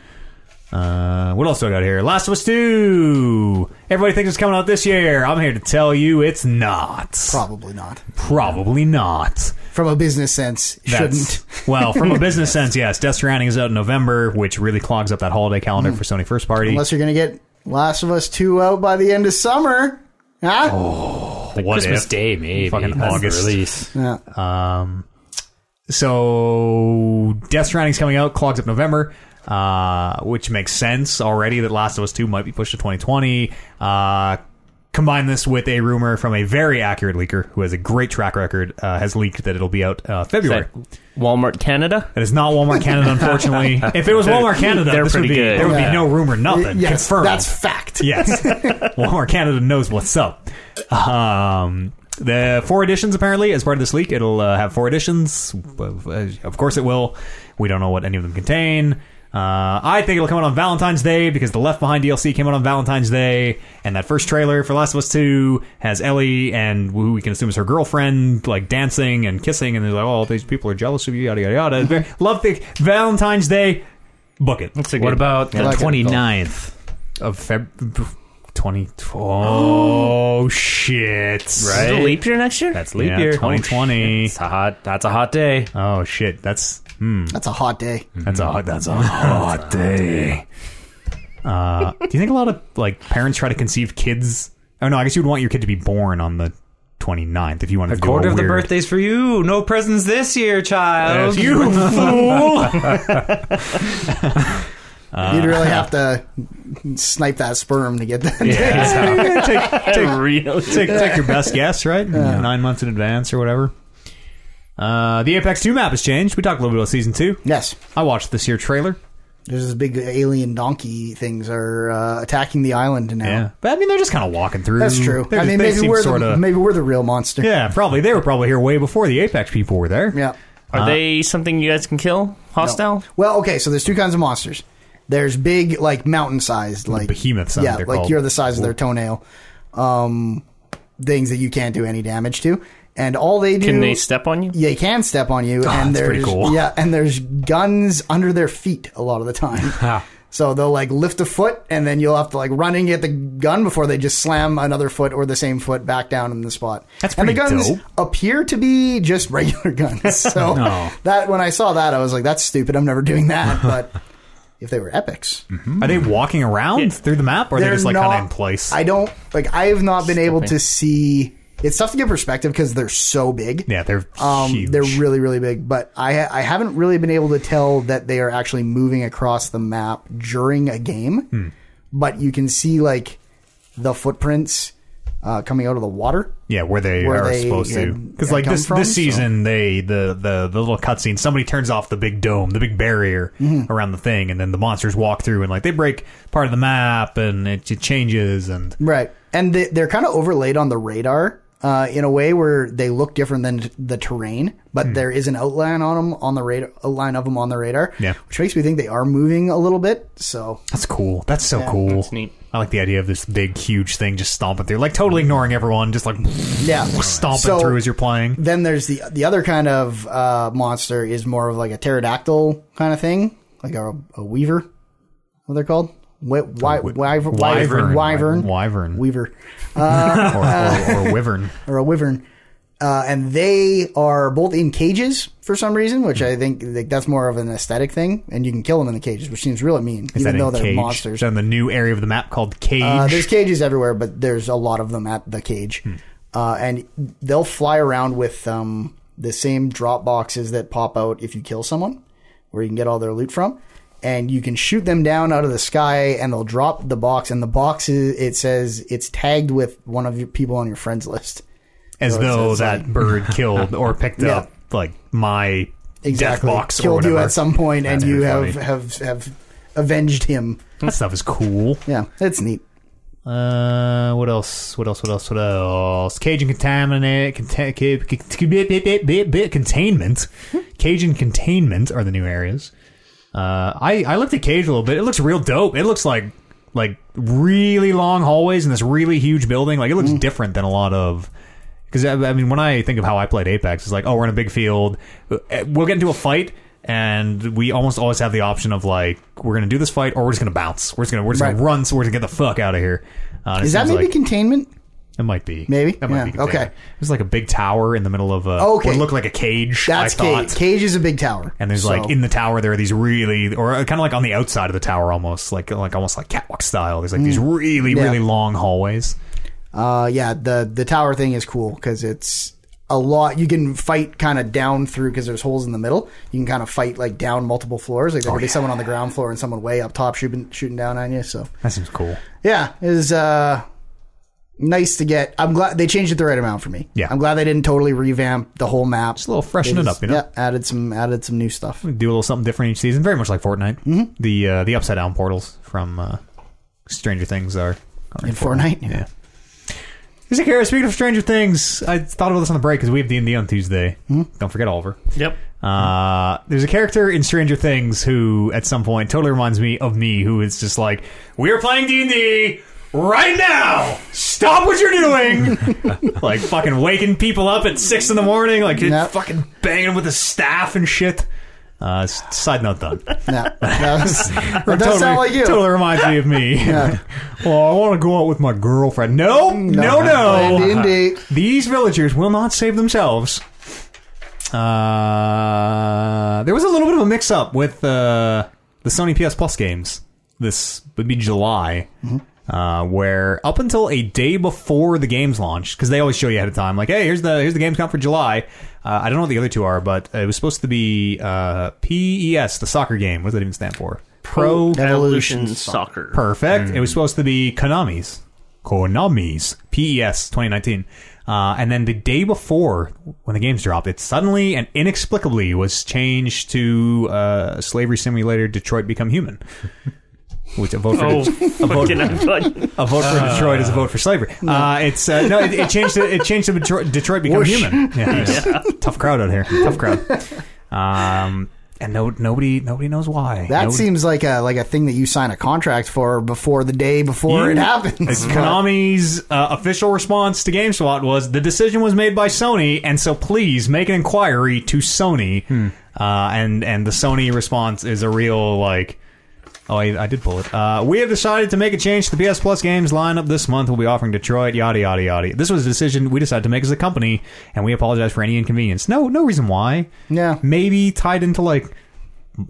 Uh, what else do I got here? Last of Us 2! Everybody thinks it's coming out this year. I'm here to tell you it's not. Probably not. Probably not. From a business sense, shouldn't. That's- (laughs) well, from a (laughs) business sense, yes. Death Stranding is out in November, which really clogs up that holiday calendar for Sony first party. Mm. Unless you're going to get Last of Us two out by the end of summer. Huh? Oh. What Christmas if? Day, maybe. Fucking That's the August. release. So Death Stranding's coming out, clogs up November, uh, which makes sense already that Last of Us 2 might be pushed to 2020. Uh, combine this with a rumor from a very accurate leaker who has a great track record, uh, has leaked that it'll be out uh, February. That Walmart Canada. That is not Walmart (laughs) Canada, unfortunately. if it was Walmart Canada, They're this would pretty be, good. there would Yeah. be no rumor, nothing. Yes, Oh, Confirmed. that's fact. (laughs) Yes. Walmart Canada knows what's up. Um, the four editions, apparently, as part of this leak, it'll uh, have four editions. Of of course, it will. We don't know what any of them contain. Uh, I think it'll come out on Valentine's Day because the Left Behind DLC came out on Valentine's Day, and that first trailer for Last of Us Two has Ellie and who we can assume is her girlfriend like dancing and kissing, and they're like, "Oh, these people are jealous of you," yada yada yada. (laughs) Very- Love the Valentine's Day, book it That's a What good- about the like it. 29th? of Feb 2012. (gasps) Oh shit! Is it a leap year next year? That's leap Yeah, year. 2020. Oh, shit. It's a hot, that's a hot day. Oh shit! That's That's a hot day. Mm-hmm. that's a that's (laughs) a hot day. Uh, do you think a lot of like parents try to conceive kids? Oh no, I guess you'd want your kid to be born on the 29th if you wanted to A quarter do a of the weird- birthdays for you. No presents this year, child. You fool! Mm-hmm. You'd really Uh-huh. have to snipe that sperm to get that. take, take really? take, (laughs) take your best guess, right? Nine months in advance or whatever. Uh, the Apex 2 map has changed. We talked a little bit about season two. (laughs) Yes. I watched this year trailer. There's this big alien donkey things are uh, attacking the island now. Yeah, but I mean, they're just kind of walking through. That's true. They're I just- mean, they maybe seem we're sort the, of. maybe we're the real monster. Yeah, probably they were probably here way before the Apex people were there. Yeah. Are they something you guys can kill? Hostile? Well, okay. So there's two kinds of monsters. There's big, like mountain-sized, like behemoths, I think Yeah, they're like called. you're the size of their toenail. Um, things that you can't do any damage to, and all they do Can they step on you? They can step on you, and Ah, that's there's pretty cool. yeah, and there's guns under their feet a lot of (laughs) the time. so they'll like lift a foot, and then you'll have to like run and get the gun before they just slam another foot or the same foot back down in the spot. That's and the pretty guns dope. appear to be just (laughs) (laughs) regular guns. So that when I saw that, I was like, "That's stupid. I'm never doing (laughs) that." But if they were epics, Are they walking around through the map, or are they They're just like not- kind of in place? I don't like. I have not been able to see it's tough to get perspective because they're so big. Yeah, they're Um, huge. they're really, really big, but I I haven't really been able to tell that they are actually moving across the map during a game. Hmm. But you can see like the footprints uh, coming out of the water. Yeah, where they where are they supposed to. had- Because had like come this from, this so- season, they the the the little cutscene. Somebody turns off the big dome, the big barrier Mm-hmm. around the thing, and then the monsters walk through and like they break part of the map and it, it changes and Right. And they, they're kind of overlaid on the radar uh, in a way where they look different than t- the terrain, but Hmm. there is an outline on them on the radar, outline of them on the radar, Yeah. which makes me think they are moving a little bit. So that's cool. That's so cool. that's neat. I like the idea of this big huge thing just stomping through, like totally ignoring everyone, just like (laughs) yeah, stomping So- through as you're playing. Then there's the the other kind of uh, monster is more of like a pterodactyl kind of thing, like a, a weaver. What they're called? Wi- wi- wi- wyver- wyvern. wyvern, wyvern, Wyvern. weaver. or, Uh, or, or (laughs) wyvern. or a wyvern, uh, and they are both in cages for some reason, Hmm. which I think like, that's more of an aesthetic thing. And you can kill them in the cages, which seems really mean, Is even that though in they're cage? monsters. Is that in the new area of the map called cage? Hmm. Uh, there's cages everywhere, but there's a lot of them at the cage, uh, and they'll fly around with um, the same drop boxes that pop out if you kill someone, where you can get all their loot from. And you can shoot them down out of the sky, and they'll drop the box. And the box is, it says it's tagged with one of your people on your friends list. as So it's- though it's that like- (laughs) bird killed or picked Yeah. up like my death box or killed whatever. you at some point and That's you pretty have, funny. have have avenged him. That stuff is cool. Yeah, that's neat. Uh, what else? What else? What else? What else? Cajun contaminate, contain, ca- ca- ca- bit, bit, bit, bit, bit, containment. Hmm. Cajun containment are the new areas. Uh, I I looked at Cage a little bit. It looks real dope. It looks like like really long hallways in this really huge building. Like it looks Mm. different than a lot of. Because I, I mean, when I think of how I played Apex, it's like, oh, we're in a big field. Uh, We'll get into a fight, and we almost always have the option of like, we're gonna do this fight, or we're just gonna bounce. We're just gonna we're just gonna Right. run, so we're gonna get the fuck out of here. Uh, and it Is that seems maybe like- containment? it might be. Maybe? That might Yeah, be contained. okay. There's like a big tower in the middle of a. Okay. What looked like a cage. I That's thought. cage. Cage is a big tower. And there's So- like in the tower there are these really, or kind of like on the outside of the tower almost, like like almost like catwalk style. There's like these really Mm. Yeah. really long hallways. uh, yeah, the the tower thing is cool because it's a lot. You can fight kind of down through because there's holes in the middle. You can kind of fight like down multiple floors. Oh, Like there could be someone on the ground floor and someone way up top shooting shooting down on you. So That seems cool. yeah, it was uh, nice to get. I'm glad they changed it the right amount for me. Yeah. I'm glad they didn't totally revamp the whole map. Just a little freshen it up, you know. Yeah, added some added some new stuff. Do a little something different each season. Very much like Fortnite. Mm-hmm. The uh, the upside down portals from uh, Stranger Things are, are In Fortnite? (laughs) Yeah. Is it Kara? Speaking of Stranger Things, I thought about this on the break because we have D and D on Tuesday. Mm-hmm. Don't forget Oliver. Yep. Uh, there's a character in Stranger Things who, at some point, totally reminds me of me, who is just like, "We are playing D and D right now. Stop what you're doing!" (laughs) like fucking waking people up at six in the morning, like Yep. fucking banging with a staff and shit. Uh, s- side note done. No, (laughs) that, was, (laughs) that does totally, sound like you. Totally reminds me of me. (laughs) well, I want to go out with my girlfriend. No, no, no. Indeed. These villagers will not save themselves. Uh, there was a little bit of a mix-up with uh, the Sony PS Plus games. This would be July, uh, where up until a day before the games launched, because they always show you ahead of time, like, hey, here's the here's the games count for July. Uh, I don't know what the other two are, but it was supposed to be uh, PES, the soccer game. What does that even stand for? Pro Evolution Soccer. (laughs) Perfect. It was supposed to be Konami's. Konami's. E PES 2019. Uh, and then the day before, when the games dropped, it suddenly and inexplicably was changed to uh, Slavery Simulator Detroit Become (laughs) Human. Which a vote for, Oh, a vote, (laughs) fucking I'm a vote for Detroit is a vote for slavery. Uh, it's uh, no, it, it changed. To, it changed to Detroit, Detroit Become Human. (laughs) Yeah, it's tough crowd out here. Tough crowd. Um, and no, nobody, nobody knows why. That Nobody- seems like a like a thing that you sign a contract for before the day before You- it happens. (laughs) It's But- (laughs) Konami's uh, official response to GameSpot was the decision was made by Sony, and so please make an inquiry to Sony. Hmm. Uh, and and the Sony response is a real like. Oh, I, I did pull it. Uh, we have decided to make a change to the PS Plus games lineup this month. We'll be offering Detroit, yada yada yada. This was a decision we decided to make as a company, and we apologize for any inconvenience. No, no reason why. Yeah. maybe tied into like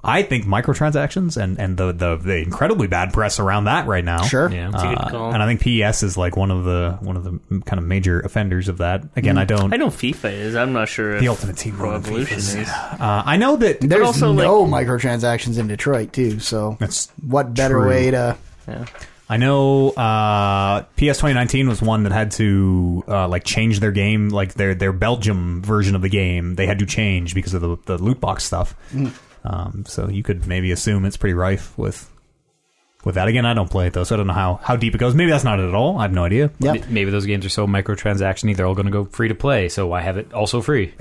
I think microtransactions and and the the, the incredibly bad press around that right now. Sure. (laughs) Yeah. It's a good Uh, call. and I think PES is like one of the one of the kind of major offenders of that. Again, I don't. I know FIFA is. I'm not sure if the Ultimate Team Pro Rule in Evolution FIFA is. is- Uh, I know that There's also, like- no microtransactions in Detroit too. So That's what better true. way to? Yeah. I know uh, PS 2019 was one that had to uh, like change their game, like their their Belgium version of the game. They had to change because of the the loot box stuff. Um, so you could maybe assume it's pretty rife with with that. Again, I don't play it though, so I don't know how how deep it goes. Maybe that's not it at all. I have no idea. Yeah. M- Maybe those games are so microtransaction they're all going to go free to play. So why have it also free?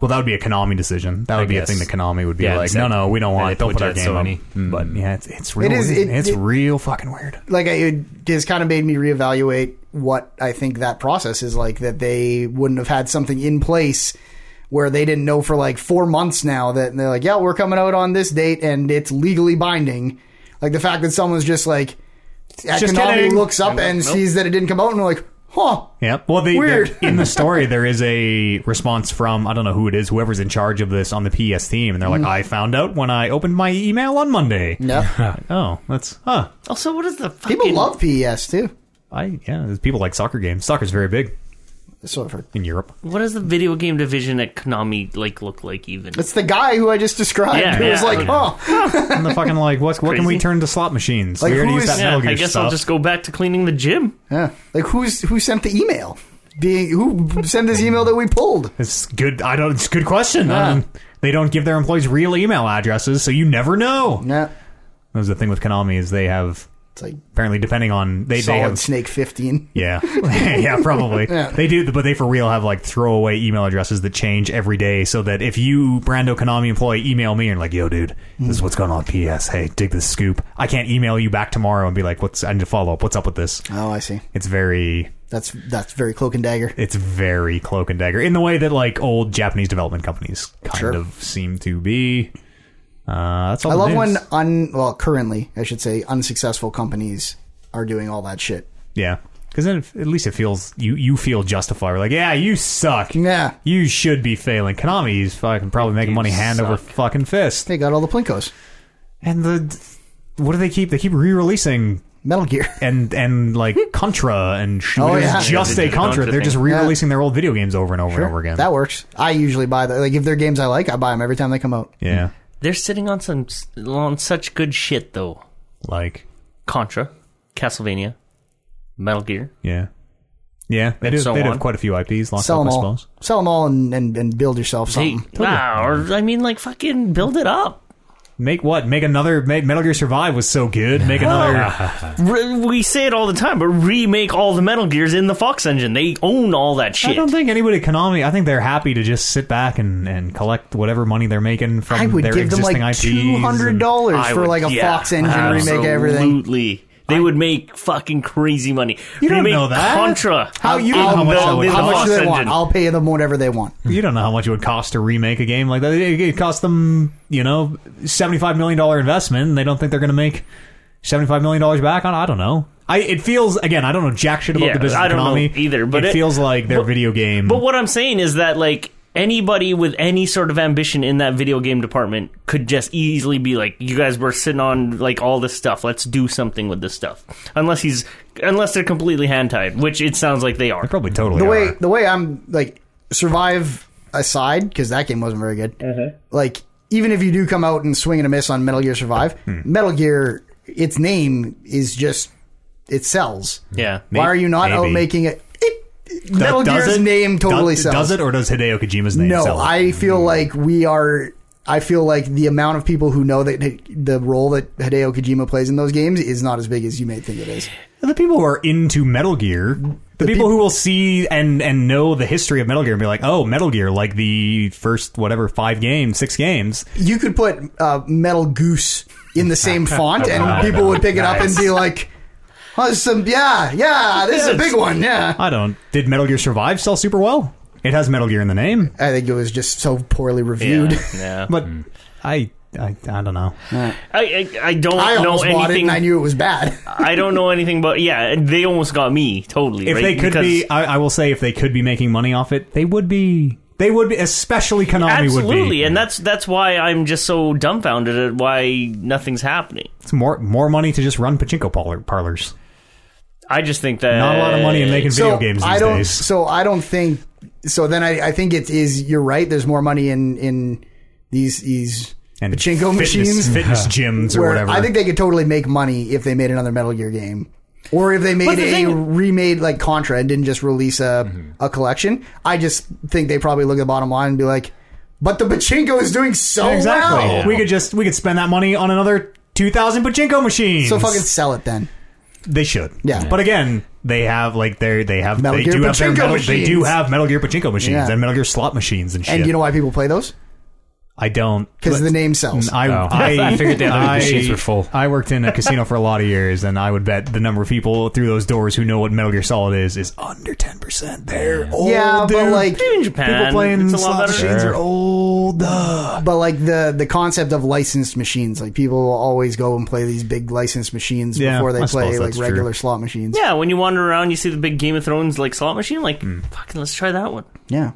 Well, that would be a Konami decision. That would be guess. a thing that Konami would be Yeah, like, exactly. no, no, we don't And want they it. Don't put put our that game on. Mm. Sony. But yeah, it's it's real. is- it- it's it- real fucking weird. Like I, it has kind of made me reevaluate what I think that process is like. That they wouldn't have had something in place where they didn't know for like four months now that they're like, yeah, we're coming out on this date and it's legally binding. Like the fact that someone's just like, Just Konami kidding. looks up like, and nope. sees that it didn't come out and they're like, huh. Yep. Well, they, Weird. they- in the (laughs) story there is a response from I don't know who it is, whoever's in charge of this on the PS team, and they're like, Mm. "I found out when I opened my email on Monday." Yeah. (laughs) Oh, that's huh. Also, what is the fucking People love PES too. I yeah, there's people like soccer games. Soccer's very big That's what I've heard. in Europe. What does the video game division at Konami like look like? Even It's the guy who I just described. Yeah, who was yeah. like, oh, And the fucking like, what what can Crazy. we turn to slot machines? Like, we already who use is- that yeah, Metal Gear I guess stuff. I'll just go back to cleaning the gym. Yeah. Like who's who sent the email? Being who sent this email that we pulled? It's good. I don't. It's a good question. I Yeah. mean, they don't give their employees real email addresses, so you never know. Yeah. That was the thing with Konami is they have It's like apparently depending on they they solid have snake fifteen. (laughs) Yeah, (laughs) yeah, probably. They do, but they for real have like throwaway email addresses that change every day, so that if you Brando Konami employee email me and like, yo, dude, this Mm. is what's going on. P.S. Hey, dig this scoop. I can't email you back tomorrow and be like, what's I need to follow up. What's up with this? Oh, I see. It's very, That's that's very cloak and dagger. it's very cloak and dagger in the way that like old Japanese development companies kind Sure. of seem to be. Uh, that's all. I the love news. when un well currently I should say unsuccessful companies are doing all that shit. yeah. Because then, it- at least it feels you you feel justified. We're like, yeah, you suck. Yeah. You should be failing. Konami's fucking probably making money hand suck. over fucking fist. They got all the Plinkos, And the what do they keep? They keep re-releasing Metal Gear. and and like Contra and sh- Hmm. Oh, it was yeah. just Yeah, they a did the Contra. Contra They're just thing. re-releasing their old video games over and over and over again. That works. I usually buy the like if they're games I like, I buy them every time they come out. yeah, They're sitting on some on such good shit though. like Contra, Castlevania, Metal Gear. yeah, yeah. They do. so they do on. have quite a few IPs. Locked Sell up, them I all. suppose. Sell them all and, and, and build yourself They, something. wow, or I mean, like fucking build it up. Make what? Make another. Make Metal Gear Survive was so good. (laughs) Make Ah, another. Re- we say it all the time, but remake all the Metal Gears in the Fox engine. They own all that shit. I don't think anybody at Konami. I think they're happy to just sit back and, and collect whatever money they're making from I would their give them existing like IPs. two hundred dollars I for would- like a yeah, Fox engine remake everything. Absolutely. They would make fucking crazy money. You don't Remake know that. Contra. How you in know how much the- that would in the How much Fox do they engine. want? I'll pay them whatever they want. You don't know how much it would cost to remake a game like that. It, it cost them, you know, seventy-five million dollar investment, and they don't think they're going to make seventy-five million dollars back on. I don't know. I it feels again. I don't know jack shit about Yeah, the business I of don't know Konami either, but it, it- feels like their video game. But what I'm saying is that like anybody with any sort of ambition in that video game department could just easily be like, "You guys were sitting on like all this stuff. Let's do something with this stuff." Unless he's unless they're completely hand tied, which it sounds like they are. probably totally The are. way the way I'm like survive aside because that game wasn't very good. Like even if you do come out and swing and a miss on Metal Gear Survive, Hmm. Metal Gear its name is just it sells. Yeah. Why are you (laughs) not maybe. out making it? it- Th- Metal does Gear's it- name totally does, sells. Does it or does Hideo Kojima's name Hmm. No, sell it? I feel like we are. I feel like the amount of people who know that hi- the role that Hideo Kojima plays in those games is not as big as you may think it is. the people who are into Metal Gear, the, people peop- who will see and and know the history of Metal Gear and be like, oh, Metal Gear, like the first whatever five games, six games. You could put uh, Metal Goose in (laughs) the same font, and people would pick it up and be like, "Oh, this is some yeah, yeah, this is a big one, yeah." I don't. Did Metal Gear Survive sell super well? It has Metal Gear in the name. I think it was just so poorly reviewed. Yeah. yeah. But I, I, I don't know. (laughs) I, I I don't (laughs) I know almost bought it, anything. and I knew it was bad. I don't know anything, but yeah, they almost got me totally. If right? they could Because- be, I, I will say, if they could be making money off it, they would be They would be, especially Konami would be. Absolutely, and that's that's why I'm just so dumbfounded at why nothing's happening. It's more more money to just run pachinko parlor, parlors. I just think that Not a lot of money Uh, in making video so games these I don't. days. So I don't think. So then I, I think it is. You're right. There's more money in in these these pachinko fitness, machines. (laughs) (laughs) fitness gyms, or where whatever. I think they could totally make money if they made another Metal Gear game. Or if they made the a thing- remade like Contra and didn't just release a, Mm-hmm. a collection, I just think they probably look at the bottom line and be like, "But the pachinko is doing so exactly. well, We could just we could spend that money on another two thousand pachinko machines. so fucking sell it then." They should. Yeah. But again, they have like their they have Metal they Gear do have their pachinko metal, they do machines. have Metal Gear pachinko machines Yeah. and Metal Gear slot machines and shit. And you know why people play those? I don't Because but- the name sells. I, Oh. I, (laughs) I figured the other I- machines were full. I worked in a casino for a lot of years, and I would bet the number of people through those doors who know what Metal Gear Solid is is under ten percent. They're old, yeah, but dude. like, in Japan. people playing it's a slot lot better. machines are old. uh. but like the the concept of licensed machines, like people always go and play these big licensed machines Yeah, before they I play suppose like that's regular true. slot machines. Yeah, when you wander around, you see the big Game of Thrones like slot machine. Like, Hmm. fucking, let's try that one. Yeah.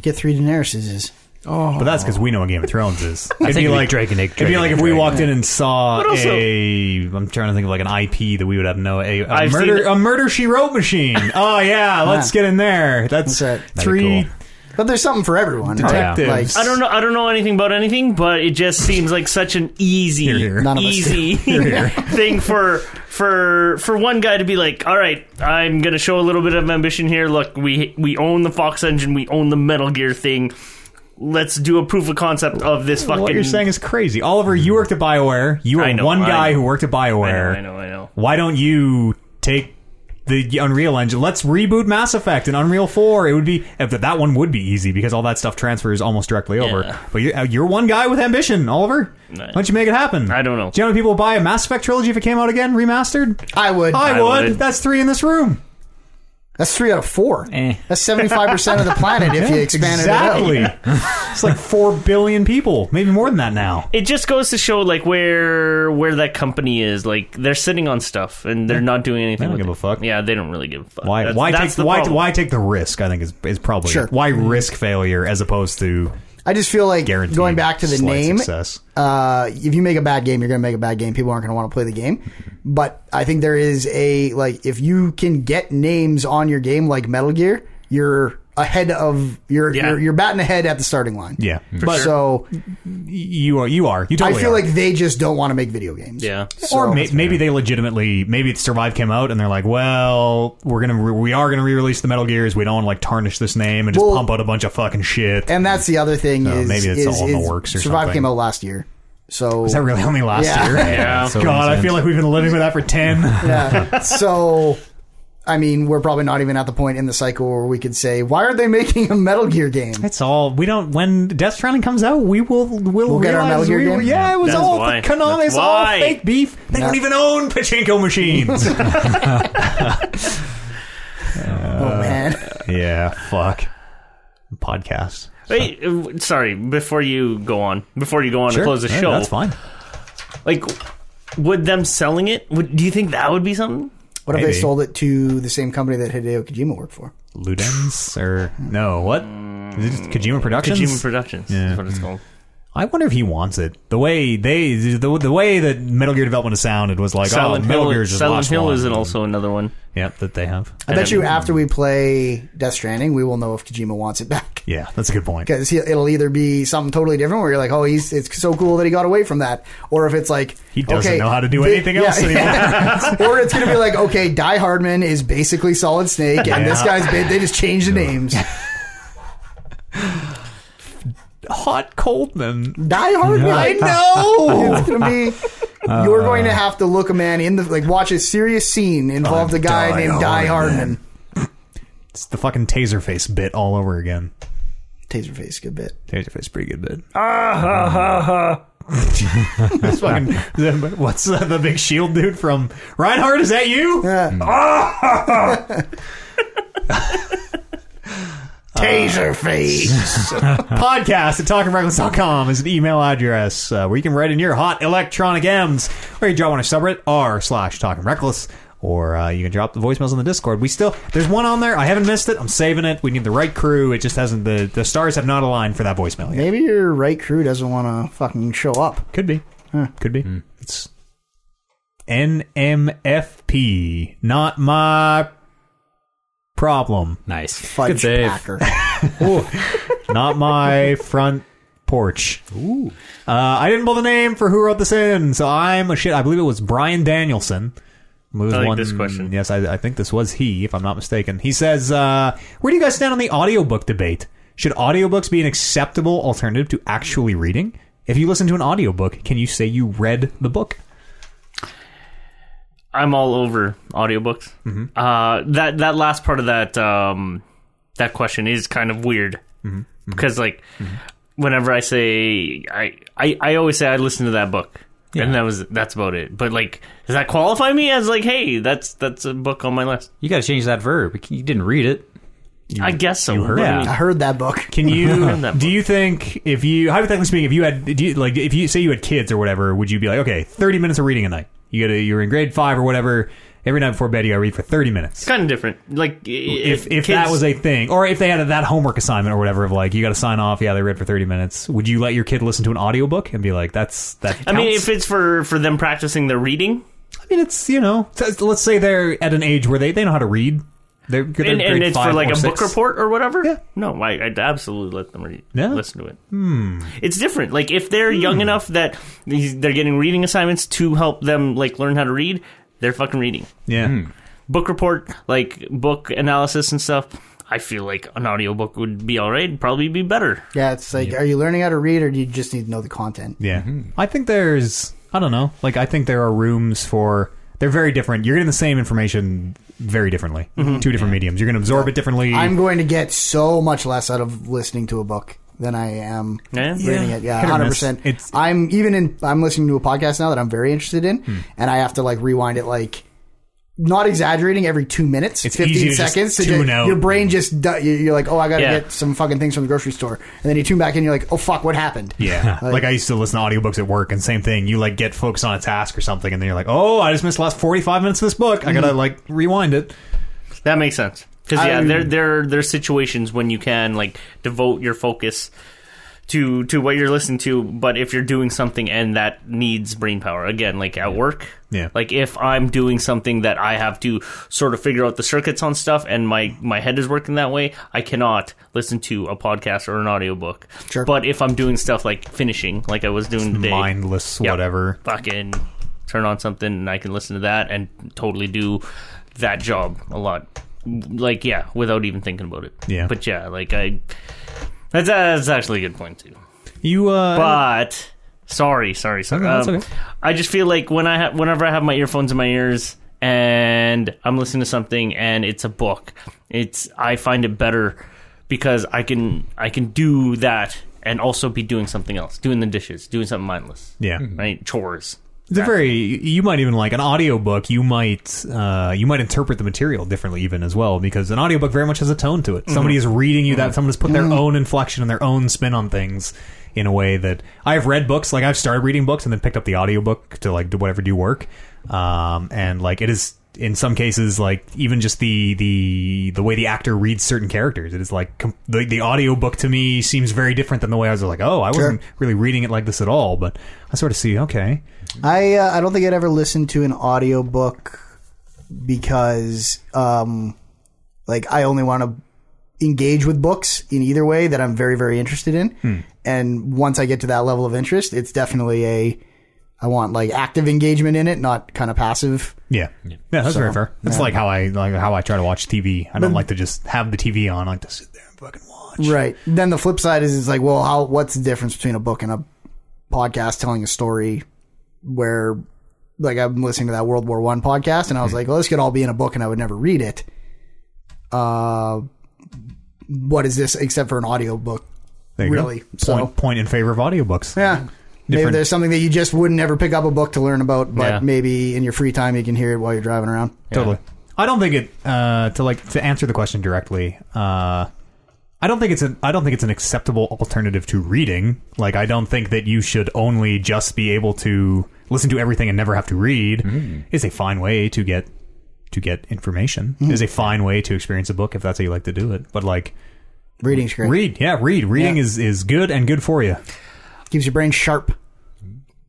Get three Daeneryses. is- But that's because we know what Game of Thrones (laughs) is. it'd think be it'd be like Dragon Egg, it'd be Dragon like Egg, if we Dragon walked in and saw But also- a. I'm trying to think of like an IP that we would have no a, a I've murder seen- a murder she wrote (laughs) machine. oh yeah, let's Yeah. get in there. That's, That's it. That'd be three cool. But there's something for everyone. right? detectives. Like, I don't know. I don't know anything about anything, but it just seems like such an easy, Here, (laughs) here. None of us easy (laughs) thing for for for one guy to be like, "All right, I'm going to show a little bit of ambition here. Look, we we own the Fox engine, we own the Metal Gear thing. Let's do a proof of concept of this fucking." What you're saying is crazy, Oliver. You worked at Bioware. You I were know, one I guy know. who worked at (laughs) I know, Bioware. I know, I know. why don't you take the Unreal Engine? Let's reboot Mass Effect and Unreal Four. It would be if that one would be easy because all that stuff transfers almost directly over. Yeah. But you're, you're one guy with ambition, Oliver. Nah. Why don't you make it happen? I don't know. Do you know how many people would buy a Mass Effect trilogy if it came out again remastered? I would. I, I would. would. That's three in this room. That's three out of four. That's seventy five percent of the (laughs) planet if you expanded Eh. exactly. it (laughs) out. it's like four billion people, maybe more than that now. It just goes to show like where where that company is. Like they're sitting on stuff and they're not doing anything. They don't with give it. a fuck. Yeah, they don't really give a fuck. Why? That's- why that's take the why? problem. Why take the risk? I think is is probably Sure. why risk failure as opposed to I just feel like guaranteed. going back to the slight name. success. Uh, if you make a bad game, you're going to make a bad game. People aren't going to want to play the game. But I think there is a like if you can get names on your game like Metal Gear, you're ahead of you're Yeah. you're, you're batting ahead at the starting line. Yeah, But so you are you are you I totally feel are. like they just don't want to make video games. Yeah. or so- may, maybe they legitimately maybe survive came out and they're like well we're gonna re- we are gonna re-release the metal gears we don't want to like tarnish this name and just Well- pump out a bunch of fucking shit And that's the other thing No, is maybe it's is, all in the is works or Survive something. came out last year. So was that really only last (laughs) Yeah. year Yeah. (laughs) So god i intense. feel like we've been living with that for 10 (laughs) Yeah. so, I mean, we're probably not even at the point in the cycle where we could say, why are they making a Metal Gear game? (laughs) it's all we don't when death stranding comes out we will we'll, We'll get our realize Metal Gear we, game? yeah it was That's all why. konami it's That's all why. fake beef they don't Yeah. even own pachinko (laughs) machines Uh, oh, man. yeah fuck podcast Wait, uh, sorry. Before you go on, before you go on and close the Yeah, show, that's fine Like, would them selling it? Would, do you think that would be something? What if Maybe. they sold it to the same company that Hideo Kojima worked for? Ludens or no? What is it just Kojima Productions? Kojima Productions is what it's called. I wonder if he wants it. The way they, the, the way that Metal Gear development sounded was like, Silent oh, Metal Hill, Gear just Silent lost Hill one. is also another one. Yep, that they have. I bet And- you after we play Death Stranding, we will know if Kojima wants it back. (laughs) Yeah, that's a good point. Because it'll either be something totally different where you're like, oh, he's it's so cool that he got away from that. Or if it's like, He doesn't okay, know how to do thi- anything yeah, else anymore. (laughs) or it's going to be like, okay, Die Hardman is basically Solid Snake, and this guy's, ba- they just changed (laughs) the names. Hot Coldman. Die Hard. I know. it's gonna be. You're going to have to look a man in the like watch a serious scene involved a guy Die named Die Hardman. It's the fucking Taserface bit all over again. Taserface, good bit. Taserface, pretty good bit. Ah ha (laughs) ha ha. It's fucking, (laughs) what's uh, the big shield dude from Reinhardt? Is that you? uh, Taserface. podcast at talkingreckless.com is an email address uh, where you can write in your hot electronic M's or you drop on our subreddit r slash talking reckless or uh, you can drop the voicemails on the Discord. We still there's one on there. I haven't missed it. I'm saving it. We need the right crew. It just hasn't the the stars have not aligned for that voicemail yet. Maybe your right crew doesn't want to fucking show up. Could be. Could be. It's NMFP. Not my problem. Nice. Good Fudge save. Packer. not my front porch. Ooh. Uh, I didn't pull the name for who wrote this in, so I'm a shit. I believe it was Brian Danielson. It was I like one- this question. Yes, I, I think this was he, if I'm not mistaken. He says, uh, "Where do you guys stand on the audiobook debate? Should audiobooks be an acceptable alternative to actually reading? If you listen to an audiobook, can you say you read the book? I'm all over audiobooks. Mm-hmm. Uh, that that last part of that um, that question is kind of weird Mm-hmm. because like whenever I say I, I I always say I listen to that book and that was that's about it. But like, does that qualify me as like, hey, that's that's a book on my list? You got to change that verb. You didn't read it. I guess so. heard What do it. mean? I heard that book. Can Read you that do you think if you hypothetically speaking, if you had do you, like if you say you had kids or whatever, would you be like, okay, thirty minutes of reading a night? You got you're in grade five or whatever. Every night before bed, you got to read for thirty minutes. It's kind of different. Like If if that was a thing, or if they had that homework assignment or whatever of like you got to sign off, yeah, they read for thirty minutes. Would you let your kid listen to an audiobook and be like, that's that? I mean, counts? if it's for for them practicing their reading, I mean, it's you know, t- let's say they're at an age where they, they know how to read. They're good and, at and grade it's five for like or a six. book report or whatever. Yeah. No, I, I'd absolutely let them read, Yeah. Hmm. listen to it. Hmm. It's different. Like if they're young enough that these- they're getting reading assignments to help them like learn how to read, they're fucking reading. Yeah, Book report, like book analysis and stuff. I feel like an audiobook would be all right. Probably be better. Yeah, it's like, are you learning how to read, or do you just need to know the content? Yeah. I think there's I don't know. Like I think there are rooms for they're very different. You're getting the same information very differently. Two different mediums. You're going to absorb it differently. I'm going to get so much less out of listening to a book than I am Yeah? reading it. Yeah, Hit or hundred miss. percent. It's- I'm even in. I'm listening to a podcast now that I'm very interested in, Hmm. and I have to like rewind it like. Not exaggerating, every two minutes, It's fifteen easy to just seconds, to tune out. your brain just du- you- you're like, oh, I gotta Yeah. get some fucking things from the grocery store, and then you tune back in, you're like, oh fuck, what happened? (laughs) (laughs) yeah. Like, I used to listen to audiobooks at work and same thing. You like get focused on a task or something and then you're like, "Oh, I just missed the last 45 minutes of this book. I got to like rewind it." That makes sense. Because yeah, I'm- Um, there there there's situations when you can like devote your focus to to what you're listening to, but if you're doing something and that needs brain power again, like at work. Yeah. Like if I'm doing something that I have to sort of figure out the circuits on stuff and my my head is working that way, I cannot listen to a podcast or an audiobook. Sure. But if I'm doing stuff like finishing, like I was doing today, Mindless Yep. whatever. fucking turn on something and I can listen to that and totally do that job a lot. Like yeah, without even thinking about it. Yeah. But yeah, like I that's that's actually a good point too. You uh But sorry, sorry, sorry. No, that's Um, okay. I just feel like when I ha- whenever I have my earphones in my ears and I'm listening to something and it's a book, it's I find it better because I can I can do that and also be doing something else, doing the dishes, doing something mindless. yeah. Right? Chores. It's a very you might even like an audiobook you might uh, you might interpret the material differently even as well because an audiobook very much has a tone to it somebody is reading you that someone has put their own inflection and their own spin on things in a way that I've read books like I've started reading books and then picked up the audiobook to like do whatever do work um, and like it is in some cases like even just the the the way the actor reads certain characters it is like com- the, the audiobook to me seems very different than the way I was like oh I wasn't really reading it like this at all but I sort of see okay I uh, I don't think I'd ever listened to an audiobook because um like I only want to engage with books in either way that I'm very very interested in. And once I get to that level of interest, it's definitely a I want like active engagement in it, not kind of passive. Yeah, yeah, that's very fair. That's like how I like how I try to watch TV. I don't like to just have the TV on. I like to sit there and fucking watch. Right. Then the flip side is it's like, well, how what's the difference between a book and a podcast telling a story where like I'm listening to that World War One podcast and I was like, well, this could all be in a book and I would never read it. Uh what is this except for an audiobook? There you Really, Go. so- Point- point in favor of audiobooks. Yeah. Maybe Different- there's something that you just would never pick up a book to learn about, but Yeah. maybe in your free time you can hear it while you're driving around. totally. I don't think it uh, to like to answer the question directly. Uh, I don't think it's an I don't think it's an acceptable alternative to reading. Like I don't think that you should only just be able to listen to everything and never have to read. It's a fine way to get to get information Mm. is a fine way to experience a book if that's how you like to do it. But like Reading's great. read, yeah, read. Reading Yeah. is is good and good for you. Keeps your brain sharp.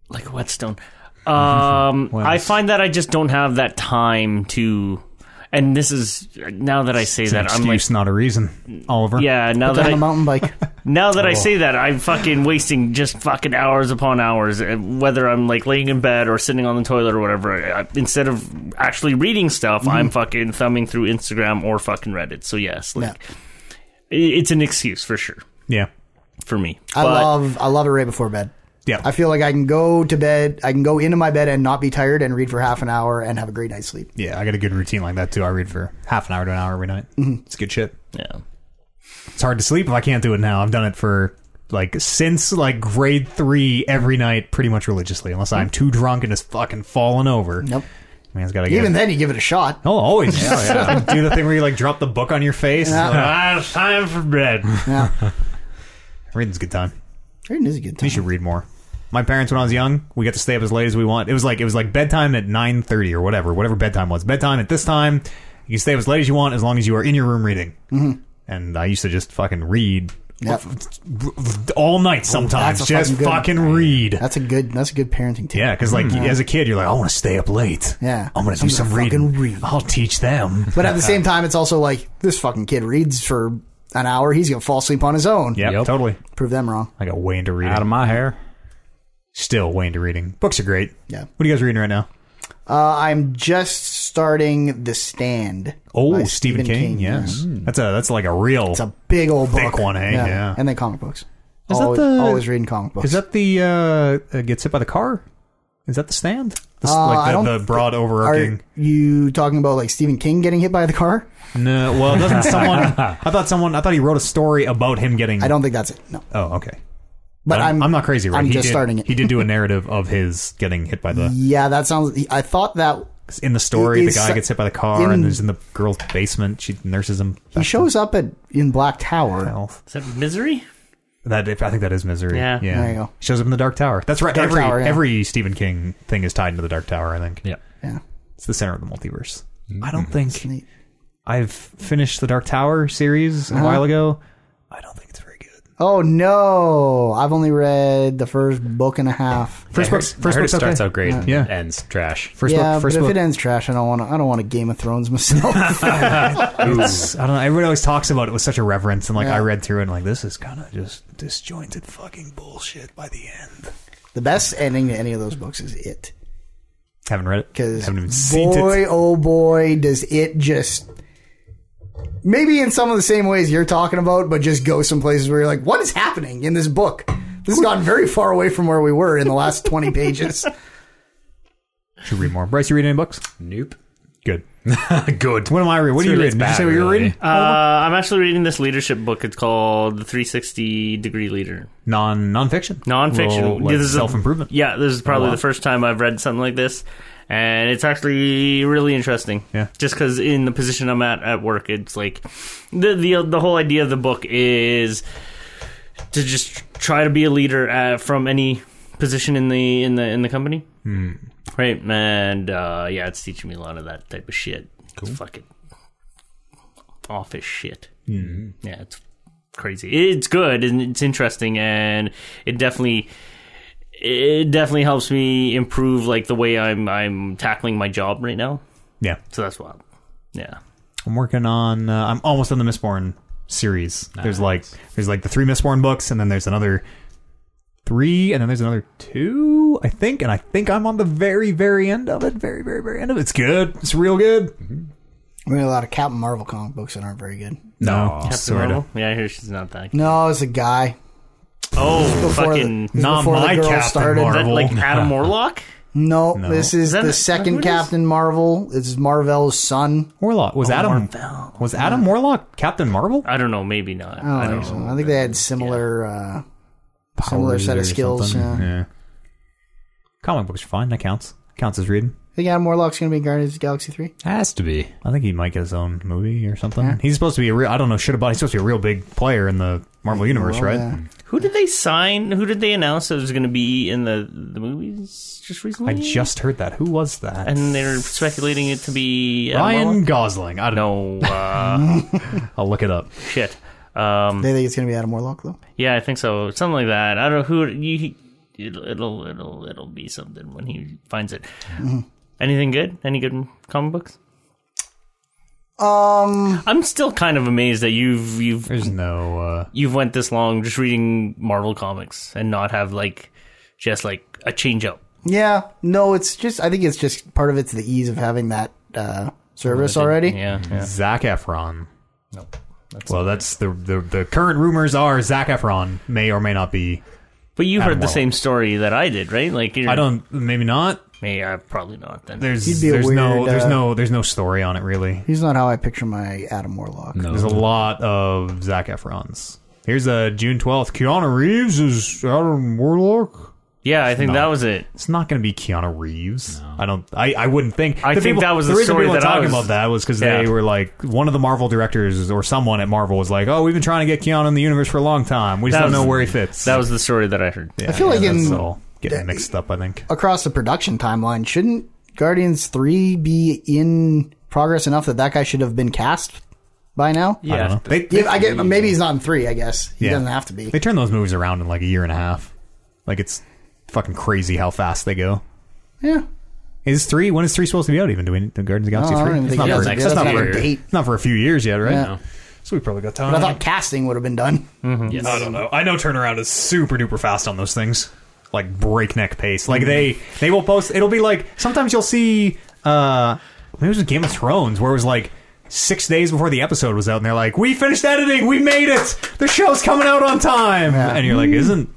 like a whetstone. Um, What I else? find that I just don't have that time to. And this is now that I say It's an that I'm like, excuse, not a reason, Oliver. yeah. Now that On a I, mountain bike. now that I say that, I'm fucking wasting just fucking hours upon hours. uh, Whether I'm like laying in bed or sitting on the toilet or whatever, eh, I, I- instead of actually reading stuff, I'm fucking thumbing through Instagram or fucking Reddit. So yes, like i it's an excuse for sure yeah, for me. I But- love I love it right before bed. yeah. I feel like I can go to bed, I can go into my bed and not be tired and read for half an hour and have a great night's sleep. yeah, I got a good routine like that too. I read for half an hour to an hour every night. Mm-hmm. It's good shit. yeah. It's hard to sleep if I can't do it now. I've done it for like since like grade three every night, pretty much religiously, unless I'm too drunk and just fucking falling over. Mm-hmm. Nope. man's got to get. Even then, you give it a (laughs) shot. Oh, always. Yeah, yeah. do the thing where you like drop the book on your face. It's like, Ah, it's time for bed. Reading's a good time. Reading is a good You time. should read more. My parents, when I was young, we got to stay up as late as we want. It was like it was like bedtime at nine thirty or whatever, whatever bedtime was. Bedtime at this time, you can stay up as late as you want as long as you are in your room reading. Mm-hmm. And I used to just fucking read Yep. all night sometimes. that's a just fucking fucking, good- read. That's a good. That's a good parenting tip. Yeah, because like as a kid, you're like, I want to stay up late. Yeah. I'm gonna do I'm some gonna fucking reading. read. I'll teach (laughs) them. But at the same time, it's also like this fucking kid reads for an hour. He's gonna fall asleep on his own. Yeah, Yep. totally. Prove them wrong. I got way into reading. Out of my hair. Still way into reading. Books are great. Yeah. What are you guys reading right now? Uh, I'm just starting The Stand. Oh, by Stephen, King. Yes, that's a that's like a real. It's a big old Thick book. one, eh? Yeah. And then comic books. Is that always, the- always reading comic books. Is that the uh, uh, gets hit by the car? Is that the stand? The, s- Uh, I like don't the, the broad Are overarching. you talking about like Stephen King getting hit by the car? No, well, (laughs) doesn't someone? I thought someone. I thought he wrote a story about him getting. I don't think that's it. No. Oh, okay. But I'm, I'm I'm not crazy, right? I'm he just did, starting it. He did do (laughs) a narrative of his getting hit by the. Yeah, that sounds. I thought that In the story, He- the he's guy so- gets hit by the car and in- is in the girl's basement. She nurses him. he shows up at in Black Tower. health. Is that misery? That I think that is misery. Yeah. yeah. There you go. Shows up in the Dark Tower. That's right. Dark every Tower, yeah. every Stephen King thing is tied into the Dark Tower. I think. Yeah. Yeah, It's the center of the multiverse. I don't think neat. I've finished the Dark Tower series Uh-huh. a while ago. I don't think it's very good. Oh no! I've only read the first book and a half. First book, I heard first book it starts out great and Yeah. ends trash. First yeah, book, first but book. if it ends trash, I don't want to. I don't want to Game of Thrones (laughs) myself. it's- I don't know. Everyone always talks about it with such a reverence, and like Yeah. I read through it, and like this is kind of just disjointed fucking bullshit by the end. the best ending to any of those books is it. Haven't read it Because haven't even seen boy, it. oh boy, does it just maybe in some of the same ways you're talking about, but just go some places where you're like, what is happening in this book? This has gotten very far away from where we were in the last 20 pages. (laughs) Should read more. Bryce, you read any books? Nope. Good. Good. What am I reading? What It's are you really reading? Did you bad, say what you're really. reading? Uh, I'm actually reading this leadership book. It's called The 360 Degree Leader. Non nonfiction. Nonfiction. Real, like, This is a- self improvement. Yeah, this is probably wow. the first time I've read something like this, and it's actually really interesting. Yeah. just because in the position I'm at at work, it's like the the the whole idea of the book is to just try to be a leader uh from any position in the in the in the company. Hmm. Right, and uh, yeah, it's teaching me a lot of that type of shit. It's fucking office shit. Hmm. Mm-hmm. Yeah, it's crazy. It's good and it's interesting, and it definitely it definitely helps me improve like the way I'm I'm tackling my job right now. Yeah. So that's wild. Yeah. I'm working on. Uh, I'm almost on the Mistborn series. There's like there's like the three Mistborn books, and then there's another three, and then there's another two, I think. And I think I'm on the very very end of it. Very very very end of it. It's good. It's real good. We read a lot of Captain Marvel comic books that aren't very good. No, Captain sort of. Marvel? Yeah, I hear she's not that. No, it's a guy. Oh, Before the- fucking. this is Not before the my girl Captain is that Marvel. like (laughs) Adam Warlock? No, this is, that the not- second who it is? Captain Marvel. It's Marvel's son. Warlock Oh, was Adam. Was Adam Warlock Captain Marvel? I don't know. Maybe not. Oh. I don't know. I think they had similar, uh, similar set of Powers or skills. something. Yeah. Comic books are fine. That counts. Counts as reading. Think Adam Warlock's going to be in Guardians of the Galaxy three. Has to be. I think he might get his own movie or something. He's supposed to be a real. I don't know shit about. He's supposed to be a real big player in the Marvel universe, right? yeah. Who did they sign? Who did they announce that was going to be in the the movies just I recently? just heard that. Who was that? and they're speculating it to be Adam Ryan Warlock? Gosling. I don't know. No, uh, (laughs) I'll look it up. shit. Um, They think it's going to be Adam Warlock though. yeah, I think so. Something like that. I don't know who. You, he- it'll, it'll it'll it'll be something when he finds it. Anything good? Any good comic books? Um, I'm still kind of amazed that you've you've There's no. Uh, you've went this long just reading Marvel comics and not have like just like a change up. yeah, no, it's just I think it's just part of it's the ease of having that uh, service already. Yeah, yeah. Zac Efron. well, that's the, the the current rumors are Zac Efron may or may not be. But you Adam heard the Warlock. same story that I did, right? Like you're, I don't. Maybe not. May I probably not then. There's He'd be a there's no weird, there's uh, no there's no story on it really. He's not how I picture my Adam Warlock. No. There's a lot of Zac Efron's. Here's a June 12th. Keanu Reeves is Adam Warlock. yeah, I think that was it. It's not going to be Keanu Reeves. I don't. I, I wouldn't think. I think that was the reason story people were that I talking was- about that was because they Yeah. were like one of the Marvel directors or someone at Marvel was like, "Oh, we've been trying to get Keanu in the universe for a long time. We just That don't was- know where he fits." That was the story that I heard. Yeah, feel like that's in- all getting mixed up. I think Across the production timeline, shouldn't Guardians three be in progress enough that that guy should have been cast by now? I don't know. They, Yeah, I get maybe he's not in three. I guess he Yeah. doesn't have to be. they turn those movies around in like a year and a half. Like it's fucking crazy how fast they go. Yeah, Is three? When is three supposed to be out? Even do we need Guardians of the I Galaxy don't three? even It's think not that's for- a- it's that's not not for a date. it's not for a few years yet, right? Yeah. No. So we probably got But I time. thought casting would have been done. Hmm. Yes. I don't know. I know turnaround is super duper fast on those things, like breakneck pace. Like they they will post. It'll be like sometimes you'll see. uh Maybe it was in Game of Thrones where it was like six days before the episode was out, and they're like, "We finished editing. We made it. The show's coming out on time." And you're like, "Isn't?"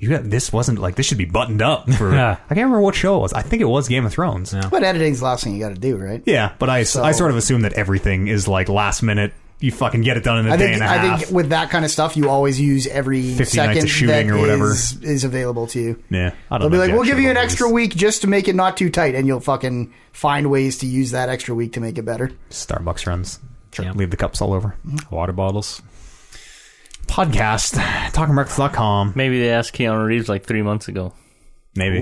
You got, this wasn't like this should be buttoned up. For, Yeah. I can't remember what show it was. I think it was Game of Thrones. Yeah. But editing's the last thing you got to do, right? Yeah, but I, So- I sort of assume that everything is like last minute. You fucking get it done in a I day and think a I half. think with that kind of stuff, you always use every 50 nights of second shooting that or whatever. is, is available to you. yeah, I They'll don't be know like, jack "We'll give shit you an about extra movies. week just to make it not too tight," and you'll fucking find ways to use that extra week to make it better. Starbucks runs. Sure. Yeah. Leave the cups all over. Water bottles. Podcast (laughs) talkingrex.com. Maybe they asked Keanu Reeves like three months ago. Maybe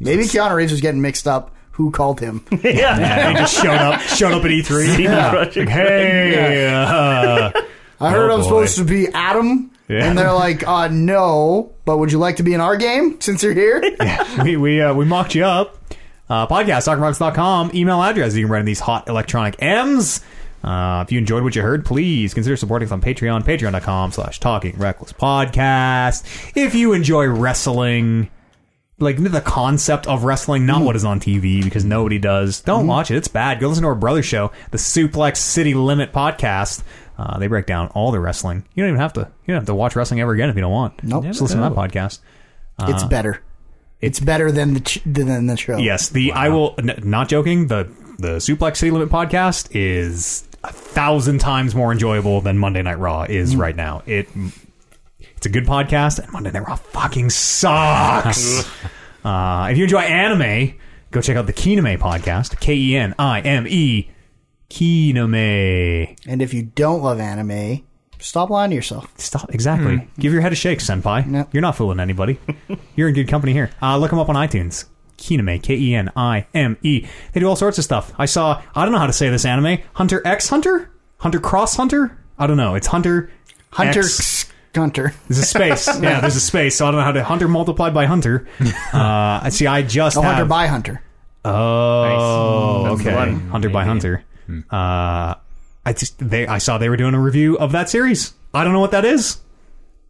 Maybe Keanu Reeves was getting mixed up. Who called him? (laughs) yeah. they just showed up. Showed up at (laughs) E3. Like, hey, uh, I heard Oh, I'm boy. supposed to be Adam, Yeah. and they're like, "Uh, no, but would you like to be in our game since (laughs) you're here?" we we uh, we mocked you up. Uh, podcast talkingrex.com. Email address you can write in these hot electronic M's. Uh, if you enjoyed what you heard, please consider supporting us on Patreon, patreon.com slash talking reckless podcast. If you enjoy wrestling, like the concept of wrestling, not what is on TV because nobody does. Don't watch it; it's bad. Go listen to our brother show, the Suplex City Limit podcast. Uh, they break down all the wrestling. You don't even have to. You don't have to watch wrestling ever again if you don't want. Nope. Just listen to that podcast. Uh-huh. it's better. It's better than the ch- than the show. Yes, the I will. N- not joking. The the Suplex City Limit podcast is a thousand times more enjoyable than Monday Night Raw is right now. It it's a good podcast, and Monday Night Raw fucking sucks. uh, if you enjoy anime, go check out the Kiname podcast. K E N I M E. Kiname. And if you don't love anime, stop lying to yourself. Stop. Exactly. Give your head a shake, senpai. Yeah. You're not fooling anybody. You're in good company here. Uh, look them up on iTunes. Kiname, K E N I M E. They do all sorts of stuff. I saw, I don't know how to say this anime. Hunter X Hunter? Hunter Cross Hunter? I don't know. It's Hunter. Hunter, X. Hunter. There's a space. (laughs) yeah, there's a space. So I don't know how to. Hunter multiplied by Hunter. Uh, I see, I just. Oh, have, Hunter by Hunter. Oh, Nice. That's the okay. one. Hunter by Hunter. Uh, I just they I saw they were doing a review of that series. I don't know what that is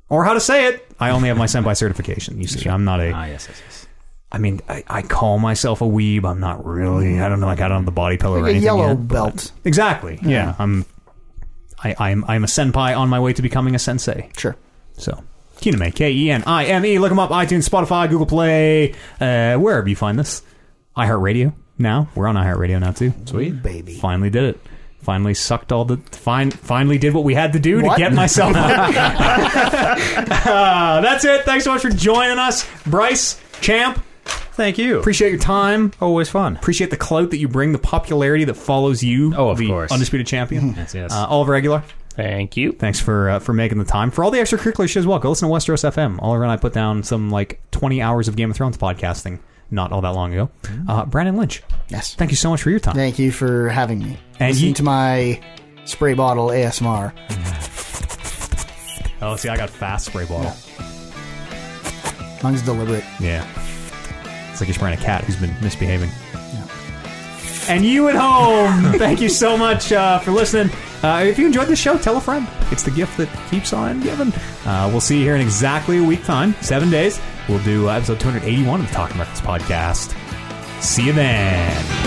or how to say it. I only have my senpai (laughs) certification. You see, I'm not Ah, a. yes, yes, yes. I mean, I, I call myself a weeb. I'm not really. I don't know. Like I don't have the body pillow or A anything. yellow yet, but- belt. Exactly. Yeah. I'm. I, I'm I'm a senpai on my way to becoming a sensei. Sure. (laughs) So. Kiname, K E N I M E. Look them up iTunes, Spotify, Google Play, uh, wherever you find this. iHeartRadio now. We're on iHeartRadio now, too. Sweet. Baby. Finally did it. Finally sucked all the. Fin- finally did what we had to do What? to get myself. (laughs) (laughs) uh, that's it. Thanks so much for joining us, Bryce Champ. Thank you. Appreciate your time. Always fun. Appreciate the clout that you bring, the popularity that follows you. Oh, of the course. undisputed champion. (laughs) Yes, yes. Uh, Oliver Aguilar, Thank you. thanks for uh, for making the time for all the extracurricular shit as well. Go listen to Westeros FM. Oliver and I put down some like twenty hours of Game of Thrones podcasting not all that long ago. Uh, Brandon Lynch, Yes. thank you so much for your time. Thank you for having me. And Listen you- to my spray bottle ASMR. Oh, see, I got fast spray bottle. Mine's deliberate. Yeah. It's like you're spraying a cat who's been misbehaving. And you at home, (laughs) thank you so much uh, for listening. Uh, if you enjoyed the show, tell a friend. It's the gift that keeps on giving. Uh, we'll see you here in exactly a week time, seven days. We'll do uh, episode 281 of the Talking Records podcast. See you then.